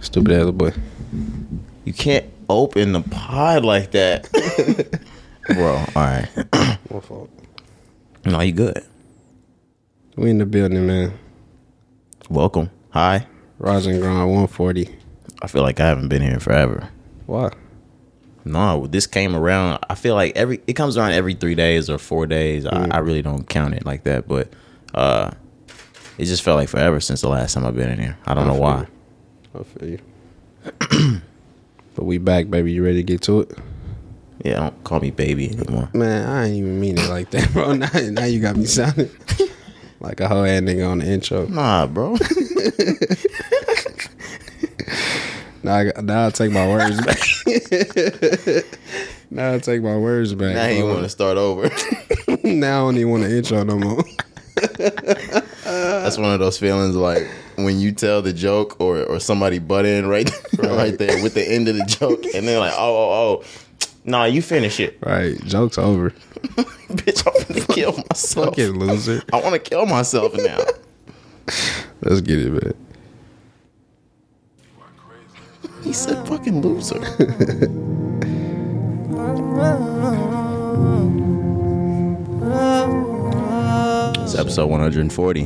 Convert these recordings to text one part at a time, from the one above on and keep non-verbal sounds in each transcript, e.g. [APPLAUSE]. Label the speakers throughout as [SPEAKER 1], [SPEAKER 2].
[SPEAKER 1] Stupid ass boy.
[SPEAKER 2] You can't open the pod like that. [LAUGHS] Bro, all right.
[SPEAKER 1] My fault.
[SPEAKER 2] No, you good.
[SPEAKER 1] We in the building, man.
[SPEAKER 2] Welcome. Hi.
[SPEAKER 1] Rising ground 140.
[SPEAKER 2] I feel like I haven't been here forever.
[SPEAKER 1] Why?
[SPEAKER 2] No, this came around. I feel like every it comes around every three days or four days. I, I really don't count it like that, but uh it just felt like forever since the last time I've been in here. I don't know why.
[SPEAKER 1] I feel you. [CLEARS THROAT] but we back, baby. You ready to get to it?
[SPEAKER 2] Yeah, don't call me baby anymore.
[SPEAKER 1] Man, I ain't even mean it like that, [LAUGHS] bro. Now, now you got me sounding [LAUGHS] like a whole ass nigga on the intro.
[SPEAKER 2] Nah, bro.
[SPEAKER 1] Now, I, now I'll take my words back. [LAUGHS] now I'll take my words back.
[SPEAKER 2] [LAUGHS] now you
[SPEAKER 1] bro.
[SPEAKER 2] want to start [LAUGHS] over.
[SPEAKER 1] [LAUGHS] now I don't even want an intro no more. [LAUGHS]
[SPEAKER 2] That's one of those feelings like when you tell the joke or or somebody butt in right [LAUGHS] right there with the end of the joke and they're like, oh oh oh, nah, you finish it, [LAUGHS]
[SPEAKER 1] right. Joke's over.
[SPEAKER 2] bitch. I'm gonna kill myself.
[SPEAKER 1] Fucking loser.
[SPEAKER 2] [LAUGHS] I want to kill myself now.
[SPEAKER 1] Let's get it, man.
[SPEAKER 2] He said, fucking loser. It's episode 140.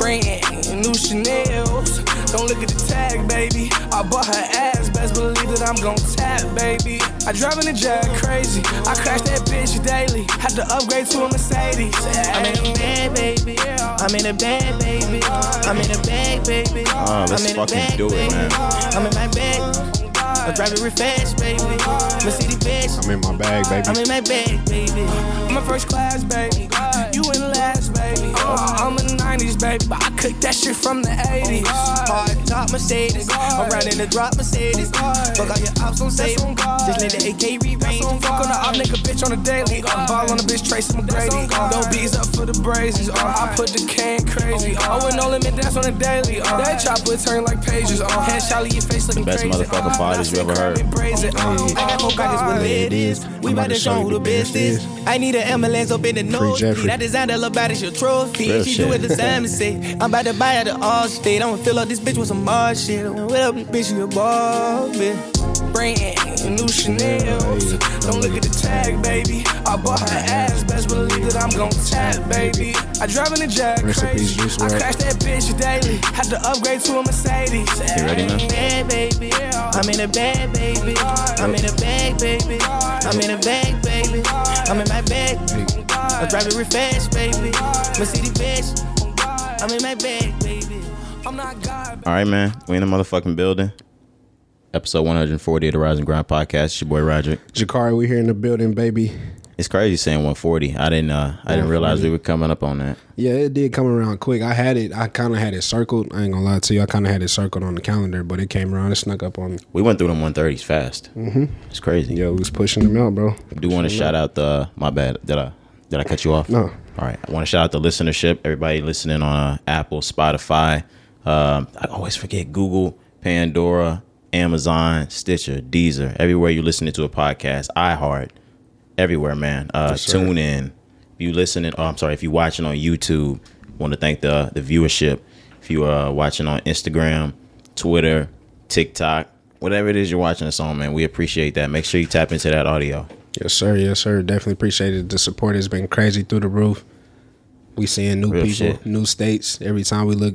[SPEAKER 3] Bring it, new Chanel's. Don't look at the tag, baby. I bought her ass, best believe that I'm gon' tap, baby. I drive in the jet crazy. I crash that bitch daily. Had to upgrade to a Mercedes. I'm in a bad, baby. I'm in a bad, baby. I'm in a bag, baby.
[SPEAKER 2] Ah, let's
[SPEAKER 3] I'm in a
[SPEAKER 2] fucking
[SPEAKER 3] bag,
[SPEAKER 2] do it,
[SPEAKER 3] baby.
[SPEAKER 2] man.
[SPEAKER 3] I'm in my bag. I drive it real fast, baby. Mercedes Benz.
[SPEAKER 1] I'm in my bag,
[SPEAKER 3] I'm
[SPEAKER 1] baby.
[SPEAKER 3] in my bag, baby. I'm a first class, baby. You in last, baby. I'm a 90s, baby, but I cooked that shit from the 80s. Hard top Mercedes. I'm riding the drop Mercedes. Fuck all your ops, don't save 'em. Just let the AK rearrange. Fuck on the op, nigga, bitch on the daily. Uh, ball on the bitch, Tracy McGrady. No bees up for the brazies. Uh, I put the can crazy. Uh, with no limit, that's on the daily. Uh, that chopper turn like pages. Uh, head shot of your face looking
[SPEAKER 2] Best
[SPEAKER 3] crazy. uh.
[SPEAKER 2] motherfucking bodies you ever heard.
[SPEAKER 3] Braise it. Uh, I got four pockets with lid is. We about to show who the best is. I need an ambulance up in the
[SPEAKER 2] Oh,
[SPEAKER 3] nose.
[SPEAKER 1] Jeffrey.
[SPEAKER 3] I designed a little body, your trophy.
[SPEAKER 2] Real
[SPEAKER 3] she do
[SPEAKER 2] shit. [LAUGHS]
[SPEAKER 3] it the same and say, I'm about to buy her the all state. I'ma fill up this bitch with some hard shit. What up, bitch, you a ball, bitch. Bring it, new Chanel's. Don't look at the tag, baby. I bought her ass, best believe that I'm gon' tap, baby. I drive in the jack,
[SPEAKER 1] Rest in
[SPEAKER 3] crazy.
[SPEAKER 1] peace, Juice
[SPEAKER 3] I
[SPEAKER 1] WRLD.
[SPEAKER 3] crash that bitch daily. Had to upgrade to a Mercedes.
[SPEAKER 2] You ready, man?
[SPEAKER 3] Bad baby, I'm in a bag, baby. I'm in a bag, baby. I'm in a bag, baby. I'm in my bag. I drive it real fast, baby. Mercedes Benz. I'm in my bag, baby. I'm not God.
[SPEAKER 2] All right, man. We in the motherfucking building. Episode 140 of the Rising Grind podcast. It's your boy Roderick.
[SPEAKER 1] Jakari, we here in the building, baby.
[SPEAKER 2] It's crazy saying 140. I didn't uh I didn't realize we were coming up on that.
[SPEAKER 1] Yeah, it did come around quick. I had it. I kind of had it circled. I ain't gonna lie to you. I kind of had it circled on the calendar, but it came around. It snuck up on me.
[SPEAKER 2] We went through them 130s fast. Mm-hmm. It's crazy.
[SPEAKER 1] Yo, we was pushing them out, bro.
[SPEAKER 2] do want to shout out the my bad did I did I cut you off?
[SPEAKER 1] No.
[SPEAKER 2] All right. I want to shout out the listenership. Everybody listening on uh, Apple, Spotify. Um, I always forget Google, Pandora, Amazon, Stitcher, Deezer. Everywhere you listening to a podcast, iHeart. Everywhere, man. Uh,
[SPEAKER 1] sir.
[SPEAKER 2] tune in. If you listening, oh, I'm sorry. If you watching on YouTube, want to thank the the viewership. If you are watching on Instagram, Twitter, TikTok, whatever it is you're watching us on, man, we appreciate that. Make sure you tap into that audio.
[SPEAKER 1] Yes, sir. Yes, sir. Definitely appreciate it. The support has been crazy through the roof. We seeing new
[SPEAKER 2] Real
[SPEAKER 1] people,
[SPEAKER 2] shit.
[SPEAKER 1] new states. Every time we look,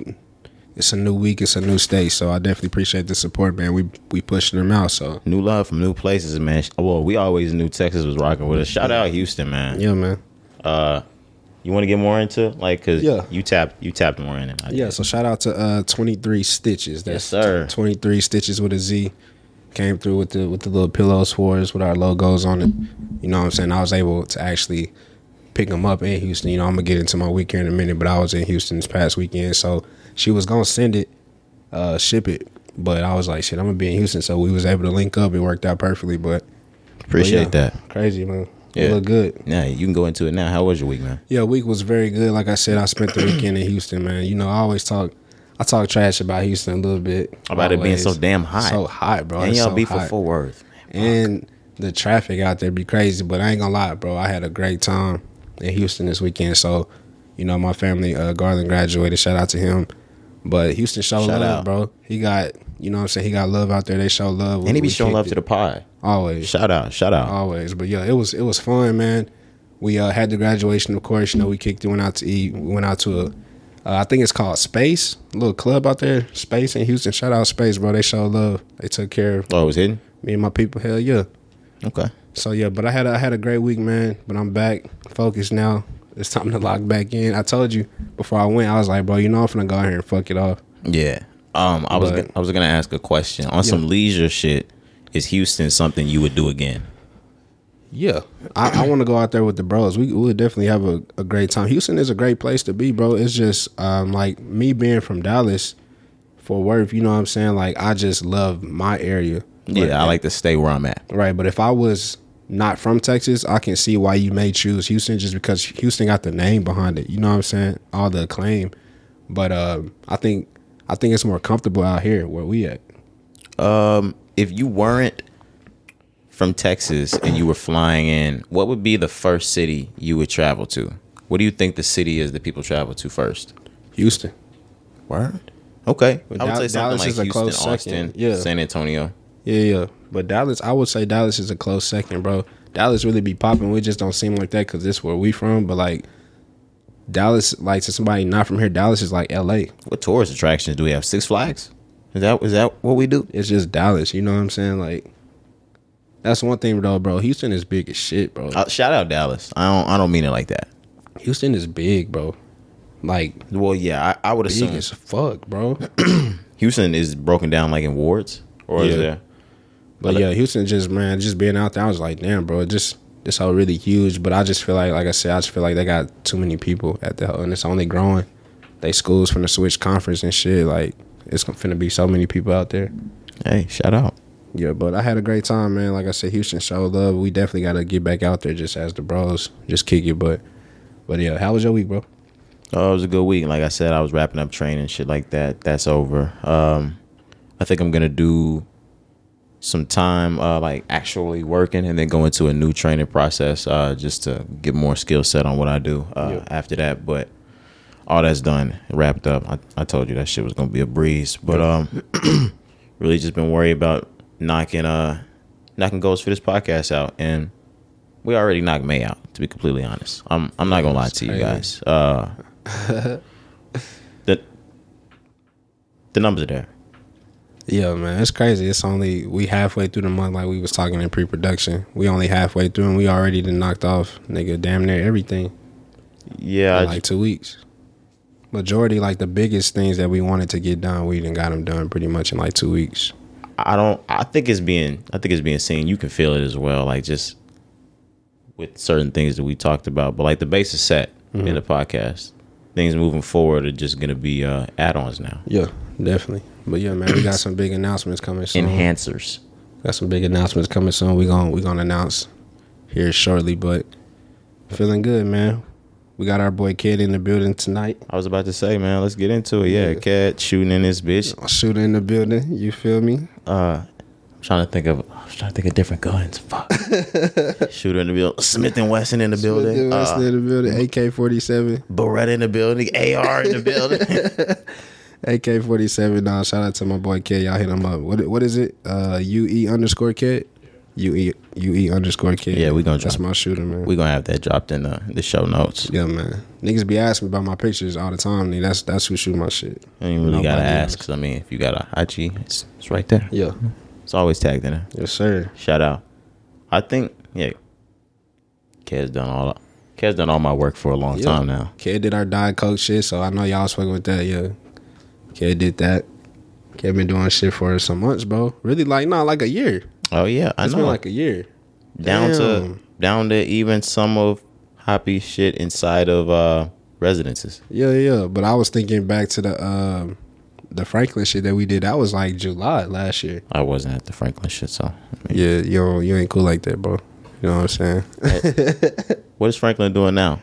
[SPEAKER 1] it's a new week. It's a new state. So I definitely appreciate the support, man. We we pushing them out. So
[SPEAKER 2] New love from new places, man. Well, we always knew Texas was rocking with us. Shout out Houston, man.
[SPEAKER 1] yeah, man.
[SPEAKER 2] You want to get more into it? like, cause
[SPEAKER 1] Yeah.
[SPEAKER 2] you tapped you tapped more in it. I
[SPEAKER 1] Yeah,
[SPEAKER 2] guess.
[SPEAKER 1] so shout out to uh 23 Stitches. That's
[SPEAKER 2] sir.
[SPEAKER 1] 23 Stitches with a Z. Came through with the with the little pillows for us with our logos on it. You know what I'm saying? I was able to actually pick them up in Houston. You know, I'm going to get into my week here in a minute, but I was in Houston this past weekend. So she was going to send it, uh ship it, but I was like, shit, I'm going to be in Houston. So we was able to link up. It worked out perfectly, but but
[SPEAKER 2] appreciate
[SPEAKER 1] yeah,
[SPEAKER 2] that.
[SPEAKER 1] Crazy, man. It
[SPEAKER 2] Yeah.
[SPEAKER 1] looked good.
[SPEAKER 2] Yeah, you can go into it now. How was your week, man?
[SPEAKER 1] Yeah, week was very good. Like I said, I spent the weekend in Houston, man. You know, I always talk, I talk trash about Houston a little bit.
[SPEAKER 2] About it being
[SPEAKER 1] Always.
[SPEAKER 2] so damn hot.
[SPEAKER 1] so hot, bro.
[SPEAKER 2] and
[SPEAKER 1] It's
[SPEAKER 2] y'all
[SPEAKER 1] so
[SPEAKER 2] be for
[SPEAKER 1] hot.
[SPEAKER 2] Fort Worth.
[SPEAKER 1] And the traffic out there be crazy, but I ain't gonna lie, bro. I had a great time in Houston this weekend. So, you know, my family, uh, Garland graduated. Shout out to him. But Houston show
[SPEAKER 2] Shout
[SPEAKER 1] love,
[SPEAKER 2] out.
[SPEAKER 1] bro. He got you know what I'm saying. He got love out there. They show love,
[SPEAKER 2] And he be
[SPEAKER 1] We
[SPEAKER 2] showing
[SPEAKER 1] kicked
[SPEAKER 2] love
[SPEAKER 1] it. Uh,
[SPEAKER 2] to the pod.
[SPEAKER 1] always,
[SPEAKER 2] Shout out, shout out.
[SPEAKER 1] always. But yeah, it was it was fun, man. We uh, had the graduation, of course. You know, we kicked it, went out to eat, we went out to a, uh, I think it's called Space, a little club out there, Space in Houston. Shout out Space, bro. They show love. They took care of
[SPEAKER 2] Oh, it was hidden?
[SPEAKER 1] me and my people. Hell yeah.
[SPEAKER 2] Okay.
[SPEAKER 1] So yeah, but I had a, I had a great week, man. But I'm back, focused now. It's time to lock back in. I told you before I went, I was like, bro, you know I'm finna go out here and fuck it off.
[SPEAKER 2] Yeah. Um, I was
[SPEAKER 1] But-
[SPEAKER 2] gonna, I was gonna ask a question on some leisure shit. Is Houston something you would do again?
[SPEAKER 1] Yeah, I, I want to go out there with the bros. We we would definitely have a, a great time. Houston is a great place to be, bro. It's just um, like me being from Dallas, Fort Worth. You know what I'm saying? Like I just love my area.
[SPEAKER 2] Yeah, I like to stay where I'm at.
[SPEAKER 1] Right, but if I was not from Texas, I can see why you may choose Houston just because Houston got the name behind it. You know what I'm saying? All the acclaim. But um, I think I think it's more comfortable out here where we at.
[SPEAKER 2] If you weren't from Texas and you were flying in, what would be the first city you would travel to? What do you think the city is that people travel to first?
[SPEAKER 1] Houston.
[SPEAKER 2] Word. Okay. I would
[SPEAKER 1] Dal-
[SPEAKER 2] say something
[SPEAKER 1] Dallas
[SPEAKER 2] like
[SPEAKER 1] is a
[SPEAKER 2] Houston,
[SPEAKER 1] close second.
[SPEAKER 2] Austin,
[SPEAKER 1] Yeah.
[SPEAKER 2] San Antonio.
[SPEAKER 1] Yeah, yeah. But Dallas, I would say Dallas is a close second, bro. Dallas really be popping. We just don't seem like that because this where we from. But like Dallas, like to somebody not from here, Dallas is like L.A.
[SPEAKER 2] What tourist attractions do we have? Six Flags. Is that is that what we do?
[SPEAKER 1] It's just Dallas. You know what I'm saying? Like that's one thing though, bro. Houston is big as shit, bro.
[SPEAKER 2] Uh, shout out Dallas. I don't I don't mean it like that.
[SPEAKER 1] Houston is big, bro. Like
[SPEAKER 2] Well, yeah, I, I would
[SPEAKER 1] big
[SPEAKER 2] assume
[SPEAKER 1] as fuck, bro.
[SPEAKER 2] Houston is broken down like in wards, or is
[SPEAKER 1] Yeah.
[SPEAKER 2] there?
[SPEAKER 1] But yeah, Houston just man, just being out there, I was like, damn, bro, just this all really huge. But I just feel like, like I said, I just feel like they got too many people at the and it's only growing. They schools finna switch conference and shit. Like it's gon- finna be so many people out there.
[SPEAKER 2] Hey, shout out.
[SPEAKER 1] Yeah, but I had a great time, man. Like I said, Houston show love. We definitely gotta get back out there just as the bros, just kick it. But but yeah, how was your week, bro?
[SPEAKER 2] Oh, it was a good week. Like I said, I was wrapping up training, shit like that. That's over. Um, I think I'm gonna do some time, uh, like actually working, and then go into a new training process, uh, just to get more skill set on what I do uh, after that. But all that's done, wrapped up. I, I told you that shit was gonna be a breeze, but um, [CLEARS THROAT] really just been worried about knocking uh knocking goals for this podcast out, and we already knocked May out. To be completely honest, I'm I'm not gonna lie to you
[SPEAKER 1] crazy.
[SPEAKER 2] guys. Uh, the the numbers are there.
[SPEAKER 1] Yeah, man, it's crazy. It's only we halfway through the month, like we was talking in pre-production. We only halfway through, and we already done knocked off, nigga, damn near everything
[SPEAKER 2] Yeah, I
[SPEAKER 1] in like two weeks. Majority, like the biggest things that we wanted to get done, we done got them done pretty much in like two weeks.
[SPEAKER 2] I don't. I think it's being. I think it's being seen. You can feel it as well. Like just with certain things that we talked about, but like the base is set in the podcast. Things moving forward are just gonna be uh, add-ons now,
[SPEAKER 1] Yeah, definitely. But yeah, man, we got some big announcements coming soon.
[SPEAKER 2] enhancers.
[SPEAKER 1] Got some big announcements coming soon. We gon' we gonna announce here shortly. But feeling good, man. We got our boy Kid in the building tonight.
[SPEAKER 2] I was about to say, man, let's get into it. Yeah, cat shooting in this bitch.
[SPEAKER 1] Shooter in the building. You feel me?
[SPEAKER 2] I'm trying to think of. I'm trying to think of different guns. [LAUGHS] Fuck. Shooter in the building. Smith and Wesson in the building. Uh,
[SPEAKER 1] Weston in the building. AK forty seven.
[SPEAKER 2] Beretta in the building. AR in the [LAUGHS] building.
[SPEAKER 1] AK forty seven. Nah, shout out to my boy Kid. Y'all hit him up. What what is it? Uh, UE underscore Kid. UE UE E underscore Kid.
[SPEAKER 2] Yeah, we gonna
[SPEAKER 1] That's
[SPEAKER 2] drop
[SPEAKER 1] my shooter, man.
[SPEAKER 2] we gonna have that dropped in the the show notes.
[SPEAKER 1] yeah, man. Niggas be asking me about my pictures all the time. nigga. That's that's who shoot my shit.
[SPEAKER 2] I ain't really gotta
[SPEAKER 1] Nobody
[SPEAKER 2] ask.
[SPEAKER 1] knows.
[SPEAKER 2] 'cause I mean, if you got a IG, it's, it's right there.
[SPEAKER 1] Yeah.
[SPEAKER 2] It's always tagged in there.
[SPEAKER 1] Yes, sir.
[SPEAKER 2] Shout out. I think yeah. Kev's done all. Kev's done all my work for a long
[SPEAKER 1] Yeah.
[SPEAKER 2] time now.
[SPEAKER 1] Kid did our Diet Coke shit, so I know y'all was fucking with that, yeah. Kid did that. Kid been doing shit for some months, bro. Really, like, nah, like a year.
[SPEAKER 2] Oh yeah, I
[SPEAKER 1] It's
[SPEAKER 2] know.
[SPEAKER 1] been like a year.
[SPEAKER 2] down to
[SPEAKER 1] Damn.
[SPEAKER 2] down to even some of Hoppy shit inside of uh residences.
[SPEAKER 1] Yeah, yeah. But I was thinking back to the um the Franklin shit that we did. That was like July last year.
[SPEAKER 2] I wasn't at the Franklin shit, so. I mean,
[SPEAKER 1] Yeah, you don't- you ain't cool like that, bro. You know what I'm saying? [LAUGHS]
[SPEAKER 2] What is Franklin doing now?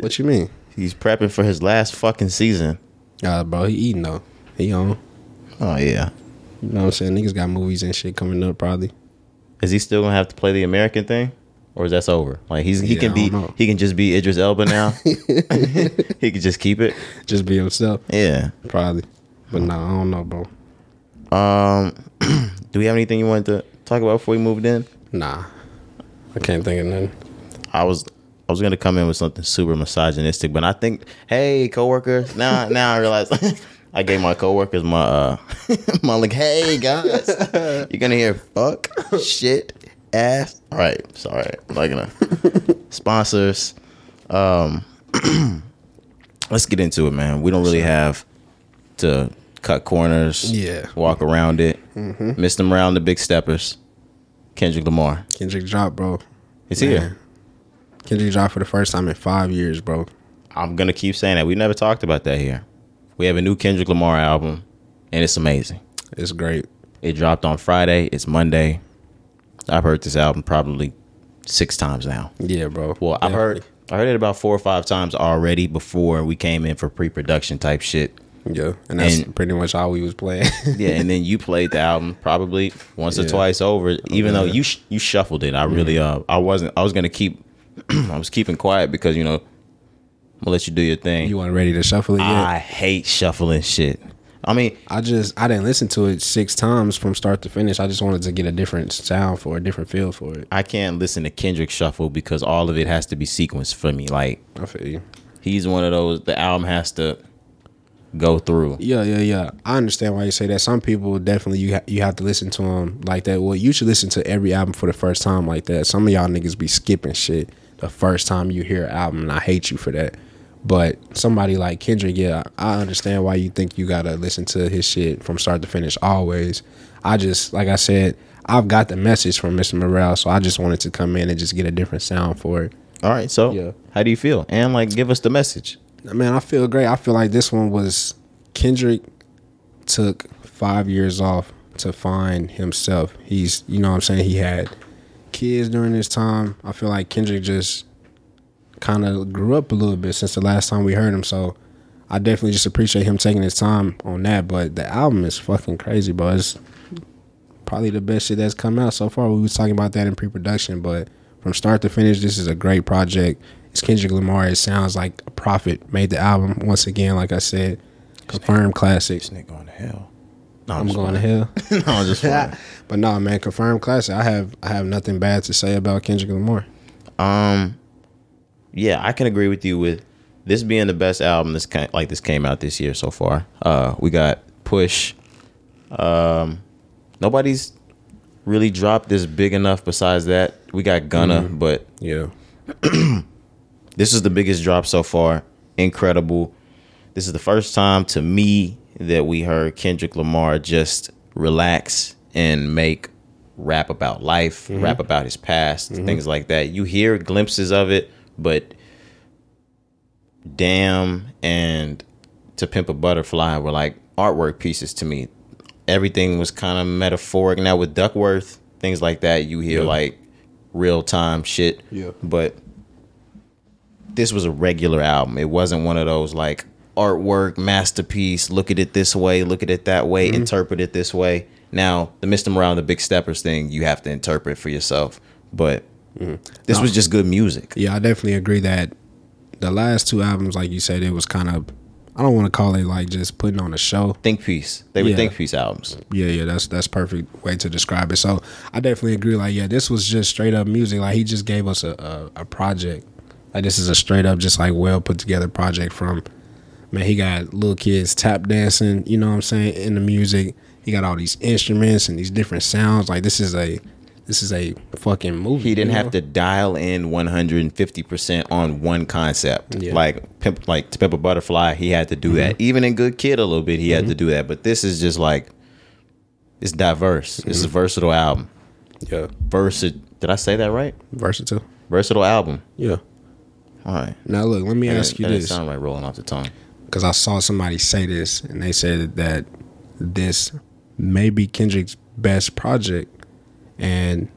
[SPEAKER 1] what you mean?
[SPEAKER 2] He's prepping for his last fucking season.
[SPEAKER 1] Nah, bro, he eating though. He on.
[SPEAKER 2] Oh yeah.
[SPEAKER 1] You know what I'm saying? Niggas got movies and shit coming up probably.
[SPEAKER 2] Is he still gonna have to play the American thing? Or is that over? Like he's he
[SPEAKER 1] Yeah,
[SPEAKER 2] can
[SPEAKER 1] I
[SPEAKER 2] be
[SPEAKER 1] don't know.
[SPEAKER 2] he can just
[SPEAKER 1] [LAUGHS]
[SPEAKER 2] be Idris Elba now. [LAUGHS] he could just keep it.
[SPEAKER 1] Just be himself.
[SPEAKER 2] Yeah.
[SPEAKER 1] Probably. But no, I don't know, bro.
[SPEAKER 2] Um, do we have anything you wanted to talk about before we moved in?
[SPEAKER 1] Nah, I can't think of nothing.
[SPEAKER 2] I was I was gonna come in with something super misogynistic, but I think hey coworkers, now now I realize [LAUGHS] I gave my coworkers my uh [LAUGHS] my like hey guys, you're gonna hear fuck shit ass. All right, sorry, I'm not gonna sponsors. Um, [CLEARS THROAT] let's get into it, man. We don't really have to cut corners.
[SPEAKER 1] Yeah.
[SPEAKER 2] walk around it. Miss them around the big steppers. Kendrick Lamar,
[SPEAKER 1] Kendrick dropped, bro.
[SPEAKER 2] he's
[SPEAKER 1] Man.
[SPEAKER 2] here.
[SPEAKER 1] Kendrick dropped for the first time in five years, bro.
[SPEAKER 2] I'm gonna keep saying that. We never talked about that here. We have a new Kendrick Lamar album, and it's amazing.
[SPEAKER 1] It's great.
[SPEAKER 2] It dropped on Friday. It's Monday. I've heard this album probably six times now.
[SPEAKER 1] Yeah, bro.
[SPEAKER 2] Well, I've
[SPEAKER 1] Yeah.
[SPEAKER 2] heard I heard it about four or five times already before we came in for pre-production type shit.
[SPEAKER 1] Yeah, and that's
[SPEAKER 2] and-
[SPEAKER 1] pretty much all we was playing.
[SPEAKER 2] [LAUGHS] Yeah, and then you played the album probably once or
[SPEAKER 1] Yeah.
[SPEAKER 2] twice over, even though
[SPEAKER 1] yeah.
[SPEAKER 2] you sh- you shuffled it. I really uh I wasn't I was gonna keep [CLEARS THROAT] I was keeping quiet because you know I'm gonna let you do your thing.
[SPEAKER 1] you weren't ready to shuffle it yet.
[SPEAKER 2] I hate shuffling shit. I mean,
[SPEAKER 1] I just I didn't listen to it six times from start to finish. I just wanted to get a different sound for it, a different feel for it.
[SPEAKER 2] I can't listen to Kendrick Shuffle because all of it has to be sequenced for me. Like
[SPEAKER 1] I feel you.
[SPEAKER 2] he's one of those the album has to go through.
[SPEAKER 1] Yeah, yeah, yeah. I understand why you say that. Some people definitely you ha- you have to listen to them like that. Well, you should listen to every album for the first time like that. Some of y'all niggas be skipping shit the first time you hear an album, and I hate you for that. But somebody like Kendrick, yeah, I understand why you think you gotta listen to his shit from start to finish always. I just like I said, I've got the message from Mr. Morale, so I just wanted to come in and just get a different sound for it.
[SPEAKER 2] All right, so
[SPEAKER 1] Yeah.
[SPEAKER 2] how do you feel? And like give us the message.
[SPEAKER 1] man, I feel great. I feel like this one was Kendrick took five years off to find himself. He's, you know what I'm saying? He had kids during this time. I feel like Kendrick just kind of grew up a little bit since the last time we heard him. So I definitely just appreciate him taking his time on that. But the album is fucking crazy, bro. It's probably the best shit that's come out so far. We was talking about that in pre-production, but from start to finish, this is a great project. It's Kendrick Lamar. It sounds like a prophet made the album once again. Like I said, confirmed classics.
[SPEAKER 2] Nigga going to hell. No,
[SPEAKER 1] I'm
[SPEAKER 2] just
[SPEAKER 1] going to hell.
[SPEAKER 2] playing. [LAUGHS] no, I'm just playing.
[SPEAKER 1] [LAUGHS] But no, man, confirmed classic. I have I have nothing bad to say about Kendrick Lamar.
[SPEAKER 2] Um, yeah, I can agree with you with this being the best album this kind like this came out this year so far. Uh, we got Push. Um, nobody's really dropped this big enough. Besides that, we got Gunna, but
[SPEAKER 1] Yeah.
[SPEAKER 2] [CLEARS THROAT] this is the biggest drop so far. Incredible. This is the first time to me that we heard Kendrick Lamar just relax and make rap about life, rap about his past, things like that. You hear glimpses of it, but Damn and To Pimp a Butterfly were like artwork pieces to me. Everything was kind of metaphoric. Now with Duckworth, things like that, you hear like real time shit.
[SPEAKER 1] Yeah.
[SPEAKER 2] But this was a regular album. It wasn't one of those like artwork masterpiece. Look at it this way. Look at it that
[SPEAKER 1] Mm-hmm.
[SPEAKER 2] way. Interpret it this way. Now the Mr. Morale and the Big Steppers thing, you have to interpret for yourself. But this was just good music.
[SPEAKER 1] Mm-hmm. Yeah, I definitely agree that the last two albums, like you said, it was kind of I don't want to call it like just putting on a show.
[SPEAKER 2] Think piece. They were
[SPEAKER 1] Yeah. Mm-hmm.
[SPEAKER 2] think piece albums.
[SPEAKER 1] Yeah, yeah, that's that's perfect way to describe it. So I definitely agree. Like, yeah, this was just straight up music. Like he just gave us a, a, a project. Like this is a straight up just like well put together project from man, he got little kids tap dancing, you know what I'm saying, in the music. He got all these instruments and these different sounds. Like this is a this is a fucking movie.
[SPEAKER 2] He didn't
[SPEAKER 1] you
[SPEAKER 2] have
[SPEAKER 1] know?
[SPEAKER 2] to dial in 150% on one concept.
[SPEAKER 1] Yeah. Mm-hmm.
[SPEAKER 2] Like pimp, like to pimp a butterfly, he had to do that. Even in Good Kid a little bit, he had to do that. But this is just like it's diverse. It's
[SPEAKER 1] Mm-hmm.
[SPEAKER 2] a versatile album.
[SPEAKER 1] Yeah.
[SPEAKER 2] Versa did I say that right?
[SPEAKER 1] Versatile.
[SPEAKER 2] Versatile album.
[SPEAKER 1] Yeah.
[SPEAKER 2] All right.
[SPEAKER 1] Now look, let me
[SPEAKER 2] That-
[SPEAKER 1] ask you
[SPEAKER 2] that didn't
[SPEAKER 1] this.
[SPEAKER 2] sound right rolling off the tongue.
[SPEAKER 1] because I saw somebody say this, and they said that this may be Kendrick's best project, and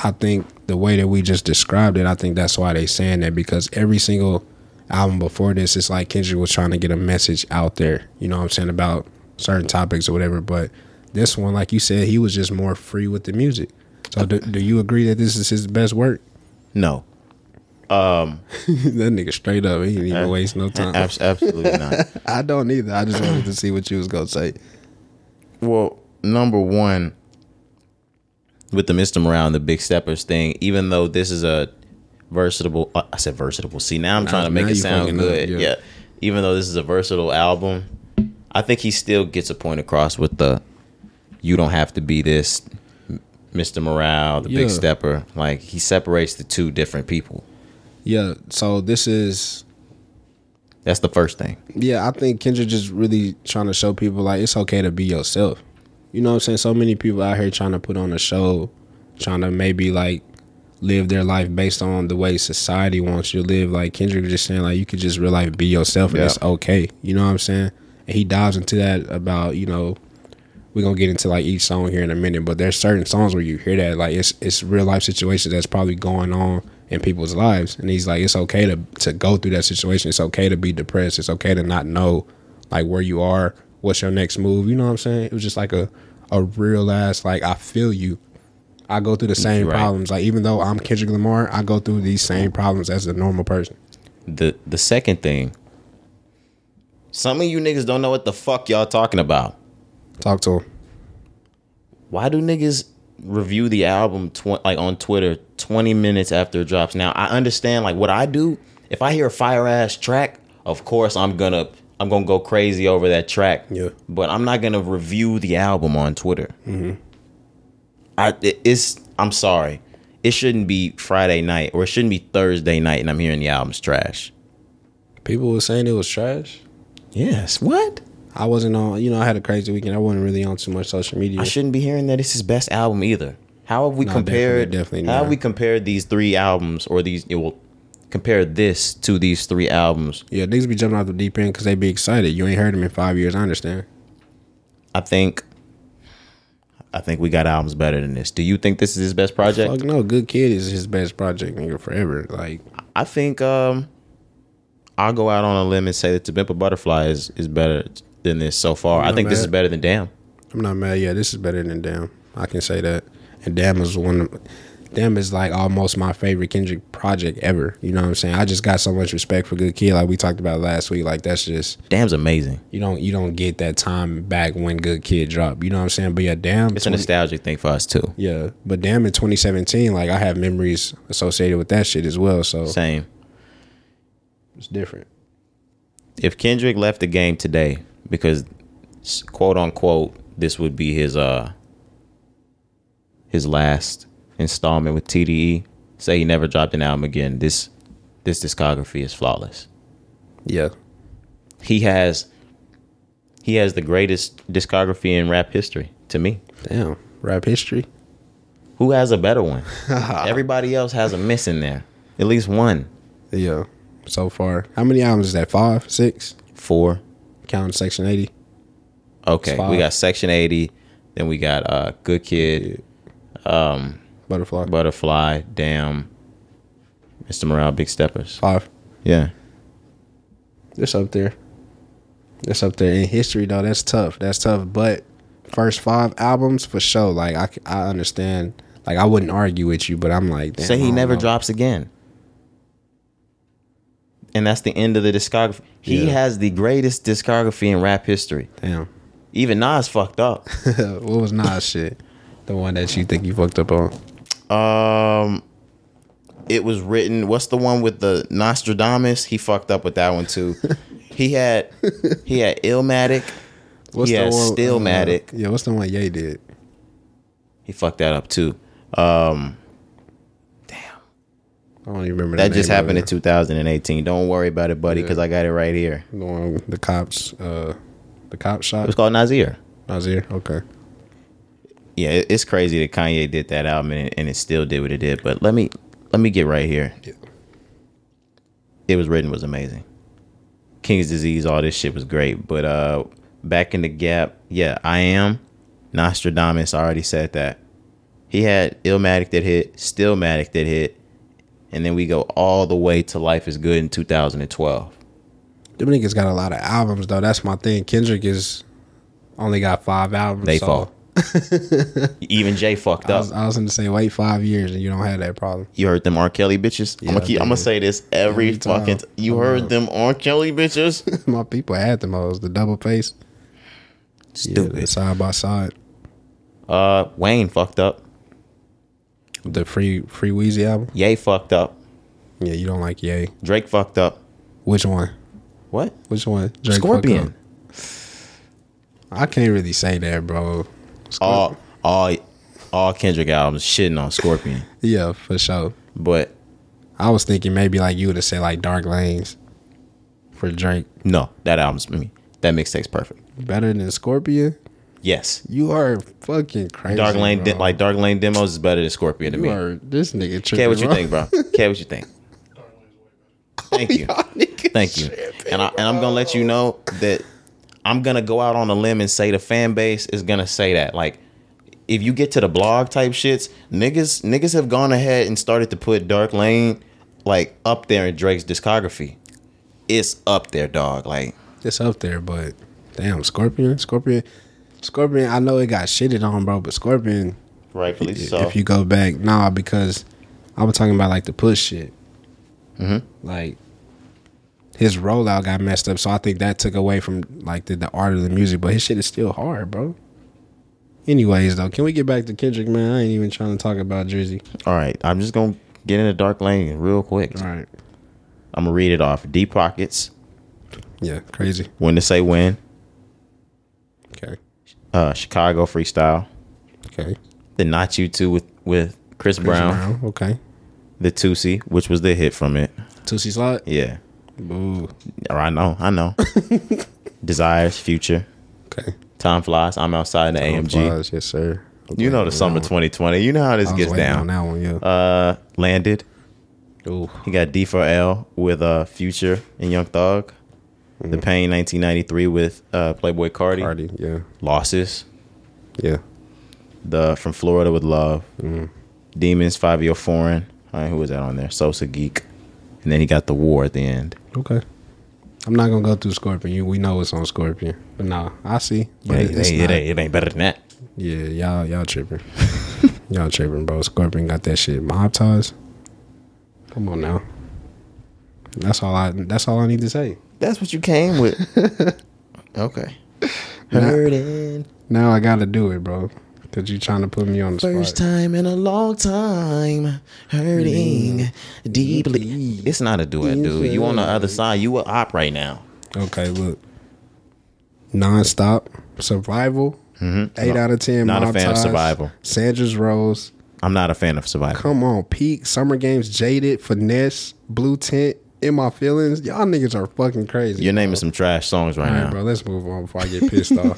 [SPEAKER 1] I think the way that we just described it, I think that's why they saying that because every single album before this, it's like Kendrick was trying to get a message out there. You know what I'm saying about certain topics or whatever. But this one, like you said, he was just more free with the music. So do, do you agree that this is his best work?
[SPEAKER 2] No.
[SPEAKER 1] [LAUGHS] that nigga straight up. He didn't even waste no time.
[SPEAKER 2] Abs- absolutely
[SPEAKER 1] [LAUGHS]
[SPEAKER 2] not.
[SPEAKER 1] I don't either. I just wanted to see what you was gonna say.
[SPEAKER 2] Well, number one, with the Mr. Morale and the Big Steppers thing, even though this is a versatile, uh, I said versatile. See, now I'm trying to make
[SPEAKER 1] now
[SPEAKER 2] it
[SPEAKER 1] you
[SPEAKER 2] sound
[SPEAKER 1] fucking up,
[SPEAKER 2] good.
[SPEAKER 1] yeah.
[SPEAKER 2] yeah. Even though this is a versatile album, I think he still gets a point across with the you don't have to be this M- Mr. Morale, the
[SPEAKER 1] Yeah.
[SPEAKER 2] Big Stepper. Like, he separates the two different people.
[SPEAKER 1] Yeah. So this is
[SPEAKER 2] That's the first thing.
[SPEAKER 1] Yeah, I think Kendrick just really trying to show people like it's okay to be yourself. You know what I'm saying? So many people out here trying to put on a show, trying to maybe like live their life based on the way society wants you to live. Like Kendrick was just saying, like you could just real life be yourself and
[SPEAKER 2] Yeah.
[SPEAKER 1] it's okay. You know what I'm saying? And he dives into that about, you know, we're gonna get into like each song here in a minute, but there's certain songs where you hear that like it's it's real life situations that's probably going on in people's lives, and he's like, it's okay to to go through that situation. It's okay to be depressed. It's okay to not know like where you are, what's your next move. You know what I'm saying? It was just like a a real ass like I feel you. I go through the same
[SPEAKER 2] Right.
[SPEAKER 1] problems. Like even though I'm Kendrick Lamar, I go through these same problems as a normal person.
[SPEAKER 2] the the second thing some of you niggas don't know what the fuck y'all talking about
[SPEAKER 1] Talk to him.
[SPEAKER 2] why do niggas review the album tw- like on twitter 20 minutes after it drops now i understand like what i do if i hear a fire ass track of course i'm gonna i'm gonna go crazy over that track
[SPEAKER 1] Yeah.
[SPEAKER 2] but i'm not gonna review the album on twitter I it- it's I'm sorry. It shouldn't be Friday night or it shouldn't be Thursday night and I'm hearing the album's trash.
[SPEAKER 1] People were saying it was trash.
[SPEAKER 2] Yes. What?
[SPEAKER 1] I wasn't on. You know, I had a crazy weekend. I wasn't really on too much social media.
[SPEAKER 2] I shouldn't be hearing that it's his best album either. How have we compared?
[SPEAKER 1] definitely, definitely
[SPEAKER 2] how have
[SPEAKER 1] not.
[SPEAKER 2] we compared these three albums or these? It will compare this to these three albums.
[SPEAKER 1] Yeah, niggas be jumping out the deep end because they be excited. You ain't heard them in five years. I understand.
[SPEAKER 2] I think. I think we got albums better than this. Do you think this is his best project?
[SPEAKER 1] Fuck no, Good Kid is his best project, nigga, forever. Like,
[SPEAKER 2] I think um, I'll go out on a limb and say that To Pimp a Butterfly is, is better than this so far. I
[SPEAKER 1] not
[SPEAKER 2] think this
[SPEAKER 1] mad.
[SPEAKER 2] is better than Damn.
[SPEAKER 1] I'm not mad. Yeah, this is better than Damn. I can say that. And Damn is one of Damn is like almost my favorite Kendrick project ever. You know what I'm saying? I just got so much respect for Good Kid, like we talked about last week. Like that's just
[SPEAKER 2] Damn's amazing.
[SPEAKER 1] you don't you don't get that time back when Good Kid dropped. You know what I'm saying? But yeah, Damn
[SPEAKER 2] It's a nostalgic thing for us too.
[SPEAKER 1] yeah. But Damn in twenty seventeen, like I have memories associated with that shit as well. So
[SPEAKER 2] Same.
[SPEAKER 1] it's different.
[SPEAKER 2] if Kendrick left the game today, because s- quote unquote, this would be his uh his last installment with TDE. Say he never dropped an album again. This this discography is flawless.
[SPEAKER 1] Yeah.
[SPEAKER 2] He has he has the greatest discography in rap history to me.
[SPEAKER 1] Damn. Rap history.
[SPEAKER 2] Who has a better [LAUGHS] one? Everybody else has a miss in there. At least one.
[SPEAKER 1] Yeah. So far, how many albums is that? Five, six,
[SPEAKER 2] Four.
[SPEAKER 1] counting Section Eighty.
[SPEAKER 2] Okay.
[SPEAKER 1] Five.
[SPEAKER 2] We got Section 80, then we got uh Good Kid,
[SPEAKER 1] Butterfly.
[SPEAKER 2] Butterfly, Damn, Mr. Morale, Big Steppers.
[SPEAKER 1] Five.
[SPEAKER 2] Yeah.
[SPEAKER 1] It's up there. It's up there in history though. That's tough. That's tough. But first five albums for sure. Like I, c- I understand. Like I wouldn't argue with you, but I'm like, damn,
[SPEAKER 2] Say
[SPEAKER 1] I
[SPEAKER 2] he
[SPEAKER 1] don't
[SPEAKER 2] never
[SPEAKER 1] know.
[SPEAKER 2] drops again. And that's the end of the discography. He
[SPEAKER 1] Yeah.
[SPEAKER 2] has the greatest discography in rap history.
[SPEAKER 1] Damn. [LAUGHS]
[SPEAKER 2] Even Nas fucked up.
[SPEAKER 1] what was Nas shit? The one that you think you fucked up on?
[SPEAKER 2] [LAUGHS] um it was written what's the one with the Nostradamus? He fucked up with that one [LAUGHS] too. he had he had Illmatic.
[SPEAKER 1] What's
[SPEAKER 2] Yeah,
[SPEAKER 1] uh,
[SPEAKER 2] Stillmatic.
[SPEAKER 1] yeah, what's the one Ye did?
[SPEAKER 2] He fucked that up too.
[SPEAKER 1] I don't even remember.
[SPEAKER 2] That
[SPEAKER 1] the
[SPEAKER 2] just
[SPEAKER 1] name of
[SPEAKER 2] happened in
[SPEAKER 1] it.
[SPEAKER 2] 2018. Don't worry about it, buddy,
[SPEAKER 1] Yeah.
[SPEAKER 2] because I got it right here.
[SPEAKER 1] The one the cops, uh, the cop
[SPEAKER 2] It was
[SPEAKER 1] shot.
[SPEAKER 2] called Nazir.
[SPEAKER 1] Nazir. Okay.
[SPEAKER 2] yeah, it- it's crazy that Kanye did that album and, and it still did what it did. But let me let me get right here.
[SPEAKER 1] Yeah.
[SPEAKER 2] It was written was amazing. King's disease, all this shit was great. But uh back in the gap, yeah, I am Nostradamus. I already said that. He had Illmatic that hit, Stillmatic that hit, and then we go all the way to Life is Good in 2012.
[SPEAKER 1] Them niggas got a lot of albums though. That's my thing. Kendrick is only got five albums. [LAUGHS]
[SPEAKER 2] They fall. Even Jay fucked
[SPEAKER 1] I
[SPEAKER 2] up.
[SPEAKER 1] was, I was going to say wait five years and you don't have that problem. [LAUGHS]
[SPEAKER 2] You heard them R. Kelly bitches. I'm gonna
[SPEAKER 1] Yeah,
[SPEAKER 2] keep, I'm gonna
[SPEAKER 1] baby.
[SPEAKER 2] say this every,
[SPEAKER 1] Every time.
[SPEAKER 2] fucking. T- you
[SPEAKER 1] Come
[SPEAKER 2] heard
[SPEAKER 1] on.
[SPEAKER 2] them R. Kelly
[SPEAKER 1] [LAUGHS]
[SPEAKER 2] bitches.
[SPEAKER 1] My people had the most. The double face, yeah,
[SPEAKER 2] Stupid.
[SPEAKER 1] the side by side,
[SPEAKER 2] Uh, Wayne fucked up.
[SPEAKER 1] the free free Wheezy album.
[SPEAKER 2] Ye fucked up.
[SPEAKER 1] Yeah, you don't like Yay.
[SPEAKER 2] Drake fucked up.
[SPEAKER 1] Which one?
[SPEAKER 2] What?
[SPEAKER 1] Which one? Drake
[SPEAKER 2] Scorpion.
[SPEAKER 1] fuck up? I can't really say that, bro.
[SPEAKER 2] All, all, all Kendrick albums shitting on Scorpion.
[SPEAKER 1] Yeah, for sure.
[SPEAKER 2] But
[SPEAKER 1] I was thinking maybe like you would have said like Dark Lanes for Drake.
[SPEAKER 2] no, that album's I mean, that mixtape's perfect.
[SPEAKER 1] Better than Scorpion?
[SPEAKER 2] Yes,
[SPEAKER 1] You are fucking crazy.
[SPEAKER 2] Dark Lane,
[SPEAKER 1] bro.
[SPEAKER 2] de- like Dark Lane demos is better than Scorpion to
[SPEAKER 1] you
[SPEAKER 2] me.
[SPEAKER 1] are this nigga tripping.
[SPEAKER 2] Care what you
[SPEAKER 1] bro.
[SPEAKER 2] think, bro. Care what you think. Thank you. Thank you. And I and I'm gonna let you know that I'm gonna go out on a limb and say the fan base is gonna say that. Like if you get to the blog type shits, niggas niggas have gone ahead and started to put Dark Lane like up there in Drake's discography. It's up there, dog. Like
[SPEAKER 1] [LAUGHS] It's up there, but damn, Scorpion, Scorpion, Scorpion. I know it got shitted on, bro, but Scorpion.
[SPEAKER 2] rightfully
[SPEAKER 1] If you go back, nah, because I was talking about like the push shit.
[SPEAKER 2] Mm-hmm.
[SPEAKER 1] Like his rollout got messed up, so I think that took away from like the, the art of the music. But his shit is still hard, bro. Anyways, though, can we get back to Kendrick, man? I ain't even trying to talk about Drizzy.
[SPEAKER 2] All right, I'm just gonna get into Dark Lane real quick.
[SPEAKER 1] All right,
[SPEAKER 2] I'm gonna read it off. Deep pockets.
[SPEAKER 1] yeah, crazy.
[SPEAKER 2] When to say when.
[SPEAKER 1] Okay,
[SPEAKER 2] Uh, Chicago freestyle.
[SPEAKER 1] okay.
[SPEAKER 2] the Not You Too with with Chris, Brown,
[SPEAKER 1] okay.
[SPEAKER 2] the Tusi, which was the hit from it.
[SPEAKER 1] Tootsie slot.
[SPEAKER 2] Yeah,
[SPEAKER 1] Ooh,
[SPEAKER 2] or I know,
[SPEAKER 1] [LAUGHS]
[SPEAKER 2] I know. Desires, Future,
[SPEAKER 1] okay.
[SPEAKER 2] Time Flies. I'm outside in the AMG.
[SPEAKER 1] Applause, yes, sir.
[SPEAKER 2] You know the summer 2020. You know how this
[SPEAKER 1] I was
[SPEAKER 2] gets
[SPEAKER 1] waiting
[SPEAKER 2] down.
[SPEAKER 1] on that one, yeah.
[SPEAKER 2] Uh, landed.
[SPEAKER 1] Ooh,
[SPEAKER 2] He got D4L with uh Future and Young Thug. The Pain 1993 with uh Playboy Cardi.
[SPEAKER 1] Mm-hmm. Cardi, yeah,
[SPEAKER 2] Losses.
[SPEAKER 1] yeah.
[SPEAKER 2] The From Florida with Love.
[SPEAKER 1] Mm-hmm.
[SPEAKER 2] Demons. Five Year Foreign. All right, who was that on there? Sosa Geek. And then he got the War at the end.
[SPEAKER 1] Okay. I'm not gonna go through Scorpion. You, we know it's on Scorpion, but nah, I see. But
[SPEAKER 2] It,
[SPEAKER 1] it- it's
[SPEAKER 2] ain't-
[SPEAKER 1] not.
[SPEAKER 2] it ain't, it ain't better than that.
[SPEAKER 1] Yeah, y'all, y'all tripping. [LAUGHS] y'all tripping, bro. Scorpion got that shit mob ties. Come on now. That's all I. That's all I need to say.
[SPEAKER 2] That's what you came with.
[SPEAKER 1] [LAUGHS]
[SPEAKER 2] okay. Hurting.
[SPEAKER 1] Now I gotta do it, bro. Cause you trying to put me on the
[SPEAKER 2] First
[SPEAKER 1] spot.
[SPEAKER 2] time in a long time. Hurting
[SPEAKER 1] Mm-hmm.
[SPEAKER 2] deeply. It's not a duet, dude. You on the other side. You a op right now.
[SPEAKER 1] Okay, look. Nonstop survival. Eight out of ten.
[SPEAKER 2] Mm-hmm. not a
[SPEAKER 1] Mob
[SPEAKER 2] fan of
[SPEAKER 1] Ties,
[SPEAKER 2] Survival.
[SPEAKER 1] Sandra's Rose.
[SPEAKER 2] I'm not a fan of Survivor.
[SPEAKER 1] Come on, peak summer games, jaded, finesse, blue tint, in my feelings. Y'all niggas are fucking crazy.
[SPEAKER 2] You're naming some trash songs right
[SPEAKER 1] All
[SPEAKER 2] now.
[SPEAKER 1] right, bro. Let's move on before I get pissed
[SPEAKER 2] [LAUGHS]
[SPEAKER 1] off.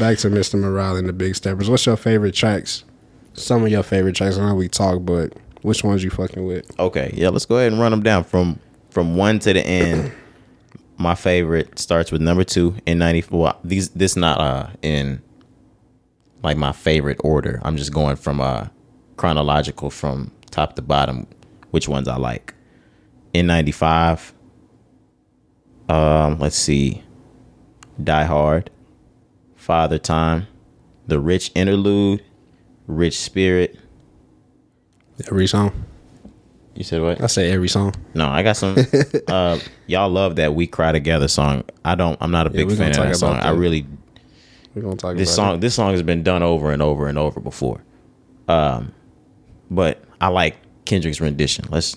[SPEAKER 1] Back to Mr. Morale and the Big Steppers. What's your favorite tracks? Some of your favorite tracks. I know we talk, but which ones you fucking with?
[SPEAKER 2] Okay, yeah, let's go ahead and run them down from from one to the end. My favorite starts with number two in ninety four. These this not uh in like my favorite order. I'm just going from uh chronological from top to bottom, which ones I like. In ninety five. Um, let's see. Die Hard, Father Time, The Rich Interlude, Rich Spirit.
[SPEAKER 1] Every song.
[SPEAKER 2] You said what?
[SPEAKER 1] I say every song.
[SPEAKER 2] No, I
[SPEAKER 1] [LAUGHS]
[SPEAKER 2] got some. uh, y'all love that "We Cry Together" song. I don't. I'm not a big
[SPEAKER 1] we're
[SPEAKER 2] fan
[SPEAKER 1] gonna talk about
[SPEAKER 2] of that song. I
[SPEAKER 1] that.
[SPEAKER 2] really
[SPEAKER 1] We're gonna talk
[SPEAKER 2] this
[SPEAKER 1] about
[SPEAKER 2] song. This song has been done over and over and over before. Um, but I like Kendrick's rendition. Let's.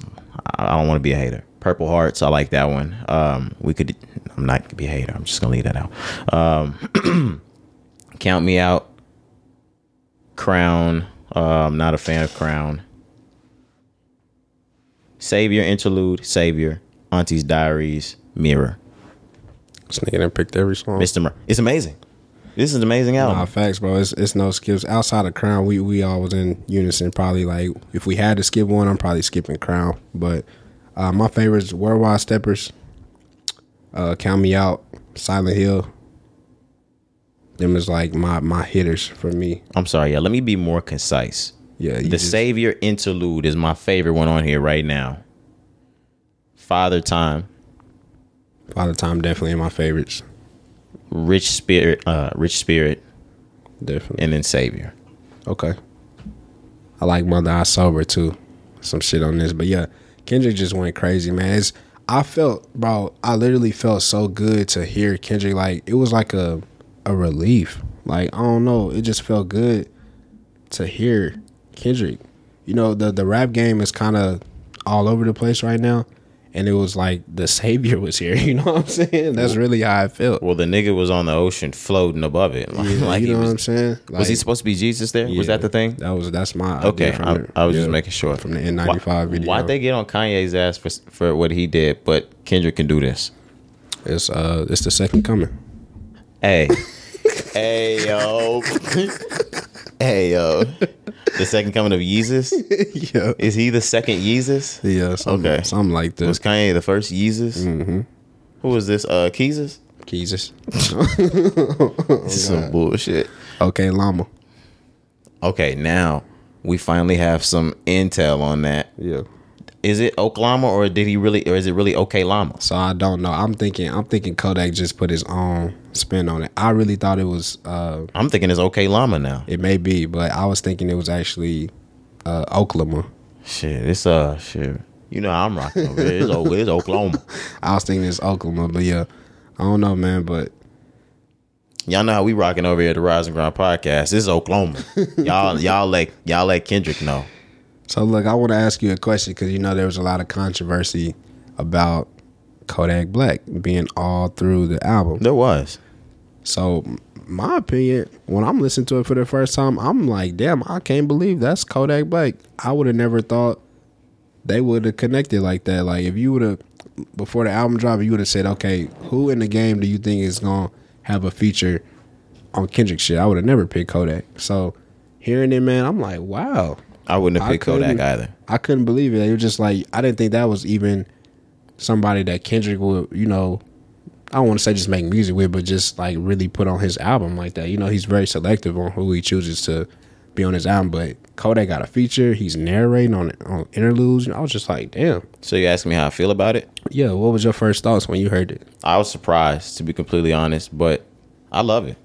[SPEAKER 2] I I don't want to be a hater. Purple Hearts. I like that one. Um, we could. I'm not gonna be a hater. I'm just gonna leave that out. Um, [CLEARS THROAT] Count me out. Crown. Uh, I'm not a fan of Crown. Savior interlude. Savior. Auntie's Diaries. Mirror.
[SPEAKER 1] it. This nigga done picked every song.
[SPEAKER 2] Mr. Mur- it's amazing. This is an amazing album.
[SPEAKER 1] Nah, facts, bro. It's it's no skips. Outside of Crown, we we all was in unison. Probably like if we had to skip one, I'm probably skipping Crown. But uh, my favorites: Worldwide Steppers, uh, Count Me Out, Silent Hill. Them is like my my hitters for me.
[SPEAKER 2] I'm sorry, yeah. Let me be more concise.
[SPEAKER 1] Yeah, you
[SPEAKER 2] the
[SPEAKER 1] just-
[SPEAKER 2] Savior interlude is my favorite one on here right now. Father Time,
[SPEAKER 1] Father Time definitely in my favorites.
[SPEAKER 2] Rich Spirit, uh, Rich Spirit,
[SPEAKER 1] Definitely.
[SPEAKER 2] and then Savior.
[SPEAKER 1] Okay. I like Mother I Sober too. Some shit on this. But yeah, Kendrick just went crazy, man. It's I felt bro, I literally felt so good to hear Kendrick like it was like a a relief. Like, I don't know. It just felt good to hear Kendrick. You know, the the rap game is kinda all over the place right now. And it was like the [LAUGHS] savior was here, you know what I'm saying? That's really how I felt.
[SPEAKER 2] Well, the nigga was on the ocean floating above it. [LAUGHS] Like,
[SPEAKER 1] Yeah,
[SPEAKER 2] [LAUGHS] like
[SPEAKER 1] you know
[SPEAKER 2] he was,
[SPEAKER 1] what I'm saying?
[SPEAKER 2] was he
[SPEAKER 1] Like,
[SPEAKER 2] supposed to be Jesus there? Was
[SPEAKER 1] yeah,
[SPEAKER 2] that the thing?
[SPEAKER 1] That was that's my idea
[SPEAKER 2] Okay,
[SPEAKER 1] from
[SPEAKER 2] I,
[SPEAKER 1] the-
[SPEAKER 2] I was just
[SPEAKER 1] yeah,
[SPEAKER 2] making sure
[SPEAKER 1] from the N95
[SPEAKER 2] Why-
[SPEAKER 1] video.
[SPEAKER 2] Why'd they get on Kanye's ass for for what he did? But Kendrick can do this.
[SPEAKER 1] It's uh, it's the second coming.
[SPEAKER 2] Hey, hey yo, [LAUGHS] hey yo, the second coming of Yeezus.
[SPEAKER 1] [LAUGHS] yeah,
[SPEAKER 2] Is he the second Yeezus?
[SPEAKER 1] yeah. Something,
[SPEAKER 2] Okay.
[SPEAKER 1] something like this.
[SPEAKER 2] Was Kanye the first Yeezus? Mm-hmm. Who was this? Uh, Keezus. Oh,
[SPEAKER 1] Jesus. [LAUGHS]
[SPEAKER 2] This is some bullshit.
[SPEAKER 1] Okay, llama.
[SPEAKER 2] Okay, now we finally have some intel on that.
[SPEAKER 1] Yeah.
[SPEAKER 2] Is it Oklahoma or did he really, or is it really OK Llama?
[SPEAKER 1] So I don't know. I'm thinking. I'm thinking Kodak just put his own spin on it. I really thought it was. uh
[SPEAKER 2] I'm thinking it's OK Llama now.
[SPEAKER 1] It may be, but I was thinking it was actually uh Oklahoma.
[SPEAKER 2] Shit, it's uh, shit. You know how I'm rocking over here. It's, O- [LAUGHS] it's Oklahoma.
[SPEAKER 1] I was thinking it's Oklahoma, but yeah, I don't know, man. But
[SPEAKER 2] Y'all know how we rocking over here at the Rise and Grind podcast. This is Oklahoma. [LAUGHS] Y'all, y'all let y'all let Kendrick know.
[SPEAKER 1] So look, I want to ask you a question because you know there was a lot of controversy about Kodak Black being all through the album.
[SPEAKER 2] There was.
[SPEAKER 1] So m- my opinion, when I'm listening to it for the first time, I'm like, damn, I can't believe that's Kodak Black. I would have never thought they would have connected like that. Like if you would have before the album drop, you would have said, okay, who in the game do you think is gonna have a feature on Kendrick shit? I would have never picked Kodak. So hearing it, man, I'm like, wow.
[SPEAKER 2] I wouldn't have
[SPEAKER 1] I
[SPEAKER 2] picked Kodak
[SPEAKER 1] couldn't-
[SPEAKER 2] either.
[SPEAKER 1] I couldn't believe it. It was just like I didn't think that was even somebody that Kendrick would, you know, I don't want to say just make music with, but just like really put on his album like that. You know, he's very selective on who he chooses to be on his album. But Kodak got a feature. He's narrating on on interludes. And I was just like, damn.
[SPEAKER 2] So you asking me how I feel about it?
[SPEAKER 1] Yeah, what was your first thoughts when you heard it?
[SPEAKER 2] I was surprised, to be completely honest, but I love it.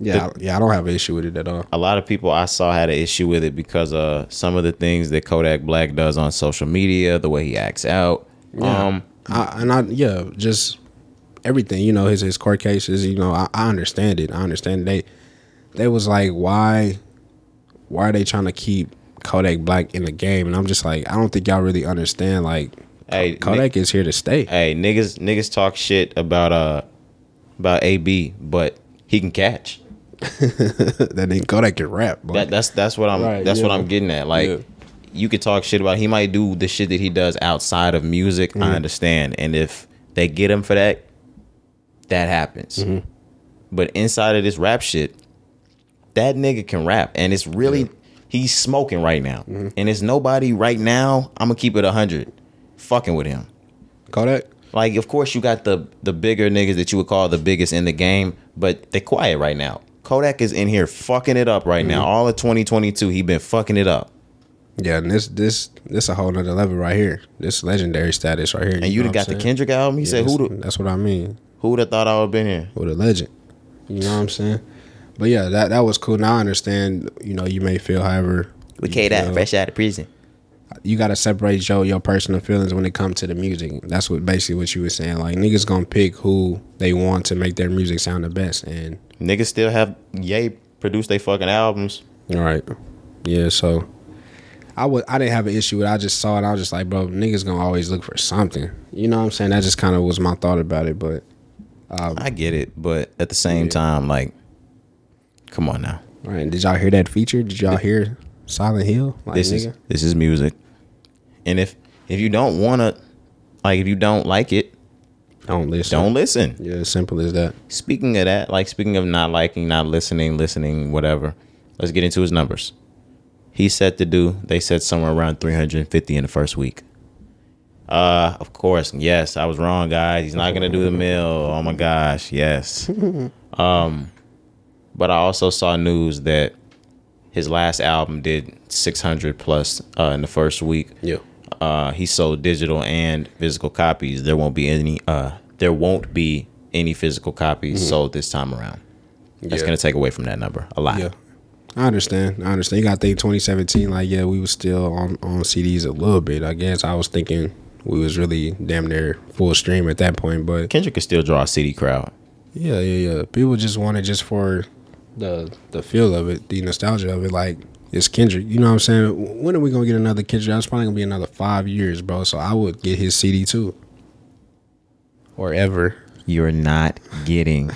[SPEAKER 1] Yeah, I, yeah, I don't have an issue with it at all.
[SPEAKER 2] a lot of people I saw had an issue with it because uh some of the things that Kodak Black does on social media, the way he acts out. Um
[SPEAKER 1] I, and I yeah, just everything. You know, his his court cases. You know, I, I understand it. I understand they they was like, why why are they trying to keep Kodak Black in the game? And I'm just like, I don't think y'all really understand. Like,
[SPEAKER 2] Hey,
[SPEAKER 1] Kodak is here to stay.
[SPEAKER 2] hey, niggas niggas talk shit about uh about A B, but he can catch.
[SPEAKER 1] that ain't Kodak can rap, but
[SPEAKER 2] That that's that's what I'm
[SPEAKER 1] Right,
[SPEAKER 2] that's what
[SPEAKER 1] yeah.
[SPEAKER 2] I'm getting at. Like
[SPEAKER 1] Yeah.
[SPEAKER 2] you could talk shit about he might do the shit that he does outside of music, I understand. And if they get him for that, that happens.
[SPEAKER 1] Mm-hmm.
[SPEAKER 2] But inside of this rap shit, that nigga can rap. And it's really he's smoking right now.
[SPEAKER 1] Mm-hmm.
[SPEAKER 2] And it's nobody right now, I'm gonna keep it hundred, fucking with him.
[SPEAKER 1] Kodak.
[SPEAKER 2] Like, of course, you got the the bigger niggas that you would call the biggest in the game, but they quiet right now. Kodak is in here fucking it up right now. All of 2022, he been fucking it up.
[SPEAKER 1] Yeah, and this this this a whole nother level right here. This legendary status right here.
[SPEAKER 2] And you'd have got the Kendrick album. He said, "Who
[SPEAKER 1] That's,
[SPEAKER 2] the,
[SPEAKER 1] that's what I mean.
[SPEAKER 2] who would have thought I would have been here?"
[SPEAKER 1] with a legend. You know what I'm saying? But yeah, that that was cool. Now I understand. You know, you may feel however
[SPEAKER 2] We
[SPEAKER 1] you
[SPEAKER 2] came out
[SPEAKER 1] feel.
[SPEAKER 2] fresh out of prison.
[SPEAKER 1] You gotta separate your your personal feelings when it comes to the music. That's what basically what you were saying. Like niggas gonna pick who they want to make their music sound the best. And
[SPEAKER 2] Niggas still have Ye produce they fucking albums.
[SPEAKER 1] all right, yeah. So I would I didn't have an issue with. it. I just saw it. I was just like, bro, niggas gonna always look for something. You know what I'm saying? That just kind of was my thought about it. But
[SPEAKER 2] I get it, but at the same time, like, come on now.
[SPEAKER 1] all right, did y'all hear that feature? Did y'all hear Silent Hill? Like,
[SPEAKER 2] this is this is music, and if if you don't wanna, like, if you don't like it,
[SPEAKER 1] don't listen.
[SPEAKER 2] don't listen.
[SPEAKER 1] Yeah, as simple as that.
[SPEAKER 2] Speaking of that, like speaking of not liking, not listening, listening, whatever, let's get into his numbers. He said to do, they said somewhere around 350 in the first week. Uh, of course, yes, I was wrong, guys. He's not gonna do the mill. Oh my gosh, yes. Um, but I also saw news that his last album did 600 plus uh, in the first week
[SPEAKER 1] Yeah.
[SPEAKER 2] uh, he sold digital and physical copies. There won't be any. Uh, there won't be any physical copies sold this time around. That's
[SPEAKER 1] Mm-hmm. Yeah.
[SPEAKER 2] going to take away from that number a lot.
[SPEAKER 1] Yeah. I understand. I understand. You got to think 2017. Like, yeah, we was still on on CDs a little bit. I guess I was thinking we was really damn near full stream at that point. But
[SPEAKER 2] Kendrick could still draw a city crowd.
[SPEAKER 1] yeah, yeah, yeah. People just want it just for the the feel of it, the nostalgia of it. Like it's Kendrick. You know what I'm saying? W- When are we gonna get another Kendrick? That's probably gonna be another five years, bro. So I would get his CD too, or ever.
[SPEAKER 2] You're not getting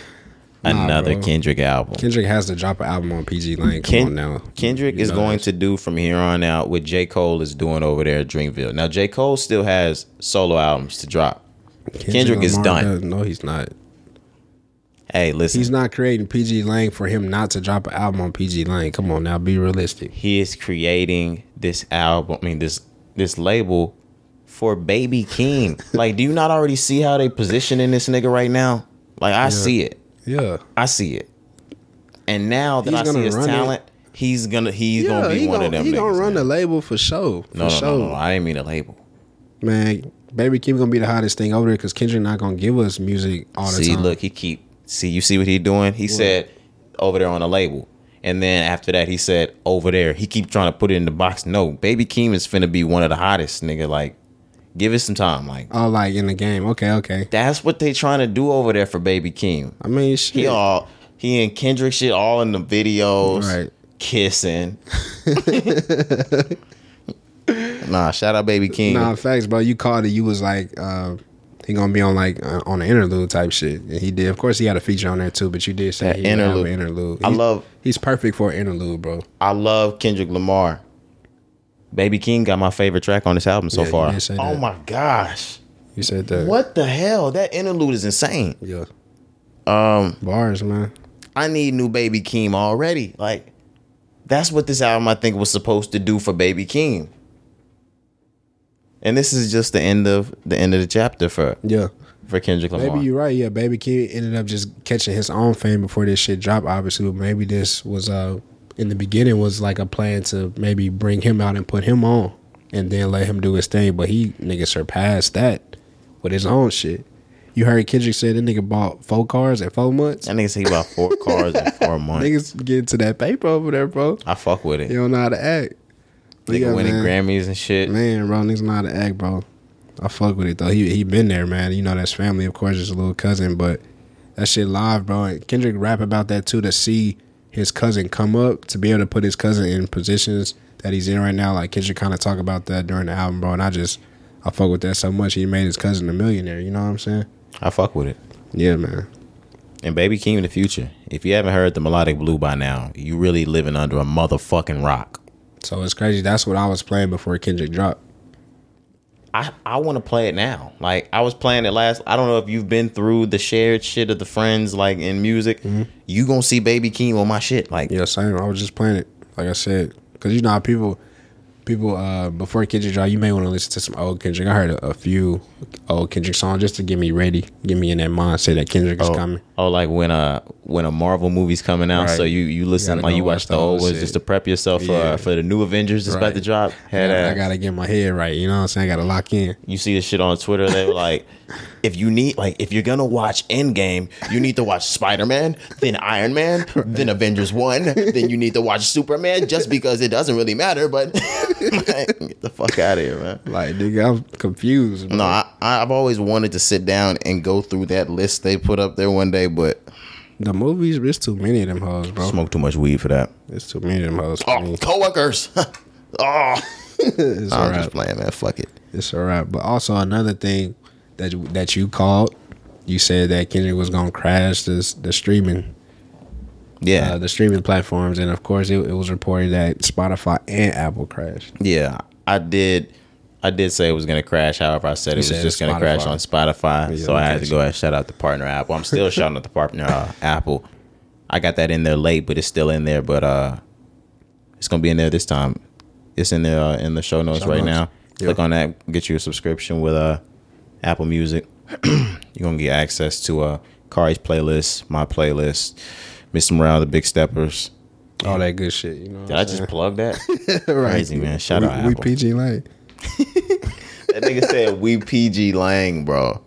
[SPEAKER 2] another
[SPEAKER 1] bro.
[SPEAKER 2] Kendrick album.
[SPEAKER 1] Kendrick has to drop an album on PG Lane. Come
[SPEAKER 2] Ken-
[SPEAKER 1] on now.
[SPEAKER 2] Kendrick
[SPEAKER 1] You
[SPEAKER 2] is
[SPEAKER 1] know
[SPEAKER 2] going
[SPEAKER 1] this.
[SPEAKER 2] to do from here on out what J. Cole is doing over there at Dreamville. Now, J. Cole still has solo albums to drop. Kendrick is
[SPEAKER 1] Lamar
[SPEAKER 2] done.
[SPEAKER 1] does- No, he's not.
[SPEAKER 2] Hey, listen,
[SPEAKER 1] He's not creating PG Lane for him not to drop an album on PG Lane. Come on now, be realistic.
[SPEAKER 2] he is creating this album, I mean, this this label for Baby King.
[SPEAKER 1] [LAUGHS]
[SPEAKER 2] like, do you not already see how they positioning this nigga right now? Like, I see it.
[SPEAKER 1] Yeah.
[SPEAKER 2] I see it. And now that
[SPEAKER 1] He's
[SPEAKER 2] I see
[SPEAKER 1] gonna
[SPEAKER 2] his
[SPEAKER 1] run it.
[SPEAKER 2] talent, he's gonna he's gonna be
[SPEAKER 1] he
[SPEAKER 2] one
[SPEAKER 1] gonna,
[SPEAKER 2] of them.
[SPEAKER 1] he gonna
[SPEAKER 2] niggas,
[SPEAKER 1] run
[SPEAKER 2] man.
[SPEAKER 1] the label for sure. For
[SPEAKER 2] no, no,
[SPEAKER 1] sure.
[SPEAKER 2] no, no, I didn't mean a label.
[SPEAKER 1] Man, Baby Kim gonna be the hottest thing over there because Kendrick not gonna give us music all the
[SPEAKER 2] See,
[SPEAKER 1] time.
[SPEAKER 2] look, he keep see you see what he doing. He said over there on the label, and then after that he said over there. He keep trying to put it in the box. No, Baby Keem is finna be one of the hottest nigga. Like, give it some time. Like
[SPEAKER 1] Oh, like in the game. Okay, okay.
[SPEAKER 2] that's what they trying to do over there for Baby Keem.
[SPEAKER 1] I mean, shit.
[SPEAKER 2] He all he and Kendrick shit all in the videos,
[SPEAKER 1] Right. [LAUGHS]
[SPEAKER 2] kissing. nah, shout out Baby King.
[SPEAKER 1] Nah, facts, bro. You called it. You was like, uh, he gonna be on like uh, on the interlude type shit, and he did. Of course, he had a feature on there too. But you did say
[SPEAKER 2] That
[SPEAKER 1] he would have an
[SPEAKER 2] interlude.
[SPEAKER 1] interlude.
[SPEAKER 2] I
[SPEAKER 1] He's-
[SPEAKER 2] love-
[SPEAKER 1] He's perfect for an interlude, bro.
[SPEAKER 2] I love Kendrick Lamar. Baby King got my favorite track on this album so
[SPEAKER 1] Yeah, you
[SPEAKER 2] far.
[SPEAKER 1] did say
[SPEAKER 2] Oh
[SPEAKER 1] that.
[SPEAKER 2] my gosh.
[SPEAKER 1] You said that.
[SPEAKER 2] What the hell? That interlude is insane.
[SPEAKER 1] Yeah. Um. Bars, man.
[SPEAKER 2] I need new Baby Keem already. Like, that's what this album I think was supposed to do for Baby Keem. And this is just the end of the end of the chapter for
[SPEAKER 1] Yeah.
[SPEAKER 2] for Kendrick Lamar.
[SPEAKER 1] Maybe you're right. Yeah, Baby King ended up just catching his own fame before this shit dropped. Obviously, but maybe this was uh in the beginning was like a plan to maybe bring him out and put him on, and then let him do his thing. But he nigga surpassed that with his own shit. You heard Kendrick said that nigga bought four cars in four months.
[SPEAKER 2] That nigga say he
[SPEAKER 1] [LAUGHS]
[SPEAKER 2] bought four cars in four months.
[SPEAKER 1] Niggas get into that paper over there, bro.
[SPEAKER 2] I fuck with it.
[SPEAKER 1] You don't know how to act. But
[SPEAKER 2] nigga
[SPEAKER 1] yeah,
[SPEAKER 2] winning
[SPEAKER 1] man.
[SPEAKER 2] Grammys and shit.
[SPEAKER 1] Man, bro, niggas know how to act, bro. I fuck with it though. He he been there, man. You know that's family, of course, his little cousin, but that shit live, bro. And Kendrick rap about that too to see his cousin come up to be able to put his cousin in positions that he's in right now. Like Kendrick kind of talk about that during the album, bro. And I just I fuck with that so much. He made his cousin a millionaire. You know what I'm saying?
[SPEAKER 2] I fuck with it.
[SPEAKER 1] Yeah, man.
[SPEAKER 2] And Baby Keem in the future. If you haven't heard the melodic blue by now, you really living under a motherfucking rock.
[SPEAKER 1] So it's crazy. That's what I was playing before Kendrick dropped.
[SPEAKER 2] I, I want to play it now. Like I was playing it last. I don't know if you've been through the shared shit of the friends like in music. You gonna see Baby Keem on my shit. Like
[SPEAKER 1] Mm-hmm. Yeah, same. I was just playing it, like I said, because you know how people, people uh, before Kendrick drop, you may want to listen to some old Kendrick. I heard a, a few old Kendrick songs just to get me ready, get me in that mindset that Kendrick is coming.
[SPEAKER 2] oh, like when a when a Marvel movie's coming out,
[SPEAKER 1] Right.
[SPEAKER 2] so you you listen
[SPEAKER 1] gotta
[SPEAKER 2] like
[SPEAKER 1] go
[SPEAKER 2] you watch the old ones
[SPEAKER 1] shit.
[SPEAKER 2] just to prep yourself for
[SPEAKER 1] Yeah.
[SPEAKER 2] for the new Avengers that's about
[SPEAKER 1] Right.
[SPEAKER 2] to drop. Head
[SPEAKER 1] I
[SPEAKER 2] ass.
[SPEAKER 1] gotta get my head right. You know what I'm saying? I gotta lock in.
[SPEAKER 2] you see this shit on Twitter. They were [LAUGHS] like, if you need, like, if you're gonna watch Endgame, you need to watch Spider Man, then Iron [LAUGHS] Man, then Avengers One, then you need to watch Superman, just [LAUGHS] because it doesn't really matter. But [LAUGHS] Like, get the fuck out of here, man.
[SPEAKER 1] Like, nigga, I'm confused. bro.
[SPEAKER 2] No, I, I've always wanted to sit down and go through that list they put up there one day, but
[SPEAKER 1] the movies, it's too many of them hoes, bro.
[SPEAKER 2] smoke too much weed for that.
[SPEAKER 1] It's too many of them hoes. for
[SPEAKER 2] Oh,
[SPEAKER 1] me.
[SPEAKER 2] coworkers. [LAUGHS] oh,
[SPEAKER 1] it's
[SPEAKER 2] I'm
[SPEAKER 1] alright.
[SPEAKER 2] just playing, man. Fuck it.
[SPEAKER 1] It's all right. But also another thing that you- that you called, you said that Kendrick was gonna crash this the streaming
[SPEAKER 2] Yeah,
[SPEAKER 1] uh, the streaming platforms, and of course, it, it was reported that Spotify and Apple crashed.
[SPEAKER 2] Yeah, I did. I did say it was gonna crash. However, I said it was
[SPEAKER 1] said
[SPEAKER 2] just gonna
[SPEAKER 1] Spotify.
[SPEAKER 2] crash on Spotify.
[SPEAKER 1] Yeah,
[SPEAKER 2] so I had
[SPEAKER 1] okay.
[SPEAKER 2] to go ahead and shout out the partner Apple.
[SPEAKER 1] [LAUGHS]
[SPEAKER 2] I'm still shouting out the partner uh, Apple. I got that in there late, but it's still in there. But uh, it's gonna be in there this time. It's in there uh, in the show notes
[SPEAKER 1] Show
[SPEAKER 2] right
[SPEAKER 1] notes.
[SPEAKER 2] now.
[SPEAKER 1] Yeah.
[SPEAKER 2] Click on that. Get you a subscription with uh, Apple Music. [CLEARS THROAT] You're gonna get access to uh, Kari's playlist, my playlist, Mr. Morale, the Big Steppers.
[SPEAKER 1] All that good shit, you know.
[SPEAKER 2] Did I just plug that?
[SPEAKER 1] [LAUGHS] right.
[SPEAKER 2] Crazy man. Shout
[SPEAKER 1] we,
[SPEAKER 2] out
[SPEAKER 1] We
[SPEAKER 2] Apple.
[SPEAKER 1] PG Lane.
[SPEAKER 2] That nigga said we PG Lang, bro.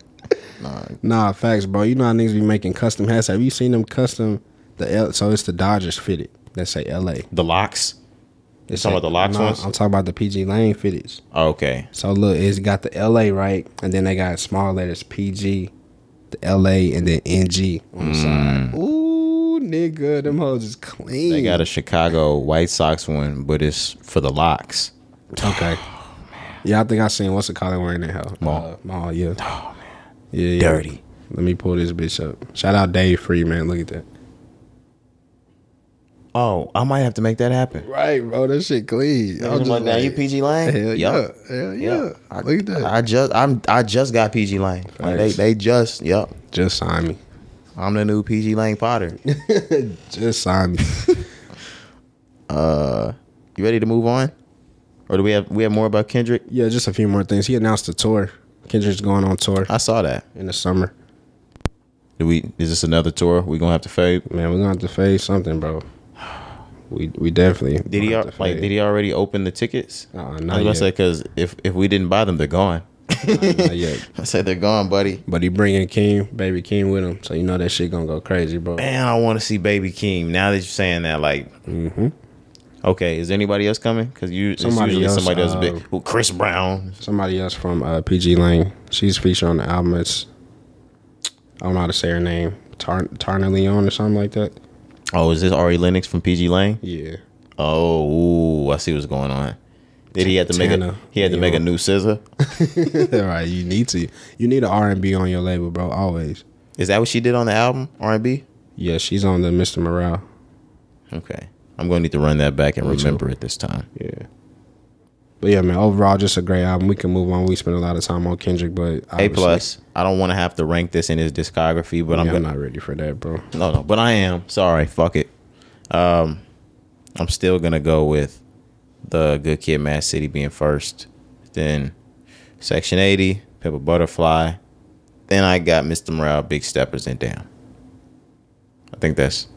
[SPEAKER 1] Nah, facts, bro. You know how niggas be making custom hats. Have you seen them custom? The L, so it's the Dodgers fitted. that say LA.
[SPEAKER 2] The locks. You talking about the locks
[SPEAKER 1] No,
[SPEAKER 2] ones?
[SPEAKER 1] I'm talking about the PG Lane fitteds.
[SPEAKER 2] Oh, Okay.
[SPEAKER 1] So look, it's got the LA right, and then they got small letters PG, the LA, and then NG on the side. Ooh, nigga, them hoes is clean.
[SPEAKER 2] Mm. They got a Chicago White Sox one, but it's for the locks.
[SPEAKER 1] okay. Yeah, I think I seen what's the color wearing that hell?
[SPEAKER 2] Maul.
[SPEAKER 1] Uh, Maul, yeah. Oh man. Yeah, yeah. Let me pull this bitch up. Shout out Dave Free, man. Look at that.
[SPEAKER 2] Oh, I might have to make that happen.
[SPEAKER 1] Right, bro. That shit clean.
[SPEAKER 2] I'm like, now you PG Lane?
[SPEAKER 1] Hell yeah.
[SPEAKER 2] Yup.
[SPEAKER 1] Hell yeah.
[SPEAKER 2] Yup. I,
[SPEAKER 1] Look at that.
[SPEAKER 2] I just I'm I just got PG Lane. Like, they
[SPEAKER 1] Thanks.
[SPEAKER 2] they just yep.
[SPEAKER 1] Just sign me.
[SPEAKER 2] I'm the new PG Lane [LAUGHS] Potter.
[SPEAKER 1] Just sign me. [LAUGHS]
[SPEAKER 2] You ready to move on? Or do we have we have more about Kendrick?
[SPEAKER 1] yeah, just a few more things. He announced a tour. Kendrick's going on tour
[SPEAKER 2] I saw that.
[SPEAKER 1] in the summer.
[SPEAKER 2] Do we is this another tour we gonna have to fade?
[SPEAKER 1] Man, we're gonna have to face something, bro. We we definitely
[SPEAKER 2] Did he al- like did he already open the tickets?
[SPEAKER 1] Uh-uh,
[SPEAKER 2] I was
[SPEAKER 1] not
[SPEAKER 2] gonna
[SPEAKER 1] yet.
[SPEAKER 2] say because if if we didn't buy them, they're gone.
[SPEAKER 1] Not yet.
[SPEAKER 2] I said they're gone, buddy.
[SPEAKER 1] But he bringing King, baby King, with him, so you know that shit gonna go crazy, bro.
[SPEAKER 2] Man, I want to see Baby King. Now that you're saying that, like, okay, is anybody else coming? Because you it's
[SPEAKER 1] Mm-hmm. Somebody
[SPEAKER 2] usually
[SPEAKER 1] else,
[SPEAKER 2] somebody else
[SPEAKER 1] uh,
[SPEAKER 2] big. Well, Chris Brown.
[SPEAKER 1] Somebody else from uh, PG Lane, she's featured on the album. It's I don't know how to say her name, Tar- Tarna Leon or something like that.
[SPEAKER 2] Oh, is this Ari Lennox from PG Lane?
[SPEAKER 1] Yeah, [LAUGHS]
[SPEAKER 2] Oh, ooh, I see what's going on. Did he have to make a
[SPEAKER 1] Tana.
[SPEAKER 2] he had to make a
[SPEAKER 1] Yeah.
[SPEAKER 2] new scissor?
[SPEAKER 1] all right. You need to, you need an R and B on your label, bro. Always.
[SPEAKER 2] Is that what she did on the album R and B?
[SPEAKER 1] Yeah, she's on the Mr. Morale.
[SPEAKER 2] Okay, I'm gonna need to run that back and remember it this time.
[SPEAKER 1] Yeah. But yeah, man. Overall, just a great album. We can move on. We spent a lot of time on Kendrick, but
[SPEAKER 2] A
[SPEAKER 1] obviously-
[SPEAKER 2] plus. I don't want to have to rank this in his discography, but I'm
[SPEAKER 1] Yeah, I'm
[SPEAKER 2] gonna
[SPEAKER 1] not ready for that, bro.
[SPEAKER 2] No, no, but I am. Sorry, fuck it. Um, I'm still gonna go with the Good Kid, Mad City being first, then Section 80, Pepper Butterfly, then I got Mr. Morale, Big Steppers, and Down. I think that's.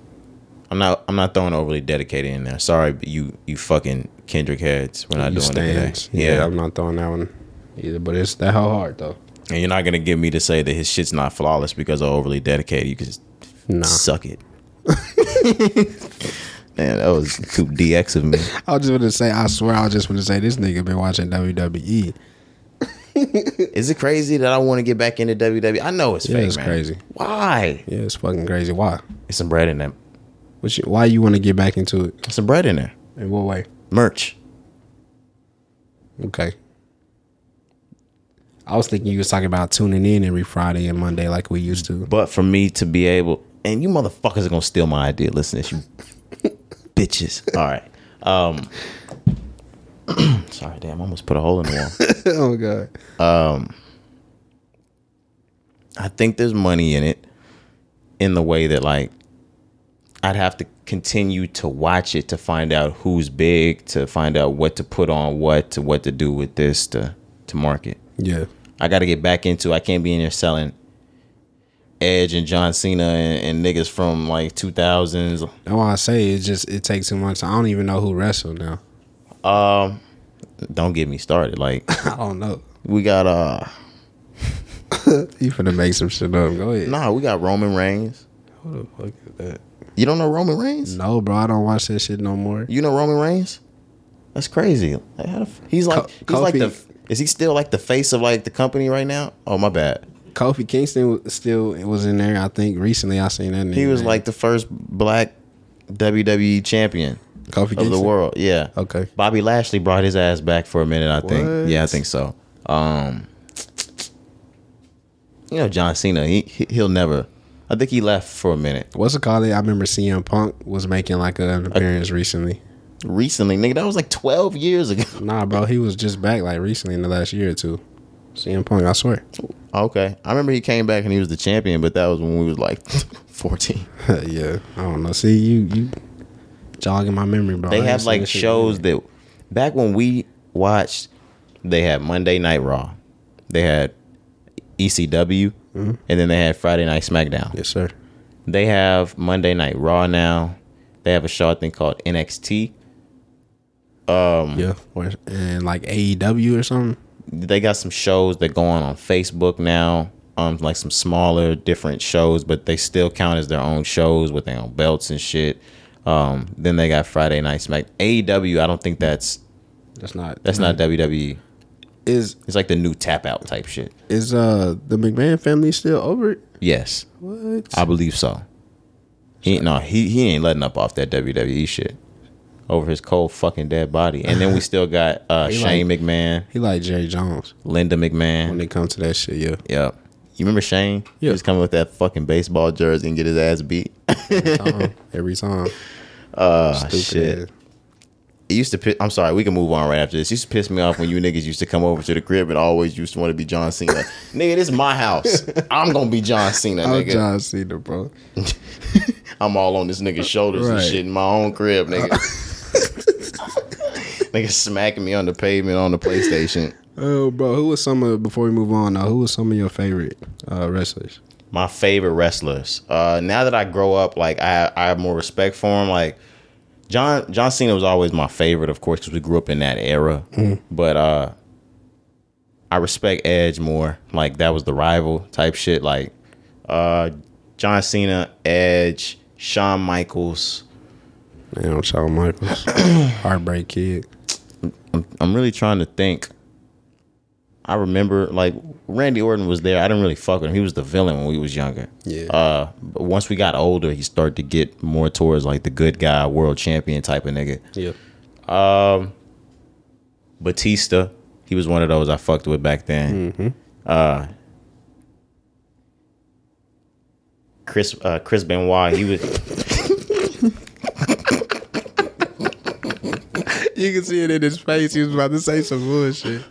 [SPEAKER 2] I'm not. I'm not throwing overly dedicated in there. Sorry, but you you fucking Kendrick heads. We're not
[SPEAKER 1] You
[SPEAKER 2] doing
[SPEAKER 1] stands.
[SPEAKER 2] it today. Yeah,
[SPEAKER 1] I'm not throwing that one either. But it's that whole hard though.
[SPEAKER 2] and you're not gonna get me to say that his shit's not flawless because I'm overly dedicated. You can just
[SPEAKER 1] Nah.
[SPEAKER 2] Suck it. [LAUGHS] Man, that was too DX of me.
[SPEAKER 1] I was just gonna say. I swear, I was just gonna say this nigga been watching E. WWE.
[SPEAKER 2] Is it crazy that I want to get back into WWE? I know it's
[SPEAKER 1] Yeah,
[SPEAKER 2] fake,
[SPEAKER 1] it's
[SPEAKER 2] man.
[SPEAKER 1] crazy.
[SPEAKER 2] Why?
[SPEAKER 1] Yeah, it's fucking crazy. Why?
[SPEAKER 2] It's some bread in there.
[SPEAKER 1] What you, why you want to get back into it?
[SPEAKER 2] There's some bread in there.
[SPEAKER 1] In what way?
[SPEAKER 2] Merch.
[SPEAKER 1] Okay. I was thinking you was talking about tuning in every Friday and Monday like we used to.
[SPEAKER 2] But for me to be able, and you motherfuckers are gonna steal my idea. Listen to this, you [LAUGHS] bitches. All right. Um. [CLEARS THROAT] sorry, damn. I almost put a hole in the wall.
[SPEAKER 1] [LAUGHS] oh god.
[SPEAKER 2] I think there's money in it in the way that like I'd have to continue to watch it to find out who's big, to find out what to put on what, to what to do with this to to market.
[SPEAKER 1] Yeah.
[SPEAKER 2] I got to get back into. I can't be in there selling Edge and John Cena and, and niggas from like 2000s.
[SPEAKER 1] That's why I say it's just it takes too much. I don't even know who wrestled now. [LAUGHS]
[SPEAKER 2] Um, Don't get me started. Like [LAUGHS]
[SPEAKER 1] I don't know.
[SPEAKER 2] we got uh
[SPEAKER 1] You finna make some shit up. Go ahead.
[SPEAKER 2] nah, we got Roman Reigns.
[SPEAKER 1] Who the fuck is that?
[SPEAKER 2] You don't know Roman Reigns?
[SPEAKER 1] No, bro. I don't watch that shit no more.
[SPEAKER 2] You know Roman Reigns? That's crazy. Like, how the f- he's like
[SPEAKER 1] Co-
[SPEAKER 2] he's like the
[SPEAKER 1] Kofi-
[SPEAKER 2] is he still like the face of like the company right now? Oh my bad.
[SPEAKER 1] Kofi Kingston was still was in there. I think recently I seen that. Nigga,
[SPEAKER 2] He was
[SPEAKER 1] man.
[SPEAKER 2] like the first black WWE champion
[SPEAKER 1] Kofi
[SPEAKER 2] of
[SPEAKER 1] Kingston.
[SPEAKER 2] the world. Yeah.
[SPEAKER 1] Okay.
[SPEAKER 2] Bobby Lashley brought his ass back for a minute, I think.
[SPEAKER 1] What?
[SPEAKER 2] Yeah, I think so. Um You know John Cena, he he- he'll never I think he left for a minute.
[SPEAKER 1] What's it called? I remember CM Punk was making like an appearance recently.
[SPEAKER 2] Recently, nigga, that was like 12 years ago. [LAUGHS]
[SPEAKER 1] Nah, bro, he was just back like recently in the last year or two. CM Punk, I swear. [LAUGHS]
[SPEAKER 2] Okay. I remember he came back and he was the champion, but that was when we was like [LAUGHS] 14.
[SPEAKER 1] yeah, I don't know. See, you you jogging my memory, bro. I
[SPEAKER 2] they
[SPEAKER 1] ain't
[SPEAKER 2] have
[SPEAKER 1] seen
[SPEAKER 2] like
[SPEAKER 1] this shit
[SPEAKER 2] shows
[SPEAKER 1] in
[SPEAKER 2] that back when we watched they had monday night raw they had ecw and then they had friday night smackdown
[SPEAKER 1] Yes, sir.
[SPEAKER 2] they have monday night raw now they have a show i think called nxt
[SPEAKER 1] Yeah, or, and like AEW or something.
[SPEAKER 2] they got some shows that go on on facebook now um like some smaller different shows but they still count as their own shows with their own belts and shit Um, then they got Friday Night Smack. AEW, I don't think that's
[SPEAKER 1] That's not.
[SPEAKER 2] that's not WWE.
[SPEAKER 1] Is
[SPEAKER 2] It's like the new tap out type shit.
[SPEAKER 1] is uh the McMahon family still over it?
[SPEAKER 2] Yes,
[SPEAKER 1] What?
[SPEAKER 2] I believe so. He no, he he ain't letting up off that WWE shit over his cold fucking dead body.
[SPEAKER 1] [LAUGHS]
[SPEAKER 2] And then we still got uh,
[SPEAKER 1] He
[SPEAKER 2] Shane McMahon,
[SPEAKER 1] He like Jerry Jones
[SPEAKER 2] Linda
[SPEAKER 1] when
[SPEAKER 2] McMahon.
[SPEAKER 1] it comes to that shit.
[SPEAKER 2] [LAUGHS]
[SPEAKER 1] Yeah.
[SPEAKER 2] Yep. You remember Shane? He
[SPEAKER 1] Yeah.
[SPEAKER 2] was coming with that fucking baseball jersey and get his ass
[SPEAKER 1] [LAUGHS]
[SPEAKER 2] beat.
[SPEAKER 1] Time, Uh-huh. every time.
[SPEAKER 2] Oh, shit. It used to piss, I'm sorry, we can move on right after this. It used to piss me off when you niggas used to come over to the crib and always used to want to be John
[SPEAKER 1] [LAUGHS]
[SPEAKER 2] Cena. nigga, this is my house. I'm gonna be John Cena,
[SPEAKER 1] I'm
[SPEAKER 2] nigga.
[SPEAKER 1] John Cena, bro.
[SPEAKER 2] I'm all on this nigga's shoulders and
[SPEAKER 1] Right.
[SPEAKER 2] shit in my own crib, nigga. [LAUGHS] nigga smacking me on the pavement on the PlayStation.
[SPEAKER 1] Oh, bro, who was some of before we move on? Now, who was some of your favorite uh, wrestlers?
[SPEAKER 2] my favorite wrestlers. Uh, now that I grow up, like I, I have more respect for him. Like John John Cena was always my favorite, of course, because we grew up in that era. But uh, I respect Edge more. Like that was the rival type shit. Like uh, John Cena, Edge, Shawn Michaels.
[SPEAKER 1] Damn, Shawn Michaels, [COUGHS] Heartbreak Kid.
[SPEAKER 2] I'm really trying to think. I remember like Randy Orton was there. I didn't really fuck with him. He was the villain when we was younger.
[SPEAKER 1] Yeah.
[SPEAKER 2] Uh, but once we got older, he started to get more towards like the good guy, world champion type of nigga. Um,
[SPEAKER 1] Yeah.
[SPEAKER 2] Batista, he was one of those I fucked with back then.
[SPEAKER 1] Mm-hmm.
[SPEAKER 2] Uh, Chris uh, Chris Benoit, he
[SPEAKER 1] [LAUGHS]
[SPEAKER 2] was.
[SPEAKER 1] You can see it in his face. He was about to say some bullshit.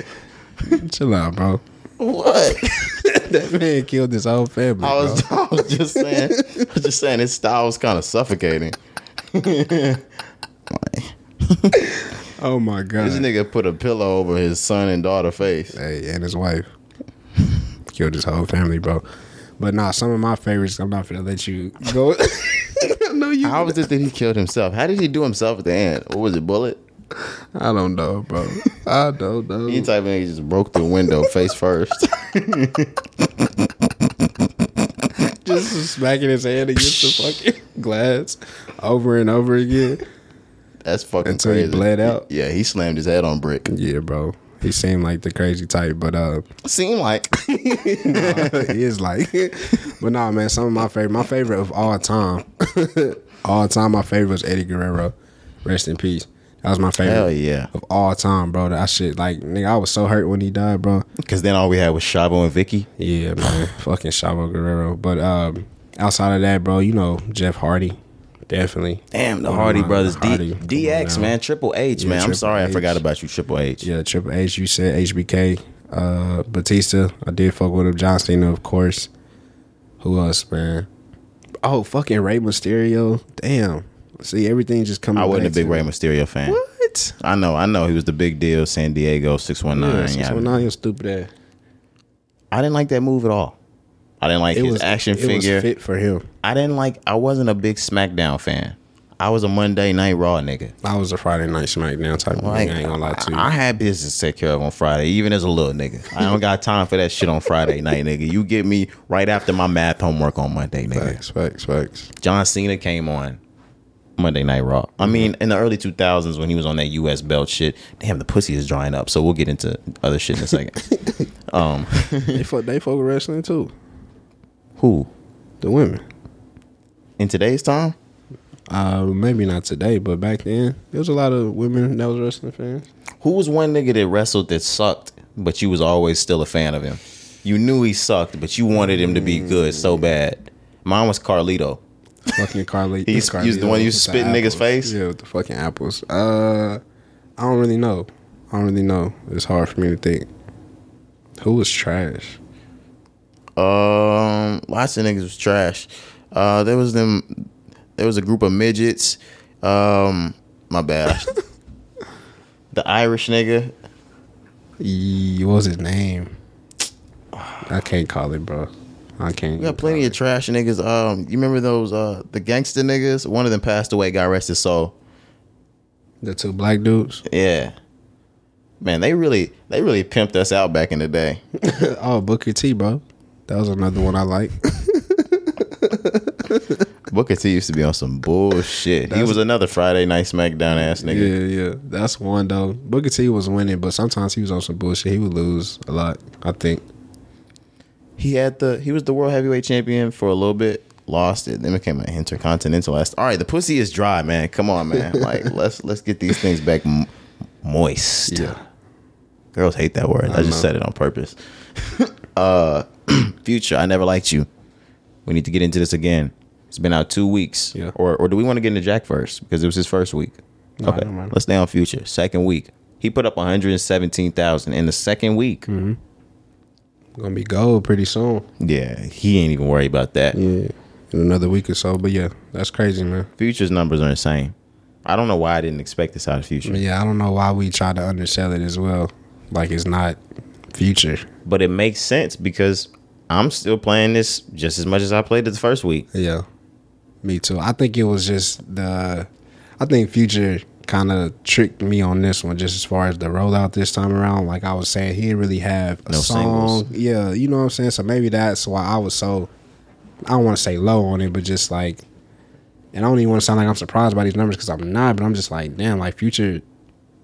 [SPEAKER 1] [LAUGHS] Chill out, bro.
[SPEAKER 2] what?
[SPEAKER 1] That man killed his whole family.
[SPEAKER 2] I
[SPEAKER 1] bro.
[SPEAKER 2] was, I was just saying, I was just saying his style was kind of suffocating.
[SPEAKER 1] [LAUGHS] Oh my god.
[SPEAKER 2] This nigga put a pillow over his son and daughter face.
[SPEAKER 1] Hey, and his wife [LAUGHS] killed his whole family, bro. But nah, some of my favorites. I'm not gonna let you [LAUGHS] go. no, you.
[SPEAKER 2] How was it that he killed himself? How did he do himself at the end? What was it, bullet?
[SPEAKER 1] I don't know, bro. I don't know.
[SPEAKER 2] He type in, he just broke the window
[SPEAKER 1] [LAUGHS]
[SPEAKER 2] face first.
[SPEAKER 1] just smacking his hand against the [LAUGHS] fucking glass over and over again.
[SPEAKER 2] That's fucking
[SPEAKER 1] Until he
[SPEAKER 2] crazy.
[SPEAKER 1] bled out?
[SPEAKER 2] Yeah, he slammed his head on brick.
[SPEAKER 1] Yeah, bro. He seemed like the crazy type, but uh, [LAUGHS]
[SPEAKER 2] Seemed like
[SPEAKER 1] he is like, [LAUGHS] but nah, man. Some of my favorite, my favorite of all time, [LAUGHS] all time, my favorite was Eddie Guerrero. Rest in peace. That was my favorite.
[SPEAKER 2] hell yeah.
[SPEAKER 1] of all time, bro. That shit, like, nigga, I was so hurt when he died, bro.
[SPEAKER 2] Because then all we had was Shabo and Vicky.
[SPEAKER 1] Yeah, man. [LAUGHS] Fucking Chavo Guerrero. But um, outside of that, bro, you know, Jeff Hardy. Definitely.
[SPEAKER 2] Damn, the
[SPEAKER 1] Oh,
[SPEAKER 2] Hardy
[SPEAKER 1] my
[SPEAKER 2] brothers, D-
[SPEAKER 1] Hardy. Come
[SPEAKER 2] DX
[SPEAKER 1] on
[SPEAKER 2] man, Triple H man. I'm
[SPEAKER 1] Triple
[SPEAKER 2] sorry, I
[SPEAKER 1] H.
[SPEAKER 2] forgot about you, Triple H.
[SPEAKER 1] Yeah, Triple H, you said HBK. Uh, Batista, I did fuck with him. John Cena, of course. Who else, man? Oh, fucking Ray Mysterio. Damn. See, everything just coming
[SPEAKER 2] I wasn't a
[SPEAKER 1] back
[SPEAKER 2] big
[SPEAKER 1] to-
[SPEAKER 2] Rey Mysterio fan.
[SPEAKER 1] What?
[SPEAKER 2] I know, I know, he was the big deal, San Diego six one
[SPEAKER 1] Yeah,
[SPEAKER 2] nine.
[SPEAKER 1] since when I was stupid ass.
[SPEAKER 2] I didn't like that move at all. I didn't like
[SPEAKER 1] It
[SPEAKER 2] his
[SPEAKER 1] was
[SPEAKER 2] action
[SPEAKER 1] it
[SPEAKER 2] figure.
[SPEAKER 1] was fit for him.
[SPEAKER 2] I didn't like. I wasn't a big SmackDown fan. I was a Monday Night Raw nigga.
[SPEAKER 1] I was a Friday night SmackDown type. of nigga,
[SPEAKER 2] Like,
[SPEAKER 1] I ain't gonna lie to you.
[SPEAKER 2] I, I had business to take care of on Friday, even as a little nigga. I don't got time for that shit on Friday night, nigga. You get me right after my math homework on Monday, nigga.
[SPEAKER 1] Facts, facts,
[SPEAKER 2] [LAUGHS]
[SPEAKER 1] facts.
[SPEAKER 2] John Cena came on Monday Night Raw. I mean, in the early 2000s when he was on that US belt shit, damn, the pussy is drying up. So we'll get into other shit in a second.
[SPEAKER 1] [LAUGHS]
[SPEAKER 2] um,
[SPEAKER 1] they fuck, they fuck with wrestling too.
[SPEAKER 2] who?
[SPEAKER 1] The women.
[SPEAKER 2] In today's time?
[SPEAKER 1] Uh, maybe not today, but back then there was a lot of women that was wrestling fans.
[SPEAKER 2] Who was one nigga that wrestled that sucked, but you was always still a fan of him? You knew he sucked, but you wanted him to be good so bad. Mine was Carlito.
[SPEAKER 1] Fucking Carly.
[SPEAKER 2] He's-
[SPEAKER 1] Carlito
[SPEAKER 2] he's the one who used to
[SPEAKER 1] with the
[SPEAKER 2] spit in
[SPEAKER 1] apples.
[SPEAKER 2] niggas' face?
[SPEAKER 1] Yeah, with the fucking apples. Uh, I don't really know. I don't really know. It's hard for me to think. Who was trash?
[SPEAKER 2] Um, lots of niggas was trash. Uh, there was them. There was a group of midgets. Um, my bad. the Irish nigga.
[SPEAKER 1] E- what was his name? I can't call it, bro. I can't.
[SPEAKER 2] We got plenty of trash niggas. Um, you remember those uh the gangster niggas? One of them passed away. Got rest his soul.
[SPEAKER 1] the two black dudes.
[SPEAKER 2] Yeah. Man, they really they really pimped us out back in the day.
[SPEAKER 1] oh, Booker T, bro. That was another one I like.
[SPEAKER 2] Booker T used to be on some bullshit. he was another Friday Night SmackDown ass
[SPEAKER 1] Yeah,
[SPEAKER 2] [LAUGHS] nigga.
[SPEAKER 1] yeah. That's one though. Booker T was winning, but sometimes he was on some bullshit. He would lose a lot, I think.
[SPEAKER 2] He had the he was the world heavyweight champion for a little bit, lost it, then became an intercontinental ass. All right, the pussy is dry, man. Come on, man. Like let's let's get these things back m- moist. Girls hate that word. I,
[SPEAKER 1] I
[SPEAKER 2] just
[SPEAKER 1] know.
[SPEAKER 2] said it on purpose. [LAUGHS] uh, [CLEARS THROAT] future, I never liked you. We need to get into this again. It's been out two weeks.
[SPEAKER 1] Yeah.
[SPEAKER 2] Or or do we want to get into Jack first because it was his first week?
[SPEAKER 1] No,
[SPEAKER 2] okay.
[SPEAKER 1] never mind.
[SPEAKER 2] Let's stay on Future. Second week, he put up one hundred and seventeen thousand in the second week.
[SPEAKER 1] Hmm. Gonna be gold pretty soon.
[SPEAKER 2] Yeah, he ain't even worried about that.
[SPEAKER 1] Yeah. In another week or so. But yeah, that's crazy, man.
[SPEAKER 2] Future's numbers are insane. I don't know why I didn't expect this out of Future,
[SPEAKER 1] But yeah, I don't know why we try to undersell it as well. Like it's not future.
[SPEAKER 2] but it makes sense because I'm still playing this just as much as I played it the first week.
[SPEAKER 1] Yeah. Me too. I think it was just the I think Future kind of tricked me on this one just as far as the rollout this time around. Like I was saying, he didn't really have a
[SPEAKER 2] No
[SPEAKER 1] song.
[SPEAKER 2] singles.
[SPEAKER 1] Yeah, you know what I'm saying? So maybe that's why I was so I don't want to say low on it, but just like and I don't even want to sound like I'm surprised by these numbers because I'm not, but I'm just like, damn, like Future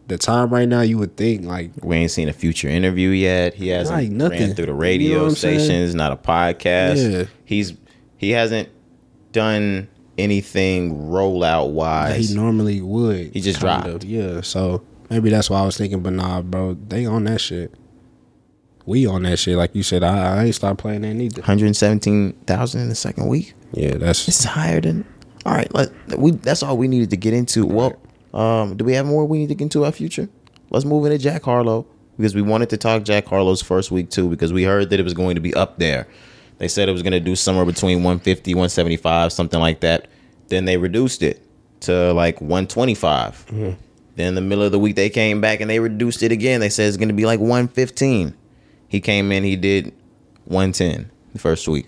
[SPEAKER 1] the time right now you would think like
[SPEAKER 2] We ain't seen a future interview yet. He hasn't
[SPEAKER 1] Right,
[SPEAKER 2] ran
[SPEAKER 1] nothing.
[SPEAKER 2] through the
[SPEAKER 1] You know
[SPEAKER 2] radio
[SPEAKER 1] what I'm saying?
[SPEAKER 2] stations, not a podcast.
[SPEAKER 1] Yeah.
[SPEAKER 2] He's he hasn't done anything rollout
[SPEAKER 1] that he
[SPEAKER 2] wise.
[SPEAKER 1] normally would.
[SPEAKER 2] He just
[SPEAKER 1] kind
[SPEAKER 2] dropped.
[SPEAKER 1] of, Yeah, so maybe that's why I was thinking, but nah, bro, they on that shit. We on that shit, like you said. I, I ain't stopped playing that neither.
[SPEAKER 2] 117,000 in the second week.
[SPEAKER 1] Yeah, that's
[SPEAKER 2] It's higher than All right, let, we that's all we needed to get into. Well, um do we have more we need to get into our future? Let's move into Jack Harlow because we wanted to talk Jack Harlow's first week too because we heard that it was going to be up there. They said it was going to do somewhere between 150, 175, something like that. Then they reduced it to like 125. Then in the middle of the week they came back and they reduced it again. They said it's going to be like 115. He came in, he did 110 the first week.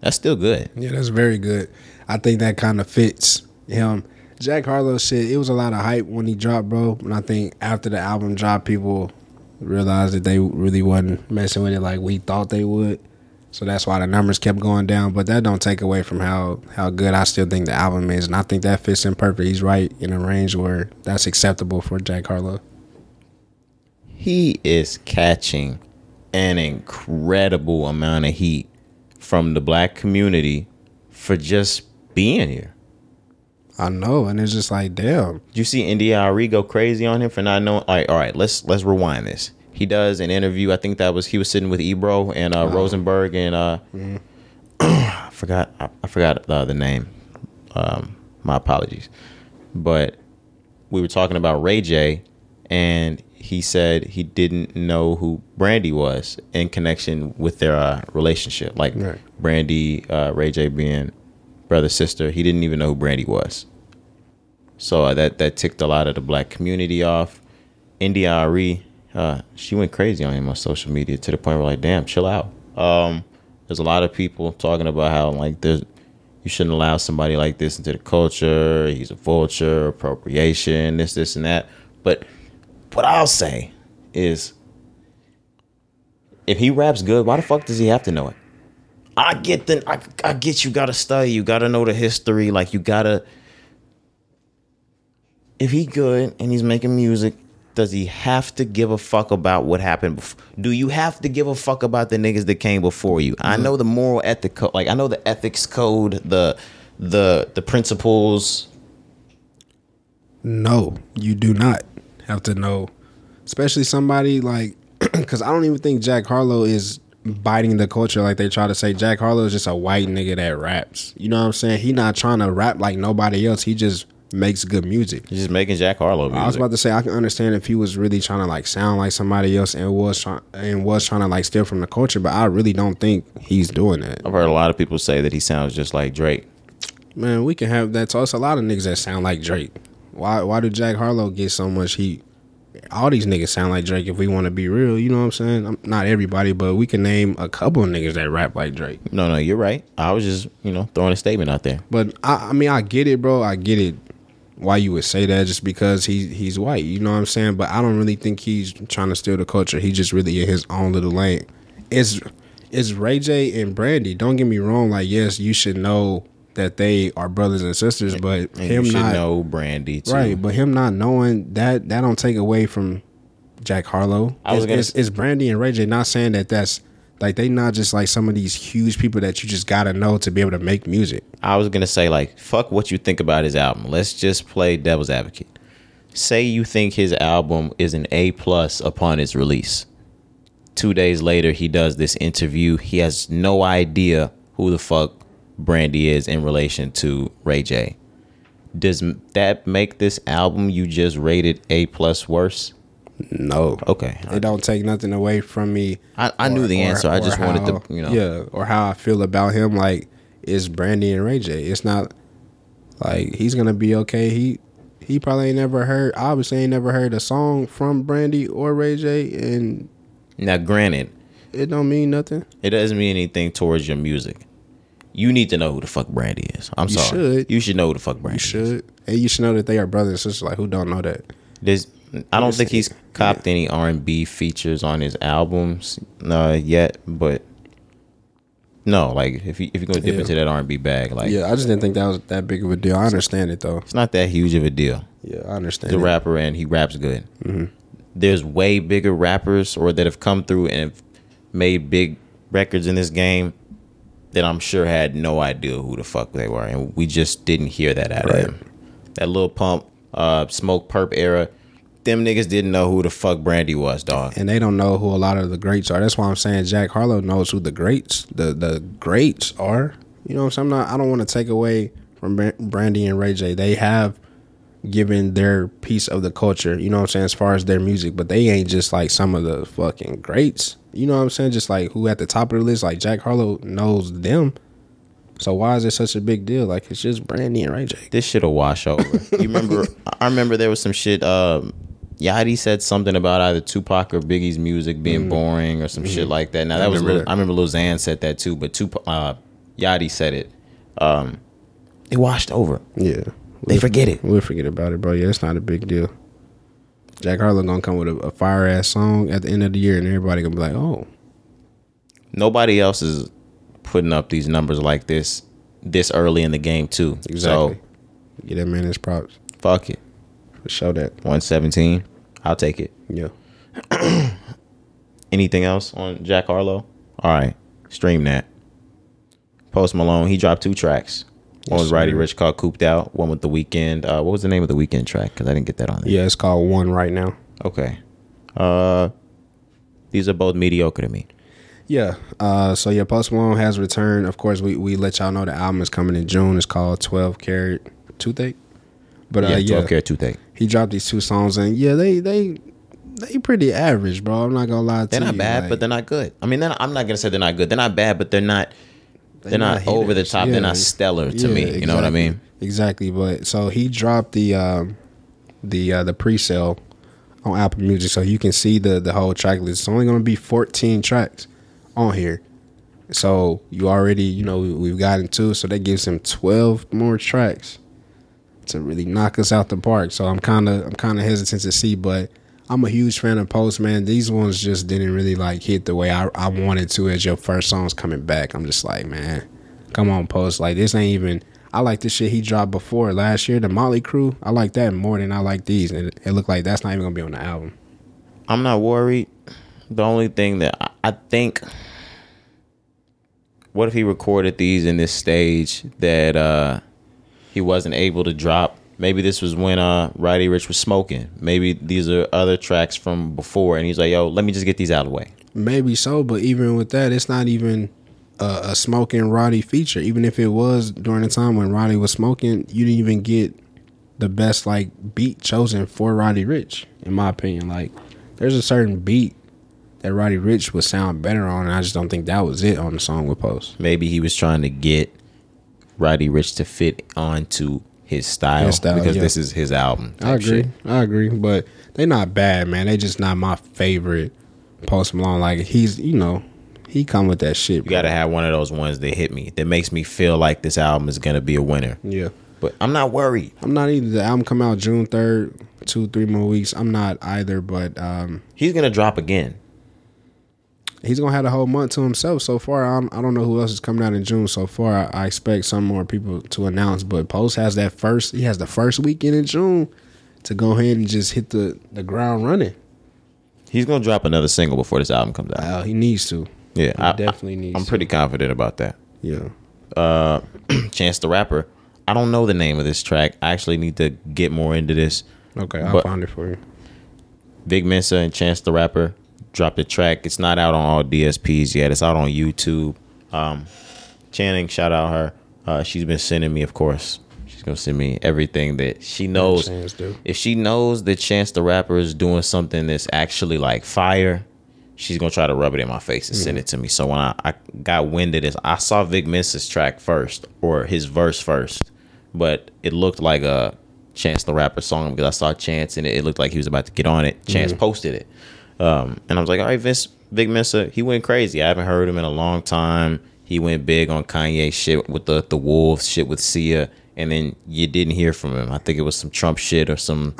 [SPEAKER 2] That's still good.
[SPEAKER 1] yeah, that's very good. I think that kind of fits him. Jack Harlow shit. It was a lot of hype when he dropped, bro. And I think after the album dropped, people realized that they really wasn't messing with it like we thought they would. So that's why the numbers kept going down. But that don't take away from how how good I still think the album is, and I think that fits in perfect. He's right in a range where that's acceptable for Jack Harlow.
[SPEAKER 2] he is catching an incredible amount of heat from the black community for just being here.
[SPEAKER 1] I know, and it's just like, damn,
[SPEAKER 2] Did you see India Ari go crazy on him for not knowing? All right, all right, let's let's rewind this. He does an interview. I think that was he was sitting with Ebro and uh, Rosenberg and uh, [CLEARS THROAT] I forgot I, I forgot uh, the name. Um, my apologies, but we were talking about Ray J, and he said he didn't know who Brandy was in connection with their uh, relationship. Like
[SPEAKER 1] Right.
[SPEAKER 2] Brandy, uh, Ray J being brother sister, he didn't even know who Brandy was. So uh, that that ticked a lot of the black community off. India Ari, uh, she went crazy on him on social media to the point where like, damn, chill out. Um, there's a lot of people talking about how like there's you shouldn't allow somebody like this into the culture. He's a vulture, appropriation, this, this, and that. But what I'll say is, if he raps good, why the fuck does he have to know it? I get the, I, I get you gotta study, you gotta know the history, like you gotta. If he good and he's making music, does he have to give a fuck about what happened before? Do you have to give a fuck about the niggas that came before you? I
[SPEAKER 1] Mm-hmm.
[SPEAKER 2] know the moral ethic, co- like I know the ethics code, the the the principles.
[SPEAKER 1] no, you do not have to know, especially somebody like, [CLEARS THROAT] because I don't even think Jack Harlow is biting the culture like they try to say. Jack Harlow is just a white nigga that raps. You know what I'm saying? He not trying to rap like nobody else. He just makes good music.
[SPEAKER 2] He's just making Jack Harlow music.
[SPEAKER 1] I was about to say I can understand if he was really trying to like sound like somebody else and was trying and was trying to like steal from the culture, but I really don't think he's doing that.
[SPEAKER 2] I've heard a lot of people say that he sounds just like Drake.
[SPEAKER 1] Man, we can have that. So it's a lot of niggas that sound like Drake. Why why do Jack Harlow get so much heat? All these niggas sound like Drake if we want to be real, you know what I'm saying? I'm, not everybody, but we can name a couple of niggas that rap like Drake.
[SPEAKER 2] No, no, you're right. I was just, you know, throwing a statement out there.
[SPEAKER 1] But I, I mean, I get it, bro. I get it why you would say that just because he he's white, you know what I'm saying? But I don't really think he's trying to steal the culture. He just really in his own little lane. It's it's Ray J and Brandy. Don't get me wrong. Like, yes, you should know that they are brothers and sisters, but
[SPEAKER 2] And
[SPEAKER 1] him
[SPEAKER 2] you should
[SPEAKER 1] not
[SPEAKER 2] know Brandy too.
[SPEAKER 1] right, but him not knowing that that don't take away from Jack Harlow.
[SPEAKER 2] I was
[SPEAKER 1] it's,
[SPEAKER 2] gonna
[SPEAKER 1] it's, it's Brandy and Ray J. Not saying that that's like they not just like some of these huge people that you just gotta know to be able to make music.
[SPEAKER 2] I was gonna say like fuck what you think about his album. Let's just play devil's advocate. Say you think his album is an A plus upon its release. Two days later, he does this interview. He has no idea who the fuck Brandy is in relation to Ray J. Does m- that make this album you just rated A plus worse?
[SPEAKER 1] No,
[SPEAKER 2] Okay,
[SPEAKER 1] it don't take nothing away from me.
[SPEAKER 2] I, I knew
[SPEAKER 1] or-
[SPEAKER 2] the
[SPEAKER 1] or-
[SPEAKER 2] answer. I
[SPEAKER 1] or
[SPEAKER 2] just wanted to
[SPEAKER 1] how-
[SPEAKER 2] you know.
[SPEAKER 1] yeah, or how I feel about him. Like it's Brandy and Ray J. It's not like he's gonna be okay. He he probably ain't never heard. Obviously, ain't never heard a song from Brandy or Ray J, and
[SPEAKER 2] Now, granted,
[SPEAKER 1] it don't mean nothing.
[SPEAKER 2] It doesn't mean anything towards your music. You need to know who the fuck Brandy is. I'm
[SPEAKER 1] You
[SPEAKER 2] sorry.
[SPEAKER 1] should.
[SPEAKER 2] You should know who the fuck Brandy
[SPEAKER 1] You
[SPEAKER 2] is.
[SPEAKER 1] should, and you should know that they are brothers and sisters. Like who don't know that?
[SPEAKER 2] There's, I don't think he's copped any R and B features on his albums uh, yet, but no, like if you if you're gonna dip
[SPEAKER 1] Yeah.
[SPEAKER 2] into that R and B bag, like
[SPEAKER 1] Yeah, I just didn't think that was that big of a deal. I understand it though.
[SPEAKER 2] it's not that huge of a deal.
[SPEAKER 1] Yeah, I understand.
[SPEAKER 2] The
[SPEAKER 1] it.
[SPEAKER 2] rapper and he raps good. There's way bigger rappers or that have come through and have made big records in this game that I'm sure had no idea who the fuck they were, and we just didn't hear that out
[SPEAKER 1] Right.
[SPEAKER 2] of them. That little pump, uh, smoke perp era, them niggas didn't know who the fuck Brandy was, dog.
[SPEAKER 1] and they don't know who a lot of the greats are. That's why I'm saying Jack Harlow knows who the greats, the the greats are. You know, what I'm saying? I'm not. I don't want to take away from Bra- Brandy and Ray J. They have given their piece of the culture. You know what I'm saying? As far as their music, but they ain't just like some of the fucking greats. You know what I'm saying? Just like who at the top of the list, like Jack Harlow knows them. So why is it such a big deal? Like it's just Brandy and Ray J.
[SPEAKER 2] This shit'll wash over.
[SPEAKER 1] [LAUGHS]
[SPEAKER 2] you remember? I remember there was some shit. Um, Yachty said something about either Tupac or Biggie's music being boring or some shit like that. Now that was
[SPEAKER 1] Mm-hmm. remember
[SPEAKER 2] Lil,
[SPEAKER 1] that.
[SPEAKER 2] I remember Lil Xan said that too, but Tupac, uh, Yachty said it. Um, it washed over.
[SPEAKER 1] Yeah.
[SPEAKER 2] They forget it.
[SPEAKER 1] We'll forget about it, bro. Yeah, it's not a big deal. Jack Harlow gonna come with a, a fire ass song at the end of the year, and everybody gonna be like, "Oh,
[SPEAKER 2] nobody else is putting up these numbers like this this early in the game too.
[SPEAKER 1] exactly." Get that man his props
[SPEAKER 2] So fuck it.
[SPEAKER 1] for show that.
[SPEAKER 2] One seventeen. I'll take it.
[SPEAKER 1] Yeah,
[SPEAKER 2] Anything else on Jack Harlow? All right. Stream that. Post Malone, he dropped two tracks. One was
[SPEAKER 1] Yes,
[SPEAKER 2] Roddy
[SPEAKER 1] sir.
[SPEAKER 2] Rich called Cooped Out. One with the weekend. Uh, what was the name of the weekend track? Because I didn't get that on there.
[SPEAKER 1] yeah. It's called One right now.
[SPEAKER 2] Okay. Uh, these are both mediocre to me.
[SPEAKER 1] Yeah. Uh, so yeah, Post Malone has returned. Of course, we we let y'all know the album is coming in June. It's called Twelve Carat Toothache. But uh,
[SPEAKER 2] yeah,
[SPEAKER 1] yeah,
[SPEAKER 2] twelve care toothache.
[SPEAKER 1] he dropped these two songs, and yeah, they they they pretty average, bro. I'm not gonna lie to
[SPEAKER 2] They're
[SPEAKER 1] you.
[SPEAKER 2] not bad,
[SPEAKER 1] like-
[SPEAKER 2] but they're not good. I mean, they're not, I'm not gonna say they're not good. They're not bad, but they're not. They're, not,
[SPEAKER 1] not
[SPEAKER 2] over the
[SPEAKER 1] hitters.
[SPEAKER 2] top.
[SPEAKER 1] Yeah.
[SPEAKER 2] They're not stellar to me. You
[SPEAKER 1] Yeah,
[SPEAKER 2] know what I
[SPEAKER 1] exactly.
[SPEAKER 2] mean?
[SPEAKER 1] Exactly. But so he dropped the um, the uh, the pre-sale on Apple Music, so you can see the the whole track list. It's only going to be 14 tracks on here. So you already, you know, we, we've gotten two, so that gives him 12 more tracks to really knock us out the park. So I'm kind of I'm kind of hesitant to see, but I'm a huge fan of Post, man. These ones just didn't really like hit the way I, I wanted to as your first song's coming back. I'm just like, man, come on, Post. Like this ain't even. I like the shit he dropped before last year, the Molly Crew. I like that more than I like these, and it, it looked like that's not even gonna be on the album.
[SPEAKER 2] I'm not worried. The only thing that I, I think, what if he recorded these in this stage that uh, he wasn't able to drop? Maybe this was when uh, Roddy Rich was smoking. Maybe these are other tracks from before, and he's like, "Yo, let me just get these out of the way."
[SPEAKER 1] Maybe so, but even with that, it's not even a, a smoking Roddy feature. Even if it was during the time when Roddy was smoking, you didn't even get the best like beat chosen for Roddy Rich, in my opinion. Like, there's a certain beat that Roddy Rich would sound better on, and I just don't think that was it on the song with Post.
[SPEAKER 2] Maybe he was trying to get Roddy Rich to fit onto his style,
[SPEAKER 1] His style,
[SPEAKER 2] because
[SPEAKER 1] yeah.
[SPEAKER 2] this is his album.
[SPEAKER 1] I
[SPEAKER 2] type
[SPEAKER 1] agree.
[SPEAKER 2] shit.
[SPEAKER 1] I agree. But they not bad, man. They just not my favorite Post Malone. Like he's, you know, he come with that shit.
[SPEAKER 2] You gotta have one of those ones that hit me that makes me feel like this album is gonna be a winner.
[SPEAKER 1] yeah.
[SPEAKER 2] But I'm not worried.
[SPEAKER 1] I'm not either. The album come out June third, two three more weeks. I'm not either, but um,
[SPEAKER 2] He's gonna drop again.
[SPEAKER 1] he's gonna have the whole month to himself so far. I'm, I don't know who else is coming out in June so far. I, I expect some more people to announce, but Post has that first. He has the first weekend in June to go ahead and just hit the the ground running.
[SPEAKER 2] He's gonna drop another single before this album comes out.
[SPEAKER 1] Uh, he needs to.
[SPEAKER 2] yeah,
[SPEAKER 1] he definitely needs
[SPEAKER 2] I'm
[SPEAKER 1] to.
[SPEAKER 2] pretty confident about that.
[SPEAKER 1] Yeah.
[SPEAKER 2] Chance the Rapper. I don't know the name of this track. I actually need to get more into this.
[SPEAKER 1] Okay, I
[SPEAKER 2] But-
[SPEAKER 1] found it for you.
[SPEAKER 2] Vic Mensa and Chance the Rapper dropped a track. It's not out on all DSPs yet. It's out on YouTube. Um, Channing, shout out her. Uh, she's been sending me, of course. She's gonna send me everything that she knows.
[SPEAKER 1] Chance do.
[SPEAKER 2] If she knows that Chance the Rapper is doing something that's actually like fire, she's gonna try to rub it in my face and send it to me. So when I, I got wind of this, I saw Vic Mensa's track first or his verse first, but it looked like a Chance the Rapper song because I saw Chance and it, it looked like he was about to get on it. Chance posted it. Um, and I was like, all right, Vince, Vic Mensa, he went crazy. I haven't heard him in a long time. He went big on Kanye shit with the the Wolves shit with Sia, and then you didn't hear from him. I think it was some Trump shit or some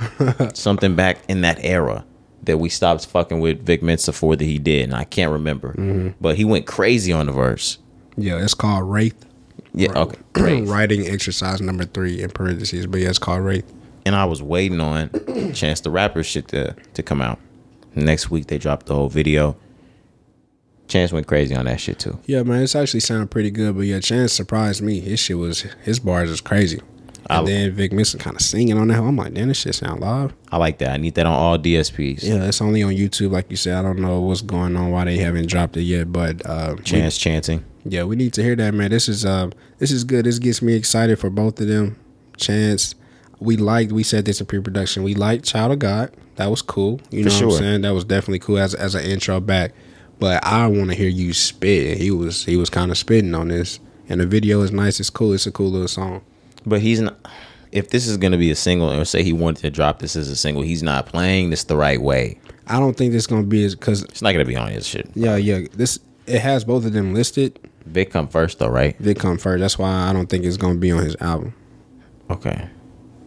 [SPEAKER 2] something back in that era that we stopped fucking with Vic Mensa for that he did, and I can't remember. But he went crazy on the verse.
[SPEAKER 1] Yeah, it's called Wraith. [CLEARS THROAT]
[SPEAKER 2] Yeah, okay, crazy.
[SPEAKER 1] Writing exercise number three in parentheses, but yeah, it's called Wraith.
[SPEAKER 2] and I was waiting on [CLEARS THROAT] Chance the Rapper shit to, to come out. Next week they dropped the whole video. Chance went crazy on that shit too.
[SPEAKER 1] Yeah, man, it's actually sounding pretty good. But yeah, Chance surprised me. His shit was his bars is crazy.
[SPEAKER 2] I-
[SPEAKER 1] And then Vic Mensa kind of singing on that. I'm like, damn, this shit sound live.
[SPEAKER 2] I like that. I need that on all DSPs.
[SPEAKER 1] Yeah, it's only on YouTube, like you said. I don't know what's going on, why they haven't dropped it yet. But uh, we-
[SPEAKER 2] Chance chanting.
[SPEAKER 1] yeah, we need to hear that, man. This is uh, this is good. This gets me excited for both of them. Chance, we liked. We said this in pre-production. We liked Child of God. That was cool. You
[SPEAKER 2] For
[SPEAKER 1] know what
[SPEAKER 2] sure.
[SPEAKER 1] I'm saying? That was definitely cool as as an intro back. But I want to hear you spit. He was he was kind of spitting on this, and the video is nice. It's cool. It's a cool little song.
[SPEAKER 2] But he's not. If this is gonna be a single, or say he wanted to drop this as a single, he's not playing this the right way.
[SPEAKER 1] I don't think this gonna be as because
[SPEAKER 2] It's not gonna be on his shit.
[SPEAKER 1] yeah yeah this it has both of them listed.
[SPEAKER 2] Vic come first though, right?
[SPEAKER 1] They come first. That's why I don't think it's gonna be on his album.
[SPEAKER 2] Okay.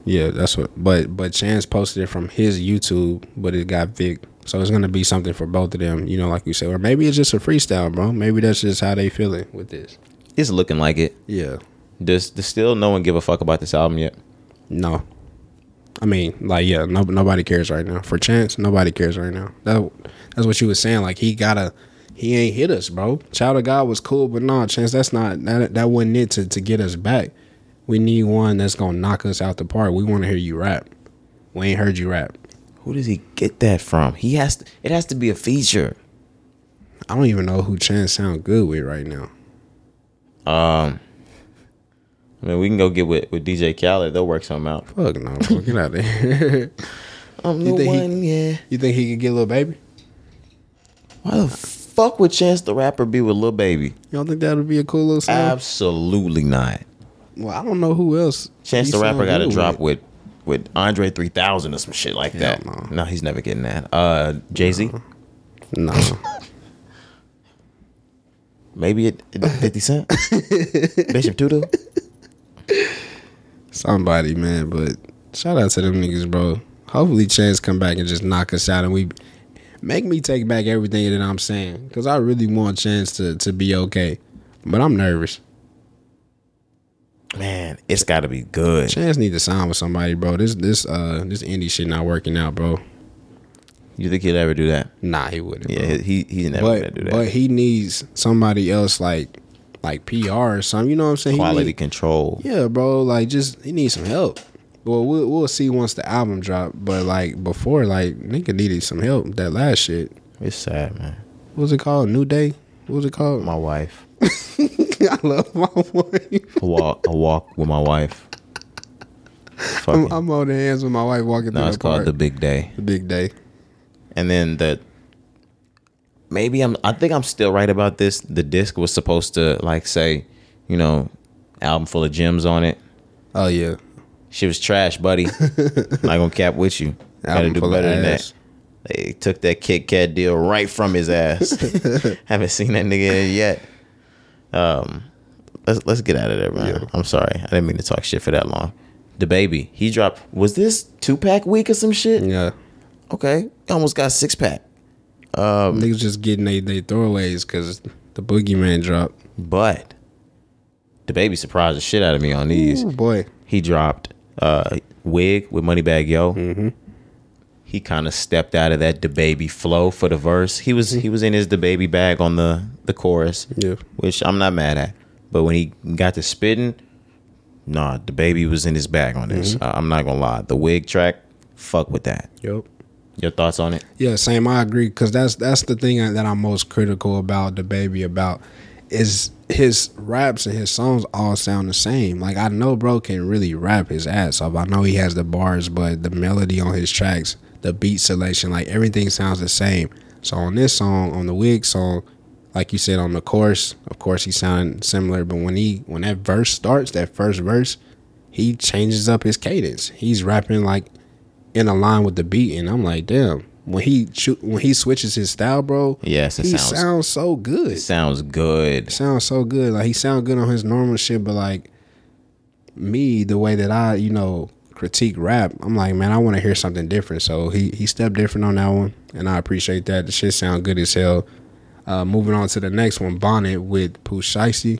[SPEAKER 1] Yeah, that's what. But but Chance posted it from his YouTube, but it got Vic. So it's gonna be something for both of them, you know, like you said, or maybe it's just a freestyle, bro. Maybe that's just how they feeling with this.
[SPEAKER 2] It's looking like it.
[SPEAKER 1] Yeah.
[SPEAKER 2] Does, does still no one give a fuck about this album yet?
[SPEAKER 1] No. I mean, like, yeah, no, nobody cares right now. For Chance, nobody cares right now. That that's what you was saying. Like, he gotta, he ain't hit us, bro. Child of God was cool, but nah, Chance, that's not that that wasn't it to to get us back. We need one that's gonna knock us out the park. We want to hear you rap. We ain't heard you rap.
[SPEAKER 2] Who does he get that from? He has to. It has to be a feature.
[SPEAKER 1] I don't even know who Chance sound good with right now.
[SPEAKER 2] I mean, we can go get with, with DJ Khaled. They'll work something out.
[SPEAKER 1] Fuck no, bro, get out of here. [LAUGHS]
[SPEAKER 2] I'm
[SPEAKER 1] You
[SPEAKER 2] the
[SPEAKER 1] think he-
[SPEAKER 2] one, yeah.
[SPEAKER 1] you think he could get little baby?
[SPEAKER 2] Why the fuck would Chance the Rapper be with Lil Baby?
[SPEAKER 1] You don't think that would be a cool little song?
[SPEAKER 2] Absolutely not.
[SPEAKER 1] well, I don't know who else.
[SPEAKER 2] Chance
[SPEAKER 1] he
[SPEAKER 2] the Rapper
[SPEAKER 1] sound
[SPEAKER 2] got to
[SPEAKER 1] good
[SPEAKER 2] drop
[SPEAKER 1] with.
[SPEAKER 2] with with Andre 3000 or some shit like that.
[SPEAKER 1] no.
[SPEAKER 2] No, he's never getting that. Uh, Jay Z,
[SPEAKER 1] No,
[SPEAKER 2] maybe it, [LAUGHS] it- 50 Cent, Bishop Tutu.
[SPEAKER 1] [LAUGHS] somebody, man. But shout out to them niggas, bro. Hopefully, Chance come back and just knock us out, and we make me take back everything that I'm saying because I really want Chance to to be okay. But I'm nervous.
[SPEAKER 2] Man, it's got to be good.
[SPEAKER 1] Chance need to sign with somebody, bro. This this uh this indie shit not working out, bro.
[SPEAKER 2] You think he'll ever do that?
[SPEAKER 1] Nah, he wouldn't. bro.
[SPEAKER 2] Yeah, he he's never gonna
[SPEAKER 1] but
[SPEAKER 2] do that.
[SPEAKER 1] but he needs somebody else like like PR or something. You know what I'm saying? He
[SPEAKER 2] Quality
[SPEAKER 1] need-
[SPEAKER 2] control.
[SPEAKER 1] yeah, bro. Like just he needs some help. Well, we'll we'll see once the album drop. But like before, like nigga needed some help. That last shit.
[SPEAKER 2] It's sad, man.
[SPEAKER 1] What was it called? New Day. What was it called?
[SPEAKER 2] My wife.
[SPEAKER 1] [LAUGHS] I love my wife.
[SPEAKER 2] A walk, a walk with my wife. Fucking,
[SPEAKER 1] I'm, I'm holding hands with my wife walking
[SPEAKER 2] no,
[SPEAKER 1] through
[SPEAKER 2] it's
[SPEAKER 1] the
[SPEAKER 2] called
[SPEAKER 1] park.
[SPEAKER 2] the big day.
[SPEAKER 1] the big day.
[SPEAKER 2] and then the maybe I'm I think I'm still right about this. The disc was supposed to like say, you know, album full of gems on it.
[SPEAKER 1] Oh yeah.
[SPEAKER 2] She was
[SPEAKER 1] [LAUGHS]
[SPEAKER 2] trash, buddy. Not gonna cap with you. Gotta
[SPEAKER 1] Album
[SPEAKER 2] do
[SPEAKER 1] full of
[SPEAKER 2] better than
[SPEAKER 1] ass.
[SPEAKER 2] that. They took that Kit Kat deal right from his ass. Haven't seen that nigga yet. Um, let's let's get out of there, man. I'm sorry, I didn't mean to talk shit for that long. The baby, he dropped. Was this two pack week or some shit?
[SPEAKER 1] Yeah.
[SPEAKER 2] Okay, almost got six pack.
[SPEAKER 1] Niggas just getting they they throwaways because the boogeyman dropped.
[SPEAKER 2] But the baby surprised the shit out of me on these.
[SPEAKER 1] Ooh, boy,
[SPEAKER 2] He dropped uh, Wig with Moneybag Yo. He kind of stepped out of that DaBaby flow for the verse. He was he was in his DaBaby bag on the the chorus,
[SPEAKER 1] Yeah.
[SPEAKER 2] which I'm not mad at. But when he got to spitting, nah, DaBaby was in his bag on this. I, I'm not gonna lie. The Wig track, fuck with that.
[SPEAKER 1] yep.
[SPEAKER 2] Your thoughts on it?
[SPEAKER 1] Yeah, same. I agree because that's that's the thing that I'm most critical about the baby about is his raps and his songs all sound the same. Like I know bro can really rap his ass off. I know he has the bars, but the melody on his tracks, the beat selection, like everything sounds the same. So on this song, on the wig song, like you said on the chorus, of course he sounded similar. But when he when that verse starts, that first verse, he changes up his cadence. He's rapping like in a line with the beat, and I'm like, damn. When he choo- when he switches his style, bro,
[SPEAKER 2] Yes, it
[SPEAKER 1] he
[SPEAKER 2] sounds-
[SPEAKER 1] sounds, so good.
[SPEAKER 2] Sounds good.
[SPEAKER 1] Sounds so good. Like he sounds good on his normal shit, but like me, the way that I you know critique rap, I'm like, man, I want to hear something different. So he he stepped different on that one, and I appreciate that. The shit sound good as hell. Uh, moving on to the next one, Bonnet with Pooh Shiesty.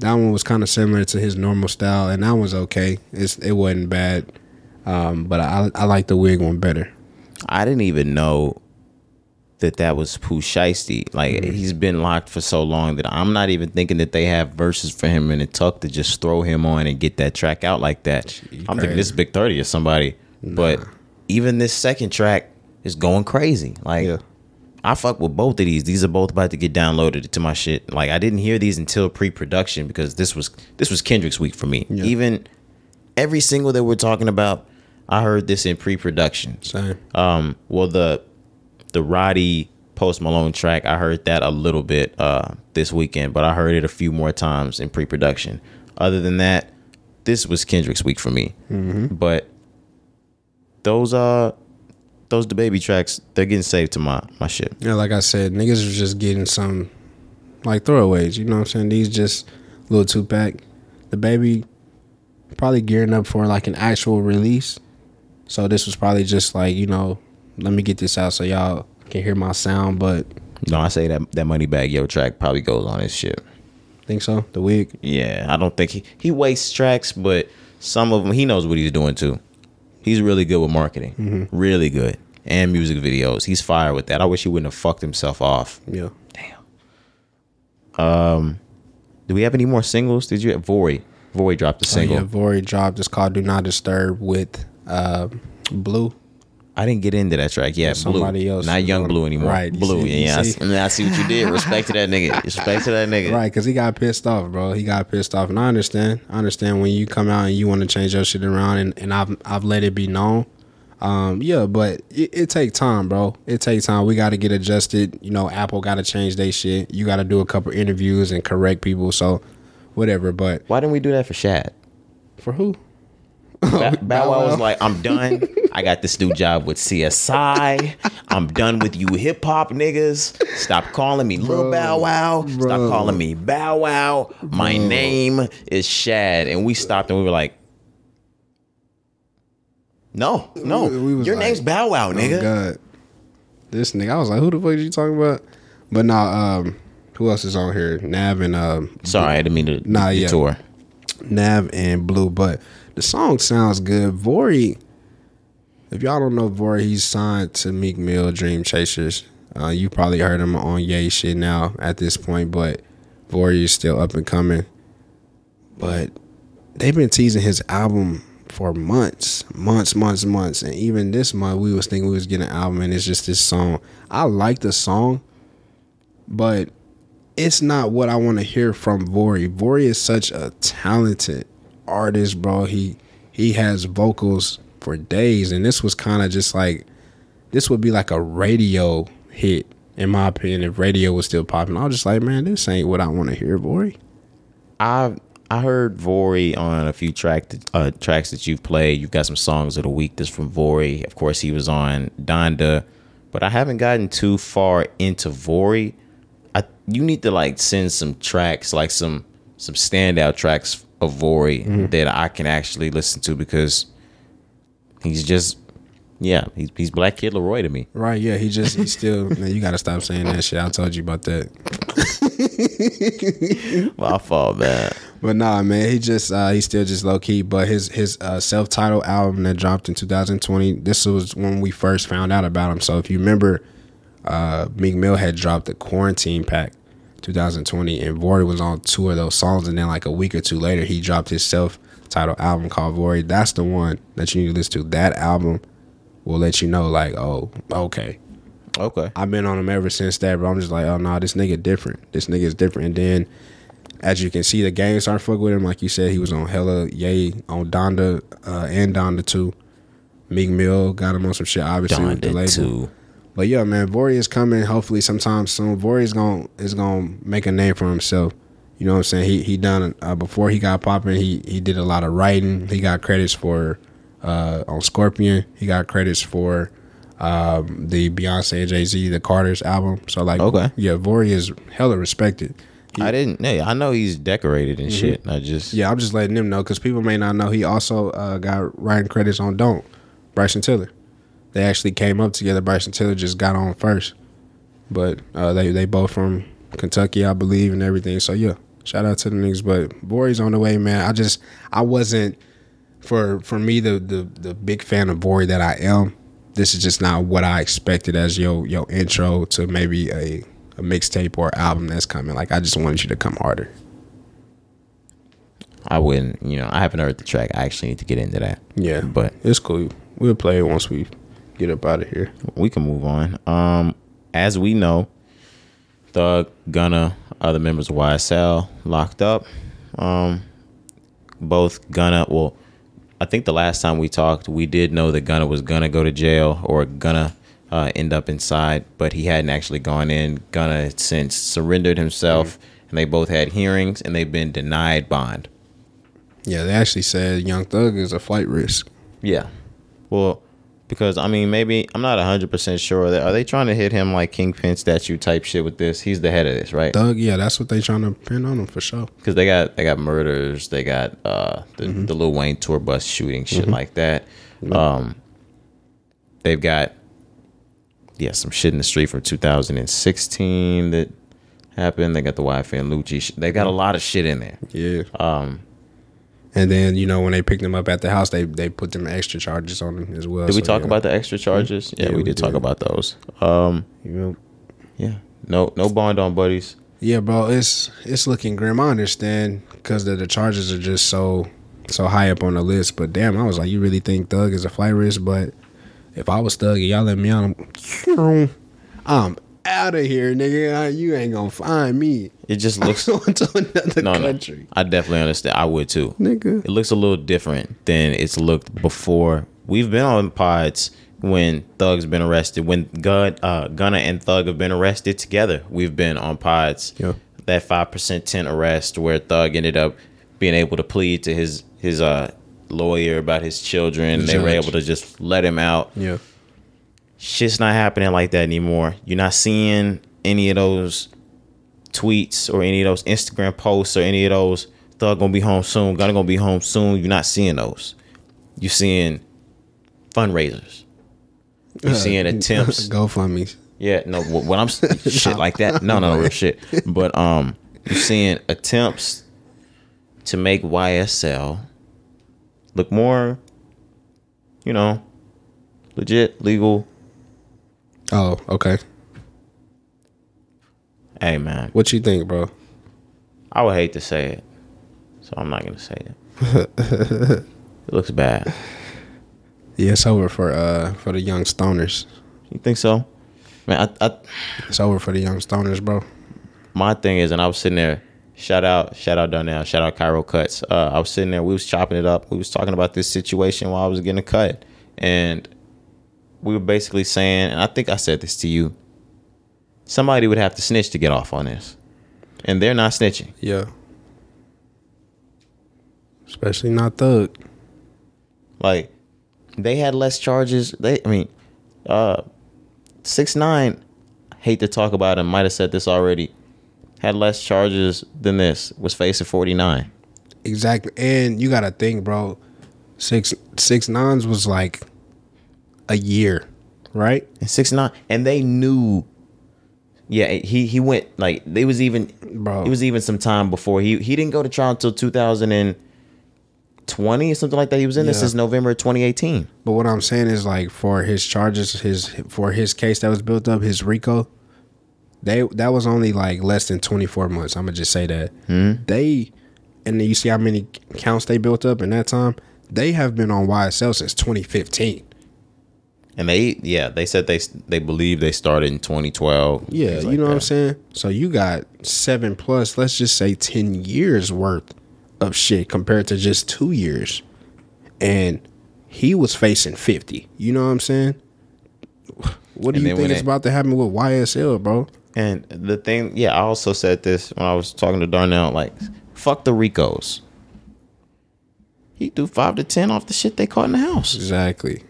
[SPEAKER 1] That one was kind of similar to his normal style, and that one's okay. It's it wasn't bad, um, but I I like the wig one better.
[SPEAKER 2] I didn't even know that that was Pooh Shiesty. Like he's been locked for so long that I'm not even thinking that they have verses for him in the tuck to just throw him on and get that track out like that. I'm thinking this is Big Thirty or somebody, but even this second track is going crazy. Like.
[SPEAKER 1] Yeah.
[SPEAKER 2] I fuck with both of these. These are both about to get downloaded to my shit. Like I didn't hear these until pre-production because this was this was Kendrick's week for me. Even every single that we're talking about, I heard this in pre-production.
[SPEAKER 1] Same.
[SPEAKER 2] Um, well, the the Roddy Post Malone track, I heard that a little bit uh, this weekend, but I heard it a few more times in pre-production. Other than that, this was Kendrick's week for me. But those uh those the baby tracks, they're getting saved to my my shit.
[SPEAKER 1] Yeah, like I said, niggas was just getting some like throwaways. You know what I'm saying? These just little two pack. The baby probably gearing up for like an actual release. So this was probably just like you know, let me get this out so y'all can hear my sound. But
[SPEAKER 2] No, I say that that money bag yo track probably goes on his shit.
[SPEAKER 1] think so? The wig,
[SPEAKER 2] Yeah, I don't think he he wastes tracks, but some of them he knows what he's doing too. He's really good with marketing,
[SPEAKER 1] Mm-hmm.
[SPEAKER 2] really good, and music videos. He's fire with that. I wish he wouldn't have fucked himself off.
[SPEAKER 1] yeah.
[SPEAKER 2] Damn. Um, do we have any more singles? Did you have Vory? Vory dropped a single.
[SPEAKER 1] Oh, yeah, Vori dropped. It's called "Do Not Disturb" with uh, Blue.
[SPEAKER 2] I didn't get into that track. Yeah, blue.
[SPEAKER 1] somebody else
[SPEAKER 2] Not
[SPEAKER 1] is
[SPEAKER 2] young
[SPEAKER 1] on-
[SPEAKER 2] blue anymore.
[SPEAKER 1] Right, you
[SPEAKER 2] Blue.
[SPEAKER 1] see- you
[SPEAKER 2] yeah, I
[SPEAKER 1] see?
[SPEAKER 2] see. [LAUGHS] I see what you did. Respect to that nigga. Respect to that
[SPEAKER 1] [LAUGHS]
[SPEAKER 2] nigga.
[SPEAKER 1] Right, because he got pissed off, bro. He got pissed off, and I understand. I understand when you come out and you want to change your shit around, and, and I've I've let it be known. Um, yeah, but it, it take time, bro. It take time. We got to get adjusted. You know, Apple got to change their shit. You got to do a couple interviews and correct people. So, whatever. But
[SPEAKER 2] Why didn't we do that for Shad?
[SPEAKER 1] for who?
[SPEAKER 2] Ba- Bow Wow was like, I'm done. I got this new job with CSI. I'm done with you hip hop niggas. Stop calling me Lil Bow Wow. Stop
[SPEAKER 1] bro.
[SPEAKER 2] calling me Bow Wow. My name is Shad. And we stopped and we were like, no, no.
[SPEAKER 1] We- we was
[SPEAKER 2] Your
[SPEAKER 1] like,
[SPEAKER 2] name's Bow Wow,
[SPEAKER 1] Oh,
[SPEAKER 2] nigga.
[SPEAKER 1] God, this nigga. I was like, who the fuck is you talking about? But nah, um, who else is on here? Nav and um,
[SPEAKER 2] Sorry, I didn't mean to
[SPEAKER 1] Nah, yeah.
[SPEAKER 2] detour.
[SPEAKER 1] Nav and Blue, but the song sounds good. Vori, if y'all don't know Vori, he's signed to Meek Mill Dream Chasers. Uh, you probably heard him on Yay shit now at this point, but Vori is still up and coming. But they've been teasing his album for months, months, months, months, and even this month we was thinking we was getting an album, and it's just this song. I like the song, but it's not what I want to hear from Vori. Vori is such a talented artist, bro. He he has vocals for days, and this was kind of just like this would be like a radio hit, in my opinion, if radio was still popping. I was just like, man, this ain't what I want to hear, Vori.
[SPEAKER 2] I I heard Vori on a few track uh, tracks that you've played. You've got some songs of the week that's from Vori. Of course, he was on Donda, but I haven't gotten too far into Vori. I you need to like send some tracks, like some some standout tracks Mm-hmm. of Vori that I can actually listen to because he's just Yeah, he's, he's black kid Leroy to me.
[SPEAKER 1] Right, yeah, he just he still [LAUGHS] man, you gotta stop saying that shit. I told you about that.
[SPEAKER 2] [LAUGHS] My fault, man.
[SPEAKER 1] But nah, man, he just uh he's still just low key. But his his uh, self titled album that dropped in 2020, this was when we first found out about him. So if you remember, uh Meek Mill had dropped the quarantine pack 2020 and Vory was on two of those songs and then like a week or two later he dropped his self titled album called Vory. That's the one that you need to listen to. That album will let you know like, oh, okay.
[SPEAKER 2] Okay.
[SPEAKER 1] I've been on him ever since that, but I'm just like, oh no, this nigga different. This nigga is different. And then as you can see, the gang started fucking with him. Like you said, he was on hella yay on Donda uh, and Donda too. Meek Mill got him on some shit, obviously with the
[SPEAKER 2] Donda
[SPEAKER 1] label.
[SPEAKER 2] too.
[SPEAKER 1] But yeah, man, Vori is coming. Hopefully, sometime soon. Vori is going is going to make a name for himself. You know what I'm saying? He he done uh, before he got popping. He he did a lot of writing. He got credits for uh, on Scorpion. He got credits for um, the Beyonce and Jay Z, the Carter's album. So like,
[SPEAKER 2] Okay.
[SPEAKER 1] yeah, Vori is hella respected.
[SPEAKER 2] I didn't. Hey, I know he's decorated and shit. I just.
[SPEAKER 1] Yeah, I'm just letting them know because people may not know he also uh, got writing credits on Don't, Bryson Tiller. They actually came up together. Bryson Tiller just got on first, but uh, they they both from Kentucky, I believe, and everything. So yeah, shout out to the niggas. But Vori's on the way, man. I just I wasn't for for me the the the big fan of Vori that I am. This is just not what I expected as your your intro to maybe a a mixtape or album that's coming. Like I just wanted you to come harder.
[SPEAKER 2] I wouldn't. You know, I haven't heard the track. I actually need to get into that.
[SPEAKER 1] Yeah,
[SPEAKER 2] But
[SPEAKER 1] it's cool. We'll play it once we get up out of here.
[SPEAKER 2] we can move on. Um, as we know, Thug, Gunna, other members of YSL locked up. Um, both Gunna. Well, I think the last time we talked, we did know that Gunna was gonna go to jail or gonna uh, end up inside, but he hadn't actually gone in. Gunna had since surrendered himself, and they both had hearings, and they've been denied bond.
[SPEAKER 1] Yeah, they actually said Young Thug is a flight risk.
[SPEAKER 2] Yeah. Well, because I mean, maybe I'm not 100% sure. That, are they trying to hit him like Kingpin statue type shit with this? He's the head of this, right?
[SPEAKER 1] Thug, yeah, that's what they trying to pin on him for sure.
[SPEAKER 2] Because they got they got murders, they got uh the, the Lil Wayne tour bus shooting, shit like that. Um, they've got yeah some shit in the street from 2016 that happened. They got the YF and Lucci. Shit. They got a lot of shit in there.
[SPEAKER 1] Yeah. Um. And then you know when they picked him up at the house, they they put them extra charges on him as well.
[SPEAKER 2] Did we
[SPEAKER 1] So,
[SPEAKER 2] talk
[SPEAKER 1] yeah.
[SPEAKER 2] about the extra charges? Yeah, we,
[SPEAKER 1] we
[SPEAKER 2] did talk
[SPEAKER 1] did.
[SPEAKER 2] about those. Um,
[SPEAKER 1] You know,
[SPEAKER 2] yeah, no no bond on buddies.
[SPEAKER 1] Yeah, bro, it's it's looking grim. I understand because the, the charges are just so so high up on the list. But damn, I was like, you really think Thug is a flight risk? But if I was Thug and y'all let me out, I'm, [LAUGHS] I'm out of here, nigga. You ain't gonna find me. [LAUGHS]
[SPEAKER 2] It just looks [LAUGHS]
[SPEAKER 1] going to another
[SPEAKER 2] no, no.
[SPEAKER 1] country,
[SPEAKER 2] I definitely understand. I would too.
[SPEAKER 1] nigga.
[SPEAKER 2] It looks a little different than it's looked before. We've been on pods when Thug's been arrested, when Gun, uh, Gunna and Thug have been arrested together. We've been on pods.
[SPEAKER 1] Yeah.
[SPEAKER 2] That five percent tent arrest where Thug ended up being able to plead to his his uh lawyer about his children.
[SPEAKER 1] The
[SPEAKER 2] they were
[SPEAKER 1] judge.
[SPEAKER 2] able to just let him out
[SPEAKER 1] Yeah,
[SPEAKER 2] shit's not happening like that anymore. You're not seeing any of those tweets or any of those Instagram posts or any of those thug gonna be home soon, gonna gonna be home soon. You're not seeing those. You're seeing fundraisers. You're seeing
[SPEAKER 1] [LAUGHS]
[SPEAKER 2] attempts.
[SPEAKER 1] Go for me.
[SPEAKER 2] Yeah, no, what, what I'm shit like that. No, no, no, real shit. But um, you're seeing attempts to make YSL look more, you know, legit, legal.
[SPEAKER 1] Oh, okay.
[SPEAKER 2] Hey man,
[SPEAKER 1] What you think, bro?
[SPEAKER 2] I would hate to say it, so I'm not gonna say it. it looks bad.
[SPEAKER 1] Yeah, it's over for uh for the young stoners.
[SPEAKER 2] You think so? Man, I, I,
[SPEAKER 1] It's over for the young stoners, bro.
[SPEAKER 2] my thing is, and I was sitting there. Shout out, shout out Donnell, shout out Cairo Cuts. Uh, I was sitting there, we was chopping it up. We was talking about this situation while I was getting a cut, and we were basically saying, and I think I said this to you. Somebody would have to snitch to get off on this, and they're not snitching.
[SPEAKER 1] Yeah. Especially not Thug.
[SPEAKER 2] Like they had less charges. They, I mean, uh, six nine. Hate to talk about him. Might have said this already. Had less charges than this. Was facing forty nine.
[SPEAKER 1] Exactly. And you gotta think, bro. Six six nines was like a year, right?
[SPEAKER 2] And six nine, and they knew. Yeah, he he went like they was even.
[SPEAKER 1] Bro.
[SPEAKER 2] it was even some time before he he didn't go to trial until 2020 or something like that. He was in this
[SPEAKER 1] Yeah.
[SPEAKER 2] since November 2018.
[SPEAKER 1] But what I'm saying is like for his charges, his for his case that was built up, his RICO, they that was only like less than 24 months. I'm gonna just say that
[SPEAKER 2] Hmm?
[SPEAKER 1] they, and then you see how many counts they built up in that time. They have been on YSL since 2015.
[SPEAKER 2] And they yeah they said they they believe they started in 2012.
[SPEAKER 1] Yeah,
[SPEAKER 2] things
[SPEAKER 1] you
[SPEAKER 2] like
[SPEAKER 1] know what I'm
[SPEAKER 2] that.
[SPEAKER 1] saying. So you got seven plus, let's just say ten years worth of shit compared to just two years, and he was facing fifty. You know what I'm saying? What do
[SPEAKER 2] And
[SPEAKER 1] you
[SPEAKER 2] then
[SPEAKER 1] think
[SPEAKER 2] when
[SPEAKER 1] is
[SPEAKER 2] it-
[SPEAKER 1] about to happen with YSL, bro?
[SPEAKER 2] And the thing, yeah, I also said this when I was talking to Darnell. Like, fuck the Ricos. He threw five to ten off the shit they caught in the
[SPEAKER 1] [LAUGHS]
[SPEAKER 2] house,
[SPEAKER 1] Exactly.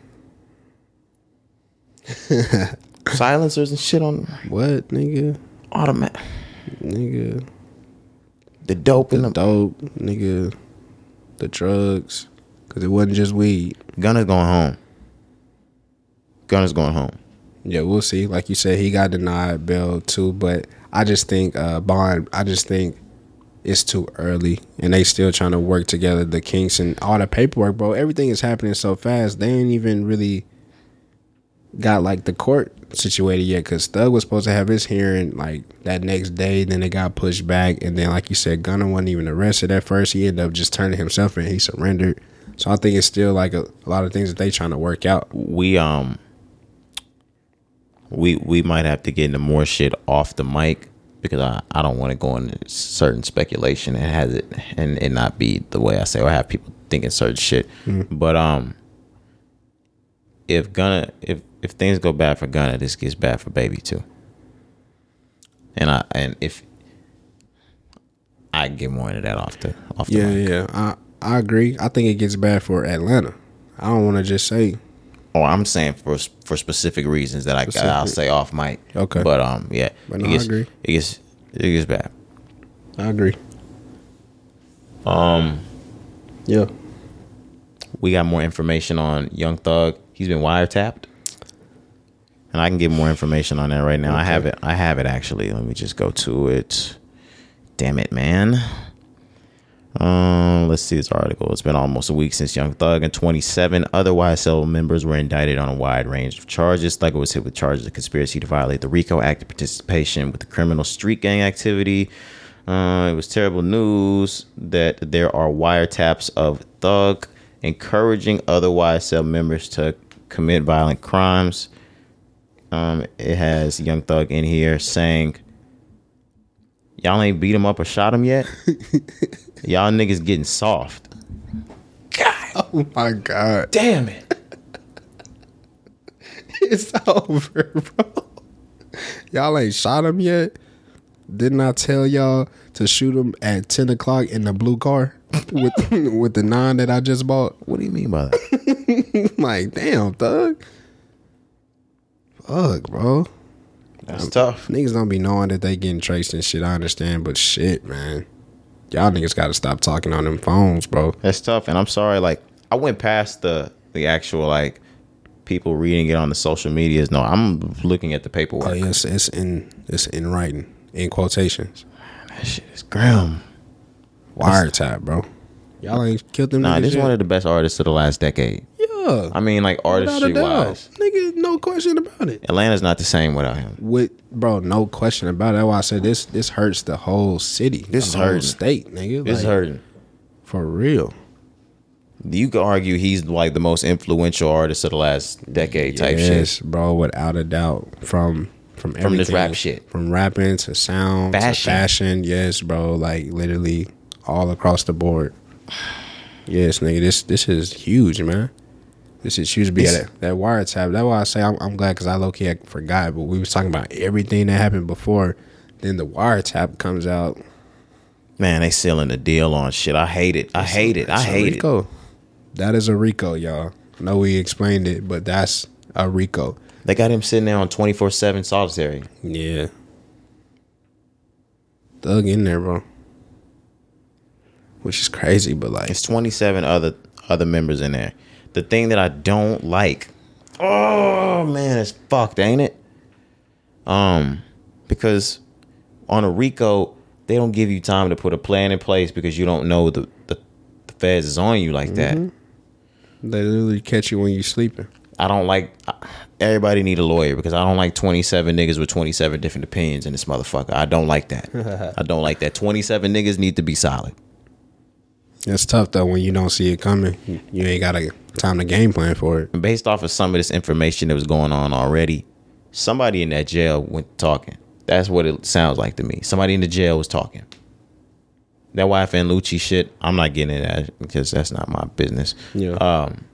[SPEAKER 2] silencers and shit on
[SPEAKER 1] What nigga,
[SPEAKER 2] automatic,
[SPEAKER 1] nigga,
[SPEAKER 2] the dope and the,
[SPEAKER 1] dope, nigga, the drugs, because it wasn't just weed.
[SPEAKER 2] Gunner's going home. Gunner's going home.
[SPEAKER 1] Yeah, we'll see. Like you said, he got denied bail too, but I just think uh Bond. I just think it's too early, and they still trying to work together the kinks and all the paperwork, bro. Everything is happening so fast. They ain't even really got like the court situated yet, because Thug was supposed to have his hearing like that next day. Then it got pushed back, and then like you said, Gunner wasn't even arrested at first. He ended up just turning himself in. He surrendered. So I think it's still like a, a lot of things that they trying to work out.
[SPEAKER 2] We um, we we might have to get into more shit off the mic because I I don't want to go into certain speculation and has it and it not be the way I say or have people thinking certain shit.
[SPEAKER 1] Mm-hmm.
[SPEAKER 2] But um, if Gunna if if things go bad for Gunna, this gets bad for Baby too. And I and if I get more into that off the off the
[SPEAKER 1] Yeah,
[SPEAKER 2] mic.
[SPEAKER 1] yeah, I I agree. I think it gets bad for Atlanta. I don't want to just say
[SPEAKER 2] Oh, I'm saying for for specific reasons that I I'll
[SPEAKER 1] Specific.
[SPEAKER 2] say off mic.
[SPEAKER 1] Okay.
[SPEAKER 2] but um, yeah,
[SPEAKER 1] But no,
[SPEAKER 2] it
[SPEAKER 1] I
[SPEAKER 2] gets,
[SPEAKER 1] agree.
[SPEAKER 2] It gets it gets bad.
[SPEAKER 1] I agree.
[SPEAKER 2] Um,
[SPEAKER 1] Yeah,
[SPEAKER 2] we got more information on Young Thug. He's been wiretapped, and I can get more information on that right now. I have it. I have it actually. Let me just go to it. Damn it, man. Um, let's see this article. It's been almost a week since Young Thug and 27 other YSL members were indicted on a wide range of charges. Thug was hit with charges of conspiracy to violate the RICO Act of participation with the criminal street gang activity. Uh, it was terrible news that there are wiretaps of Thug encouraging other YSL members to commit violent crimes. Um, it has Young Thug in here saying, Y'all ain't beat him up or shot him [LAUGHS] yet? Y'all niggas getting soft.
[SPEAKER 1] [LAUGHS] Oh my god,
[SPEAKER 2] Damn it.
[SPEAKER 1] [LAUGHS] it's over, bro. Y'all ain't shot him yet. Didn't I tell y'all to shoot him at ten o'clock in the blue car with [LAUGHS] with the nine that I just bought? [LAUGHS]
[SPEAKER 2] What do you mean by that?
[SPEAKER 1] I'm like, damn, thug. Fuck, bro.
[SPEAKER 2] [LAUGHS] That's tough.
[SPEAKER 1] Niggas don't be knowing that they getting traced and shit. I understand, but shit, man. Y'all niggas gotta stop talking on them phones, bro.
[SPEAKER 2] That's tough. And I'm sorry, like I went past the the actual like people reading it on the social medias. No, I'm looking at the paperwork.
[SPEAKER 1] Oh, yes, it's in it's in writing, in quotations.
[SPEAKER 2] That shit is grim.
[SPEAKER 1] Wiretap, bro. Y'all ain't killed them.
[SPEAKER 2] Nah,
[SPEAKER 1] niggas
[SPEAKER 2] this is
[SPEAKER 1] yet.
[SPEAKER 2] one of the best artists of the last decade.
[SPEAKER 1] yeah,
[SPEAKER 2] I mean, like
[SPEAKER 1] without a
[SPEAKER 2] artistry
[SPEAKER 1] doubt,
[SPEAKER 2] wise.
[SPEAKER 1] nigga, no question about it.
[SPEAKER 2] Atlanta's not the same without him.
[SPEAKER 1] With bro, no question about it. That's why I said this. This hurts the whole city.
[SPEAKER 2] This is
[SPEAKER 1] the whole
[SPEAKER 2] hurting.
[SPEAKER 1] state, nigga.
[SPEAKER 2] It's
[SPEAKER 1] Like,
[SPEAKER 2] hurting.
[SPEAKER 1] for real.
[SPEAKER 2] You could argue he's like the most influential artist of the last decade type shit.
[SPEAKER 1] yes, bro, without a doubt. From from
[SPEAKER 2] From this
[SPEAKER 1] everything.
[SPEAKER 2] rap shit.
[SPEAKER 1] from rapping to sound
[SPEAKER 2] Fashion.
[SPEAKER 1] to fashion. Yes, bro, like literally all across the board. Yes, nigga, this this is huge, man. This is huge. But yeah, that, that wiretap. That's why I say I'm, I'm glad because I low key I forgot, but we was talking about everything that happened before. Then the wiretap comes out.
[SPEAKER 2] Man, they selling the deal on shit. I hate it. I hate it. I
[SPEAKER 1] It's a
[SPEAKER 2] hate it.
[SPEAKER 1] Rico. That is a Rico, y'all. I know we explained it, but that's a Rico.
[SPEAKER 2] They got him sitting there on 24 7 solitary.
[SPEAKER 1] Yeah. Thug in there, bro. Which is crazy, but like
[SPEAKER 2] It's 27 other other members in there. The thing that I don't like, Oh man, it's fucked, ain't it? Um, because on a RICO, they don't give you time to put a plan in place because you don't know the the, the feds is on you like that.
[SPEAKER 1] They literally catch you when you're sleeping.
[SPEAKER 2] I don't like. I- Everybody need a lawyer because I don't like twenty seven niggas with twenty seven different opinions in this motherfucker. I don't like that. I don't like that. Twenty seven niggas need to be solid.
[SPEAKER 1] It's tough though when you don't see it coming. You- You ain't got a time to game plan for it.
[SPEAKER 2] based off of some of this information that was going on already, somebody in that jail went talking. That's what it sounds like to me. Somebody in the jail was talking. That YFN Lucci shit, I'm not getting into that because that's not my business.
[SPEAKER 1] Yeah.
[SPEAKER 2] Um,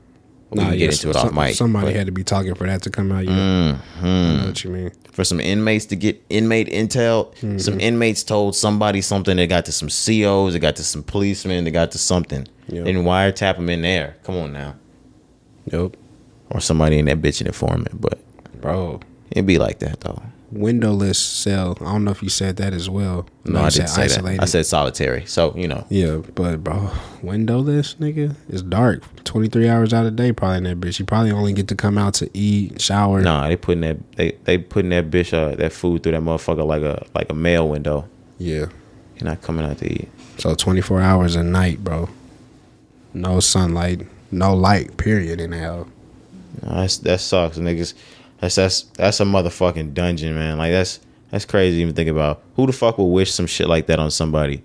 [SPEAKER 2] we can get into it off
[SPEAKER 1] some-
[SPEAKER 2] mic.
[SPEAKER 1] Somebody
[SPEAKER 2] but Mm-hmm.
[SPEAKER 1] had to be talking for that to come out. You know, I know what you mean?
[SPEAKER 2] for some inmates to get inmate intel,
[SPEAKER 1] Mm-hmm.
[SPEAKER 2] some inmates told somebody something. They got to some COs, they got to some policemen, they got to something.
[SPEAKER 1] Yeah.
[SPEAKER 2] Then wiretap them in there. Come on now.
[SPEAKER 1] Yep,
[SPEAKER 2] Or somebody in that bitch an informant. But
[SPEAKER 1] bro.
[SPEAKER 2] it'd be like that though.
[SPEAKER 1] Windowless cell. I don't know if you said that as well.
[SPEAKER 2] No,
[SPEAKER 1] You
[SPEAKER 2] I didn't
[SPEAKER 1] said
[SPEAKER 2] say that. I said solitary. So you know,
[SPEAKER 1] Yeah, but bro, windowless nigga, it's dark. Twenty three hours out of the day, probably in that bitch. You probably only get to come out to eat, shower.
[SPEAKER 2] nah, they putting that they they putting that bitch uh, that food through that motherfucker like a like a mail window.
[SPEAKER 1] Yeah,
[SPEAKER 2] You're not coming out to eat.
[SPEAKER 1] so twenty four hours a night, bro. No sunlight, no light. Period. In hell,
[SPEAKER 2] Nah, that's that sucks, niggas. That's that's that's a motherfucking dungeon, man. Like that's that's crazy to even think about. Who the fuck would wish some shit like that on somebody?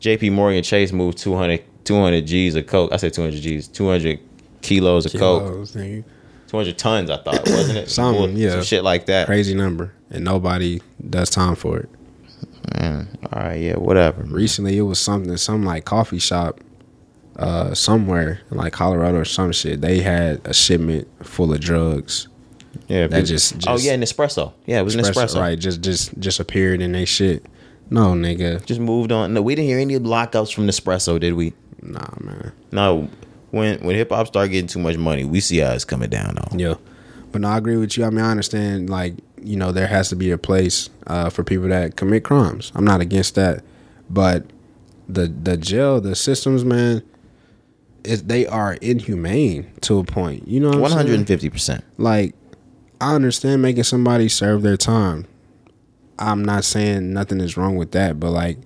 [SPEAKER 2] J.P. Morgan Chase moved 200, 200 G's of coke. I said two hundred G's, two hundred kilos of coke,
[SPEAKER 1] Those, nigga.
[SPEAKER 2] two hundred tons. I thought wasn't it?
[SPEAKER 1] Something,
[SPEAKER 2] Bull-
[SPEAKER 1] [CLEARS THROAT] yeah.
[SPEAKER 2] some shit like that.
[SPEAKER 1] crazy number, and nobody does time for it.
[SPEAKER 2] Man, all right, yeah, whatever.
[SPEAKER 1] recently it was something some like coffee shop uh somewhere in like Colorado or some shit they had a shipment full of drugs
[SPEAKER 2] Yeah,
[SPEAKER 1] That
[SPEAKER 2] people-
[SPEAKER 1] just-
[SPEAKER 2] oh
[SPEAKER 1] just-
[SPEAKER 2] yeah, Nespresso. Yeah, it was Nespresso.
[SPEAKER 1] right just just just appeared in they shit no nigga
[SPEAKER 2] Just moved on. No, we didn't hear any lockups from Nespresso, did we?
[SPEAKER 1] nah man
[SPEAKER 2] No. When when hip hop start getting too much money, we see how it's coming down though.
[SPEAKER 1] yeah but no, I agree with you I mean I understand like you know there has to be a place uh for people that commit crimes I'm not against that but the the jail the systems man is they are inhumane to a point you know what I'm
[SPEAKER 2] One
[SPEAKER 1] saying?
[SPEAKER 2] hundred and fifty percent.
[SPEAKER 1] like I understand making somebody serve their time. I'm not saying nothing is wrong with that, but like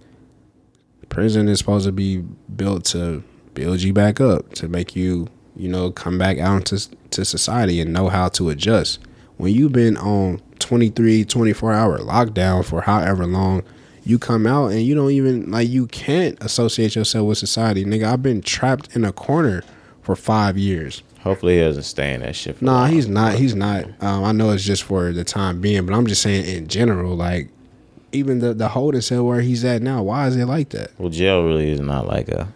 [SPEAKER 1] prison is supposed to be built to build you back up, to make you, you know, come back out to to society and know how to adjust. When you've been on 23, 24 hour lockdown for however long, you come out and you don't even like you can't associate yourself with society. Nigga, I've been trapped in a corner for 5 years.
[SPEAKER 2] Hopefully he doesn't stay in that shit. For
[SPEAKER 1] Nah,
[SPEAKER 2] long.
[SPEAKER 1] he's not. He's not. Um, I know it's just for the time being, but I'm just saying in general, like even the the holding cell where he's at now. Why is it like that?
[SPEAKER 2] well, jail really is not like a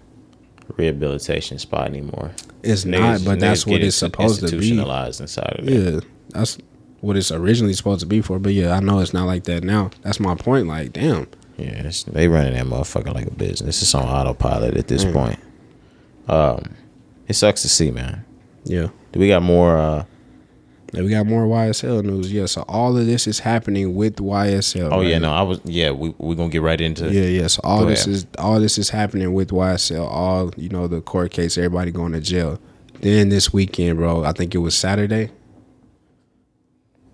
[SPEAKER 2] rehabilitation spot anymore.
[SPEAKER 1] It's not, but that's
[SPEAKER 2] niggas
[SPEAKER 1] what
[SPEAKER 2] get
[SPEAKER 1] it's
[SPEAKER 2] inst-
[SPEAKER 1] supposed to be.
[SPEAKER 2] Institutionalized inside of it.
[SPEAKER 1] Yeah, that's what it's originally supposed to be for. But yeah, I know it's not like that now. That's my point. Like, damn,
[SPEAKER 2] Yeah, it's, they running that motherfucker like a business. It's on autopilot at
[SPEAKER 1] Mm.
[SPEAKER 2] this point. Um, it sucks to see, man.
[SPEAKER 1] yeah.
[SPEAKER 2] Do we got more? uh
[SPEAKER 1] And we got more YSL news. Yeah, so all of this is happening with YSL.
[SPEAKER 2] Oh
[SPEAKER 1] right?
[SPEAKER 2] yeah, no, I was. Yeah, we we gonna get right into.
[SPEAKER 1] Yeah, yeah. So all
[SPEAKER 2] Go
[SPEAKER 1] this
[SPEAKER 2] ahead.
[SPEAKER 1] is all this is happening with YSL. All you know, the court case, everybody going to jail. Then this weekend, bro, I think it was Saturday.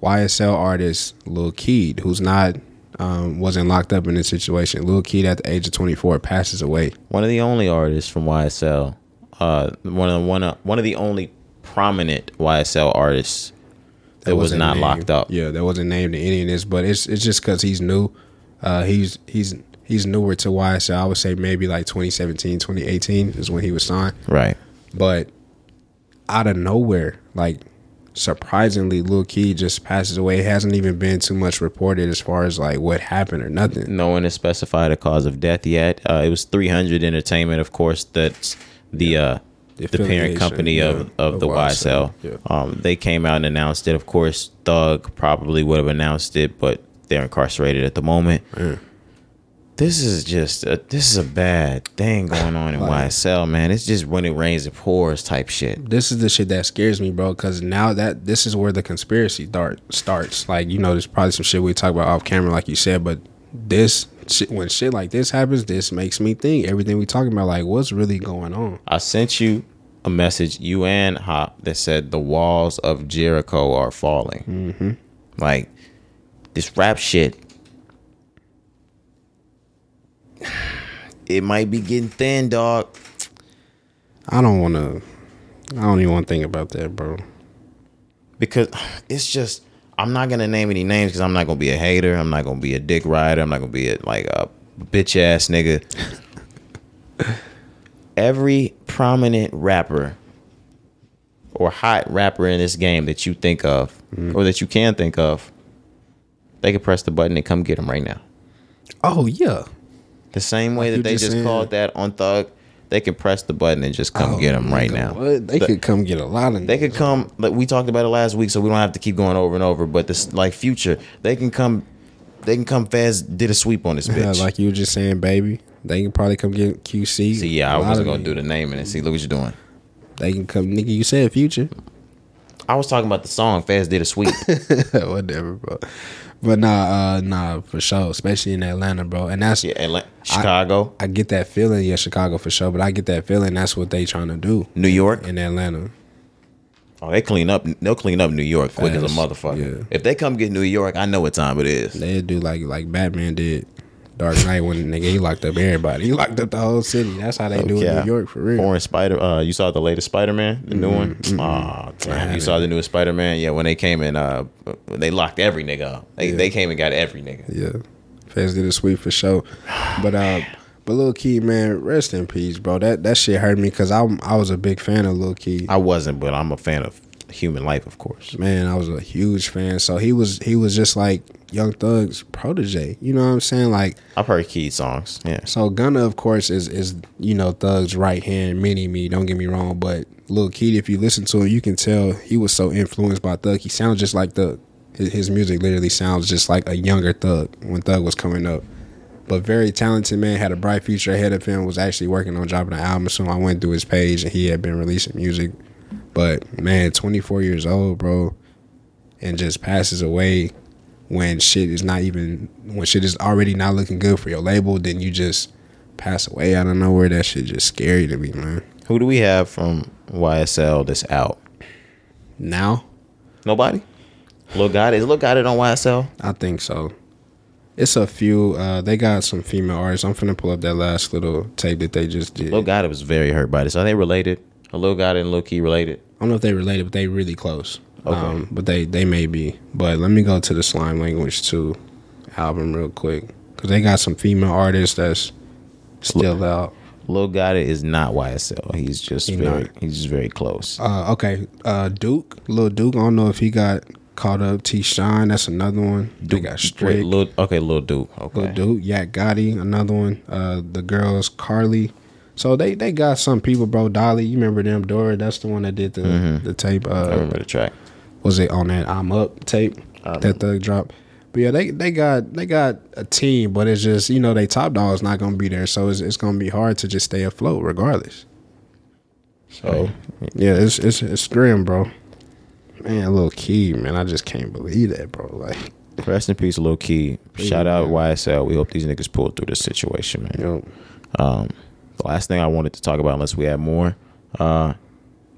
[SPEAKER 1] YSL artist Lil Keed, who's not um, wasn't locked up in this situation. Lil Keed, at the age of 24, passes away.
[SPEAKER 2] One of the only artists from YSL. Uh, one of the, one of, one of the only prominent YSL artists that, was
[SPEAKER 1] wasn't
[SPEAKER 2] not
[SPEAKER 1] named.
[SPEAKER 2] locked up.
[SPEAKER 1] Yeah, that wasn't named in any of this, but it's it's just because he's new. Uh, he's he's he's newer to YSL. I would say maybe like 2017, 2018 is when he was signed.
[SPEAKER 2] Right.
[SPEAKER 1] But out of nowhere, like surprisingly, Lil Key just passes away. It hasn't even been too much reported as far as like what happened or nothing.
[SPEAKER 2] No one has specified a cause of death yet. Uh, it was 300 Entertainment, of course. That's the uh,
[SPEAKER 1] The
[SPEAKER 2] the, parent
[SPEAKER 1] affiliation,
[SPEAKER 2] company of,
[SPEAKER 1] yeah,
[SPEAKER 2] of,
[SPEAKER 1] of
[SPEAKER 2] the YSL.
[SPEAKER 1] YSL, yeah.
[SPEAKER 2] Um, they came out and announced it. Of course, Thug probably would have announced it, but they're incarcerated at the moment. This is just a, this is a bad thing going on in YSL, man. It's just when it rains it pours type shit.
[SPEAKER 1] This is the shit that scares me, bro. Because now that this is where the conspiracy dart starts. Like you know, there's probably some shit we talk about off camera, like you said. But this shit, when shit like this happens, this makes me think everything we talking about. Like, what's really going on?
[SPEAKER 2] I sent you a message you and Hop that said the walls of Jericho are falling. Like this rap shit, [SIGHS] it might be getting thin, dog.
[SPEAKER 1] I don't want to. I don't even want to think about that, bro.
[SPEAKER 2] because it's just I'm not gonna name any names because I'm not gonna be a hater. I'm not gonna be a dick rider. I'm not gonna be a, like a bitch
[SPEAKER 1] [LAUGHS]
[SPEAKER 2] ass nigga. Every prominent rapper or hot rapper in this game that you think of
[SPEAKER 1] Mm-hmm.
[SPEAKER 2] or that you can think of, they can press the button and come get them right now.
[SPEAKER 1] Oh yeah,
[SPEAKER 2] The same way
[SPEAKER 1] you
[SPEAKER 2] that they
[SPEAKER 1] just
[SPEAKER 2] just
[SPEAKER 1] said. Oh
[SPEAKER 2] called that on Thug, they can press the button and just come get 'em get them right now.
[SPEAKER 1] What? They
[SPEAKER 2] The-
[SPEAKER 1] could come get a lot of.
[SPEAKER 2] they could come, like we talked about it last week, so we don't have to keep going over and over. But this, like future, they can come, they can come. Fez did a sweep on this
[SPEAKER 1] Yeah, [LAUGHS]
[SPEAKER 2] bitch.
[SPEAKER 1] like you were just saying, baby. They can probably come get QC.
[SPEAKER 2] See, yeah, I
[SPEAKER 1] A lot
[SPEAKER 2] wasn't
[SPEAKER 1] of
[SPEAKER 2] gonna do the naming and see. Look what you're doing.
[SPEAKER 1] They can come, nigga. You said future. [LAUGHS]
[SPEAKER 2] I was talking about the song. Fez did a sweep.
[SPEAKER 1] Whatever, bro. But nah, uh, nah, for sure. Especially in Atlanta, bro. And that's
[SPEAKER 2] yeah, Atlanta, Chicago,
[SPEAKER 1] I get that feeling. Yeah, Chicago for sure. But I get that feeling. That's what they trying to do
[SPEAKER 2] New York.
[SPEAKER 1] in Atlanta.
[SPEAKER 2] Oh, they clean up. They'll clean up New York quick as a
[SPEAKER 1] Fast,
[SPEAKER 2] motherfucker.
[SPEAKER 1] yeah.
[SPEAKER 2] If they come get New York, I know what time it is.
[SPEAKER 1] They do like like Batman did. Dark Knight when nigga he locked up everybody. [LAUGHS] He locked up the whole city. That's how they do in
[SPEAKER 2] Yeah.
[SPEAKER 1] New York for real. Mm-hmm,
[SPEAKER 2] Orange Spider. Uh, you saw the latest Spider Man, the new one. Oh, damn! You saw the newest Spider Man. Yeah, when they came in, uh, they locked every nigga up. They, they came and got every nigga.
[SPEAKER 1] Yeah, Fez did a sweep for sure. But uh, but Lil Key, man, rest in peace, bro. That that shit hurt me because I I was a big fan of Lil Key.
[SPEAKER 2] I wasn't, but I'm a fan of human life, of course.
[SPEAKER 1] Man, I was a huge fan. So he was he was just like Young Thug's protege. You know what I'm saying? Like
[SPEAKER 2] I've heard Key songs. Yeah.
[SPEAKER 1] so, Gunna, of course, is is you know Thug's right hand mini me. Don't get me wrong, but Lil Key, if you listen to him, you can tell he was so influenced by Thug. He sounds just like Thug. His, his music literally sounds just like a younger Thug when Thug was coming up. But very talented man, had a bright future ahead of him. Was actually working on dropping an album soon. I went through his page and he had been releasing music. But man, 24 years old, bro, and just passes away when shit is not even when shit is already not looking good for your label, then you just pass away out of nowhere. That shit just scary to me, man.
[SPEAKER 2] Who do we have from YSL that's out?
[SPEAKER 1] Now,
[SPEAKER 2] Nobody? Lil Got Is Lil Got It on YSL?
[SPEAKER 1] I think so. It's a few. Uh, they got some female artists. I'm finna pull up that last little tape that they just did.
[SPEAKER 2] Lil Got It was very hurt by this. Are they related? Are Lil Got It and Lil Key related?
[SPEAKER 1] I don't know if they related, but they really close. Um, but they they may be. But let me go to the Slime Language Two album real quick because they got some female artists that's still out.
[SPEAKER 2] Lil Got It is not YSL. He's just very he's just very close.
[SPEAKER 1] Uh, okay, uh, Duke, little Duke. I don't know if he got caught up. T. Shine, that's another one. Duke got
[SPEAKER 2] Wait,
[SPEAKER 1] Strick, Lil
[SPEAKER 2] Lil okay, Lil Duke. Okay.
[SPEAKER 1] Duke, Yak Gotti, another one. Uh, the girls, Carly. So they they got some people, bro. Dolly, you remember them? Dora, that's the one that did the the tape.
[SPEAKER 2] I
[SPEAKER 1] Uh,
[SPEAKER 2] remember the track.
[SPEAKER 1] was it on that I'm Up tape that Thug dropped? But yeah, they they got they got a team, but it's just you know they top dog is not gonna be there, so it's it's gonna be hard to just stay afloat regardless.
[SPEAKER 2] So
[SPEAKER 1] Yeah, it's it's it's grim, bro. Man, little key, man. I just can't believe that, bro. Like,
[SPEAKER 2] rest in peace, Lil Key. Shout out YSL. We hope these niggas pull through this situation, man.
[SPEAKER 1] you know,
[SPEAKER 2] Um, the last thing I wanted to talk about, unless we had more, uh,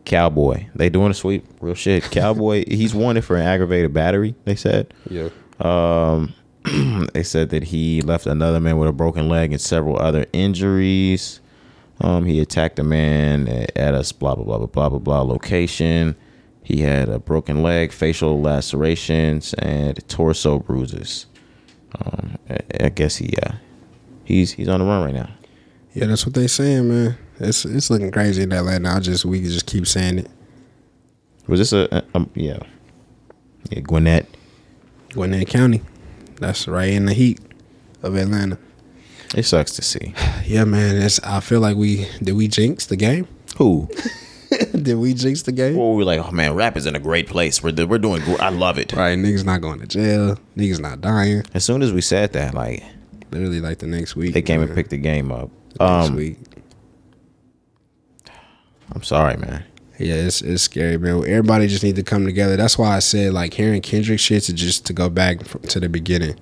[SPEAKER 2] Cowboy. They doing a sweep, real shit. Cowboy, [LAUGHS] he's wanted for an aggravated battery. They said.
[SPEAKER 1] yeah,
[SPEAKER 2] They said that he left another man with a broken leg and several other injuries. Um, he attacked a man at at a blah blah blah blah blah blah blah location. He had a broken leg, facial lacerations, and torso bruises. Um, I, I guess he uh, he's he's on the run right now.
[SPEAKER 1] yeah. That's what they saying, man. It's it's looking crazy in Atlanta. I just we can just keep saying it.
[SPEAKER 2] Was this a, a- um, yeah, yeah Gwinnett?
[SPEAKER 1] Gwinnett County, that's right in the heat of Atlanta.
[SPEAKER 2] It sucks to see.
[SPEAKER 1] Yeah, man. It's I feel like we did we jinx the game? [LAUGHS]
[SPEAKER 2] Who?
[SPEAKER 1] did we jinx the game?
[SPEAKER 2] Well, we were like, oh man, rap is in a great place. We're we're doing. gr- I love it.
[SPEAKER 1] Right, niggas not going to jail. Niggas not dying.
[SPEAKER 2] As soon as we said that, like
[SPEAKER 1] Literally, like the next week
[SPEAKER 2] they came and
[SPEAKER 1] man.
[SPEAKER 2] picked the game up.
[SPEAKER 1] Next
[SPEAKER 2] Um,
[SPEAKER 1] week.
[SPEAKER 2] I'm sorry, man.
[SPEAKER 1] Yeah, it's it's scary, man. Everybody just need to come together. That's why I said like hearing Kendrick shit to just to go back fr to the beginning.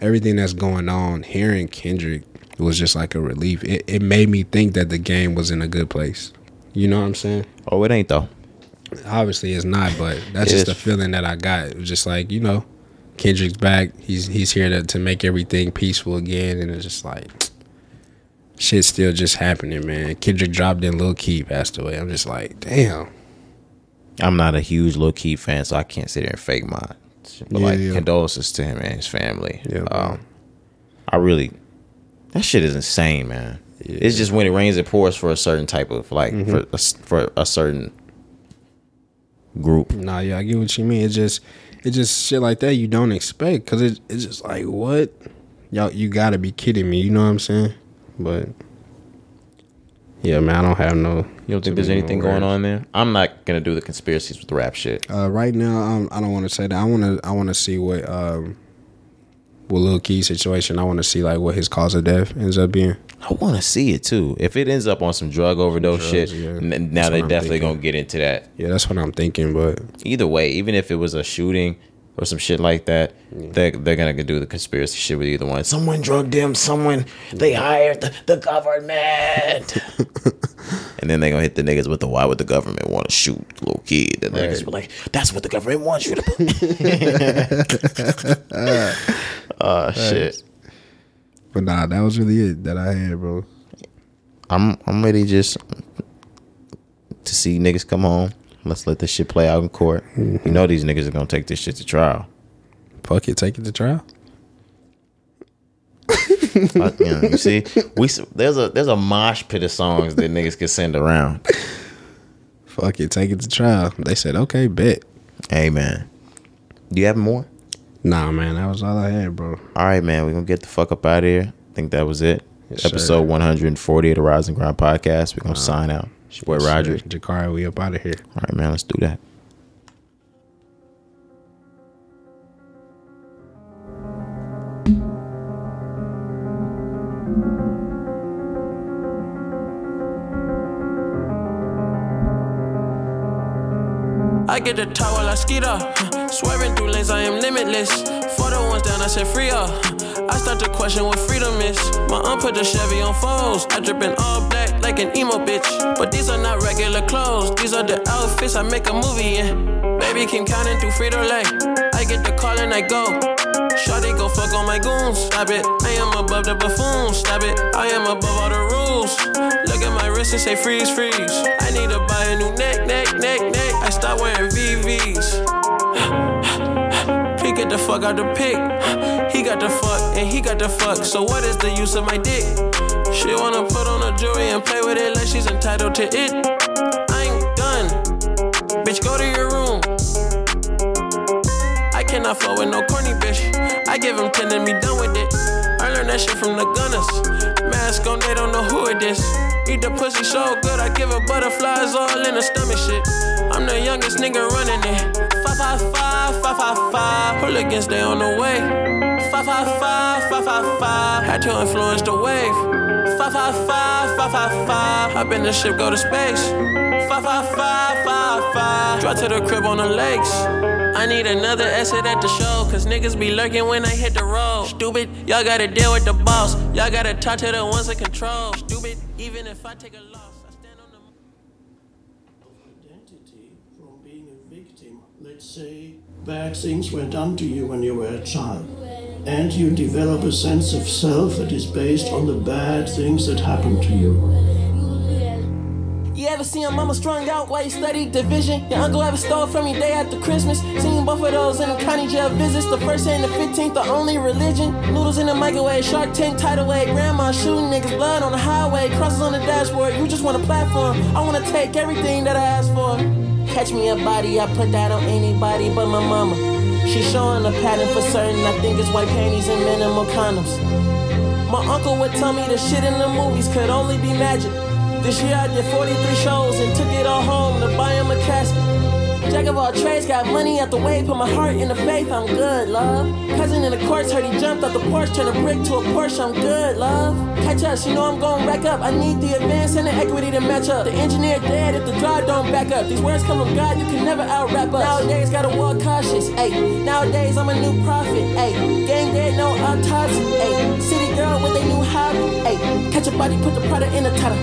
[SPEAKER 1] Everything that's going on, hearing Kendrick was just like a relief. It it made me think that the game was in a good place. You know what I'm saying?
[SPEAKER 2] Oh, it ain't though.
[SPEAKER 1] Obviously, it's not, but that's
[SPEAKER 2] It
[SPEAKER 1] just
[SPEAKER 2] is.
[SPEAKER 1] the feeling that I got. It was just like you know, Kendrick's back. He's he's here to to make everything peaceful again, and it's just like shit's still just happening, man. Kendrick dropped and Lil Key passed away. I'm just like, damn.
[SPEAKER 2] I'm not a huge Lil Key fan, so I can't sit there and fake mine. But
[SPEAKER 1] Yeah,
[SPEAKER 2] like
[SPEAKER 1] yeah.
[SPEAKER 2] condolences to him and his family.
[SPEAKER 1] Yeah, man.
[SPEAKER 2] Um, I really that shit is insane, man. It's just when it rains, it pours for a certain type of like
[SPEAKER 1] Mm-hmm.
[SPEAKER 2] for a, s- for a certain group.
[SPEAKER 1] Nah, yeah, I get what you mean. It just, it just shit like that you don't expect because it, it's just like what, y'all, you gotta be kidding me. You know what I'm saying? But yeah, man, I don't have no.
[SPEAKER 2] You don't think there's anything going on there? I'm not gonna do the conspiracies with the rap shit.
[SPEAKER 1] Uh, right now, um, I don't want to say that. I want to, I want to see what, um, with Lil Key situation. I want to see like what his cause of death ends up being.
[SPEAKER 2] I want to see it too. If it ends up on some drug overdose
[SPEAKER 1] Drugs,
[SPEAKER 2] shit,
[SPEAKER 1] yeah.
[SPEAKER 2] n- now
[SPEAKER 1] That's
[SPEAKER 2] they
[SPEAKER 1] what I'm
[SPEAKER 2] definitely
[SPEAKER 1] thinking.
[SPEAKER 2] gonna get into that.
[SPEAKER 1] Yeah, that's what I'm thinking. But
[SPEAKER 2] either way, even if it was a shooting or some shit like that, they they're gonna do the conspiracy shit with either one. Someone drugged them. Someone they hired the,
[SPEAKER 1] [LAUGHS]
[SPEAKER 2] the government. and then they gonna hit the niggas with the why would the government want to shoot little kid? The niggas be like, that's what the government
[SPEAKER 1] [LAUGHS]
[SPEAKER 2] wants you to. [LAUGHS] Put. uh, shit.
[SPEAKER 1] but nah, that was really it that I had, bro.
[SPEAKER 2] I'm I'm ready just to see niggas come home. Let's let this shit play out in court.
[SPEAKER 1] Mm-hmm.
[SPEAKER 2] You know these niggas are gonna take this shit to trial.
[SPEAKER 1] Fuck it, take it to trial.
[SPEAKER 2] I- you, know,
[SPEAKER 1] [LAUGHS]
[SPEAKER 2] you see, we s- there's a there's a mosh pit of songs that niggas can send around.
[SPEAKER 1] Fuck it, take it to trial. They said, okay, bet.
[SPEAKER 2] Hey man, do you have more?
[SPEAKER 1] Nah, man, that was all I had, bro.
[SPEAKER 2] All right, man, we gonna get the fuck up out of here. I think that was it.
[SPEAKER 1] Yes, sir.
[SPEAKER 2] Episode 140 of the Rising Ground podcast. We're gonna sign out. It's your boy Roderick.
[SPEAKER 1] Jakari, we up out of here.
[SPEAKER 2] All right, man, let's do that.
[SPEAKER 4] I get the top while I skeet up. Swerving through lanes, I am limitless. For the ones down, I said free up. I start to question what freedom is. My aunt put the Chevy on foes. I drip in all black like an emo bitch. But these are not regular clothes. These are the outfits I make a movie in. Baby Kim counting through Frito Lay. I get the call and I go. Shawty go fuck on my goons. Stop it. I am above the buffoons. Stop it. I am above all the rules. Look at my wrist and say freeze, freeze. I need to buy a new neck, neck, neck, neck. I start wearing VVs. He get the fuck out the pic. He got the fuck and he got the fuck. So what is the use of my dick? She wanna put on a jewelry and play with it like she's entitled to it. I ain't done. Bitch, go to your room. I cannot fuck with no corny bitch. I give him 10 and be done with it. I learned that shit from the gunners. Mask on, they don't know who it is. Eat the pussy so good, I give her butterflies all in her stomach shit. I'm the youngest nigga running it. 555, 555, hooligans, they on the way. 555, 555, had to influence the wave. 555, 555, hop in the ship, go to space. 555, 555, drive to the crib on the lakes. I need another exit at the show, cause niggas be lurking when I hit the road. Stupid, y'all gotta deal with the boss. Y'all gotta talk to the ones in control. Stupid, even if I take a loss, I stand on the.
[SPEAKER 5] identity from being a victim. Let's say bad things were done to you when you were a child, and you develop a sense of self that is based on the bad things that happened to you.
[SPEAKER 4] You ever seen your mama strung out while you studied division? Your uncle ever stole from you day after Christmas? Seen both of those in the county jail visits. The first and the 15th, the only religion. Noodles in the microwave, shark tank tidal wave. Grandma shooting niggas, blood on the highway. Crosses on the dashboard, you just want a platform. I wanna take everything that I asked for. Catch me a body, I put that on anybody but my mama. She showing a pattern for certain, I think it's white panties and minimal condoms. My uncle would tell me the shit in the movies could only be magic. This year I did 43 shows and took it all home to buy him a casket. Jack of all trades, got money out the way, put my heart in the faith, I'm good, love. Cousin in the courts heard he jumped off the porch, turned a brick to a Porsche, I'm good, love. Catch us, you know I'm going rack up. I need the advance and the equity to match up. The engineer dead if the drive don't back up. These words come from God, you can never out rap us. Nowadays, gotta walk cautious, ayy. Nowadays, I'm a new prophet, ayy. Gang dead, no autopsy, ayy. City girl with a new hobby, ayy. Catch a body, put the product in the cutter.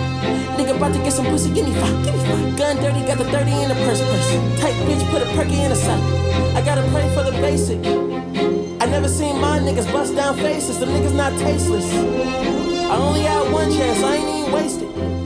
[SPEAKER 4] Nigga about to get some pussy, give me five, give me five. Gun dirty, got the 30 in the purse purse. Tight bitch, put a perky in a sock. I gotta pray for the basic. I never seen my niggas bust down faces, the niggas not tasteless. I only had one chance, I ain't even wasted.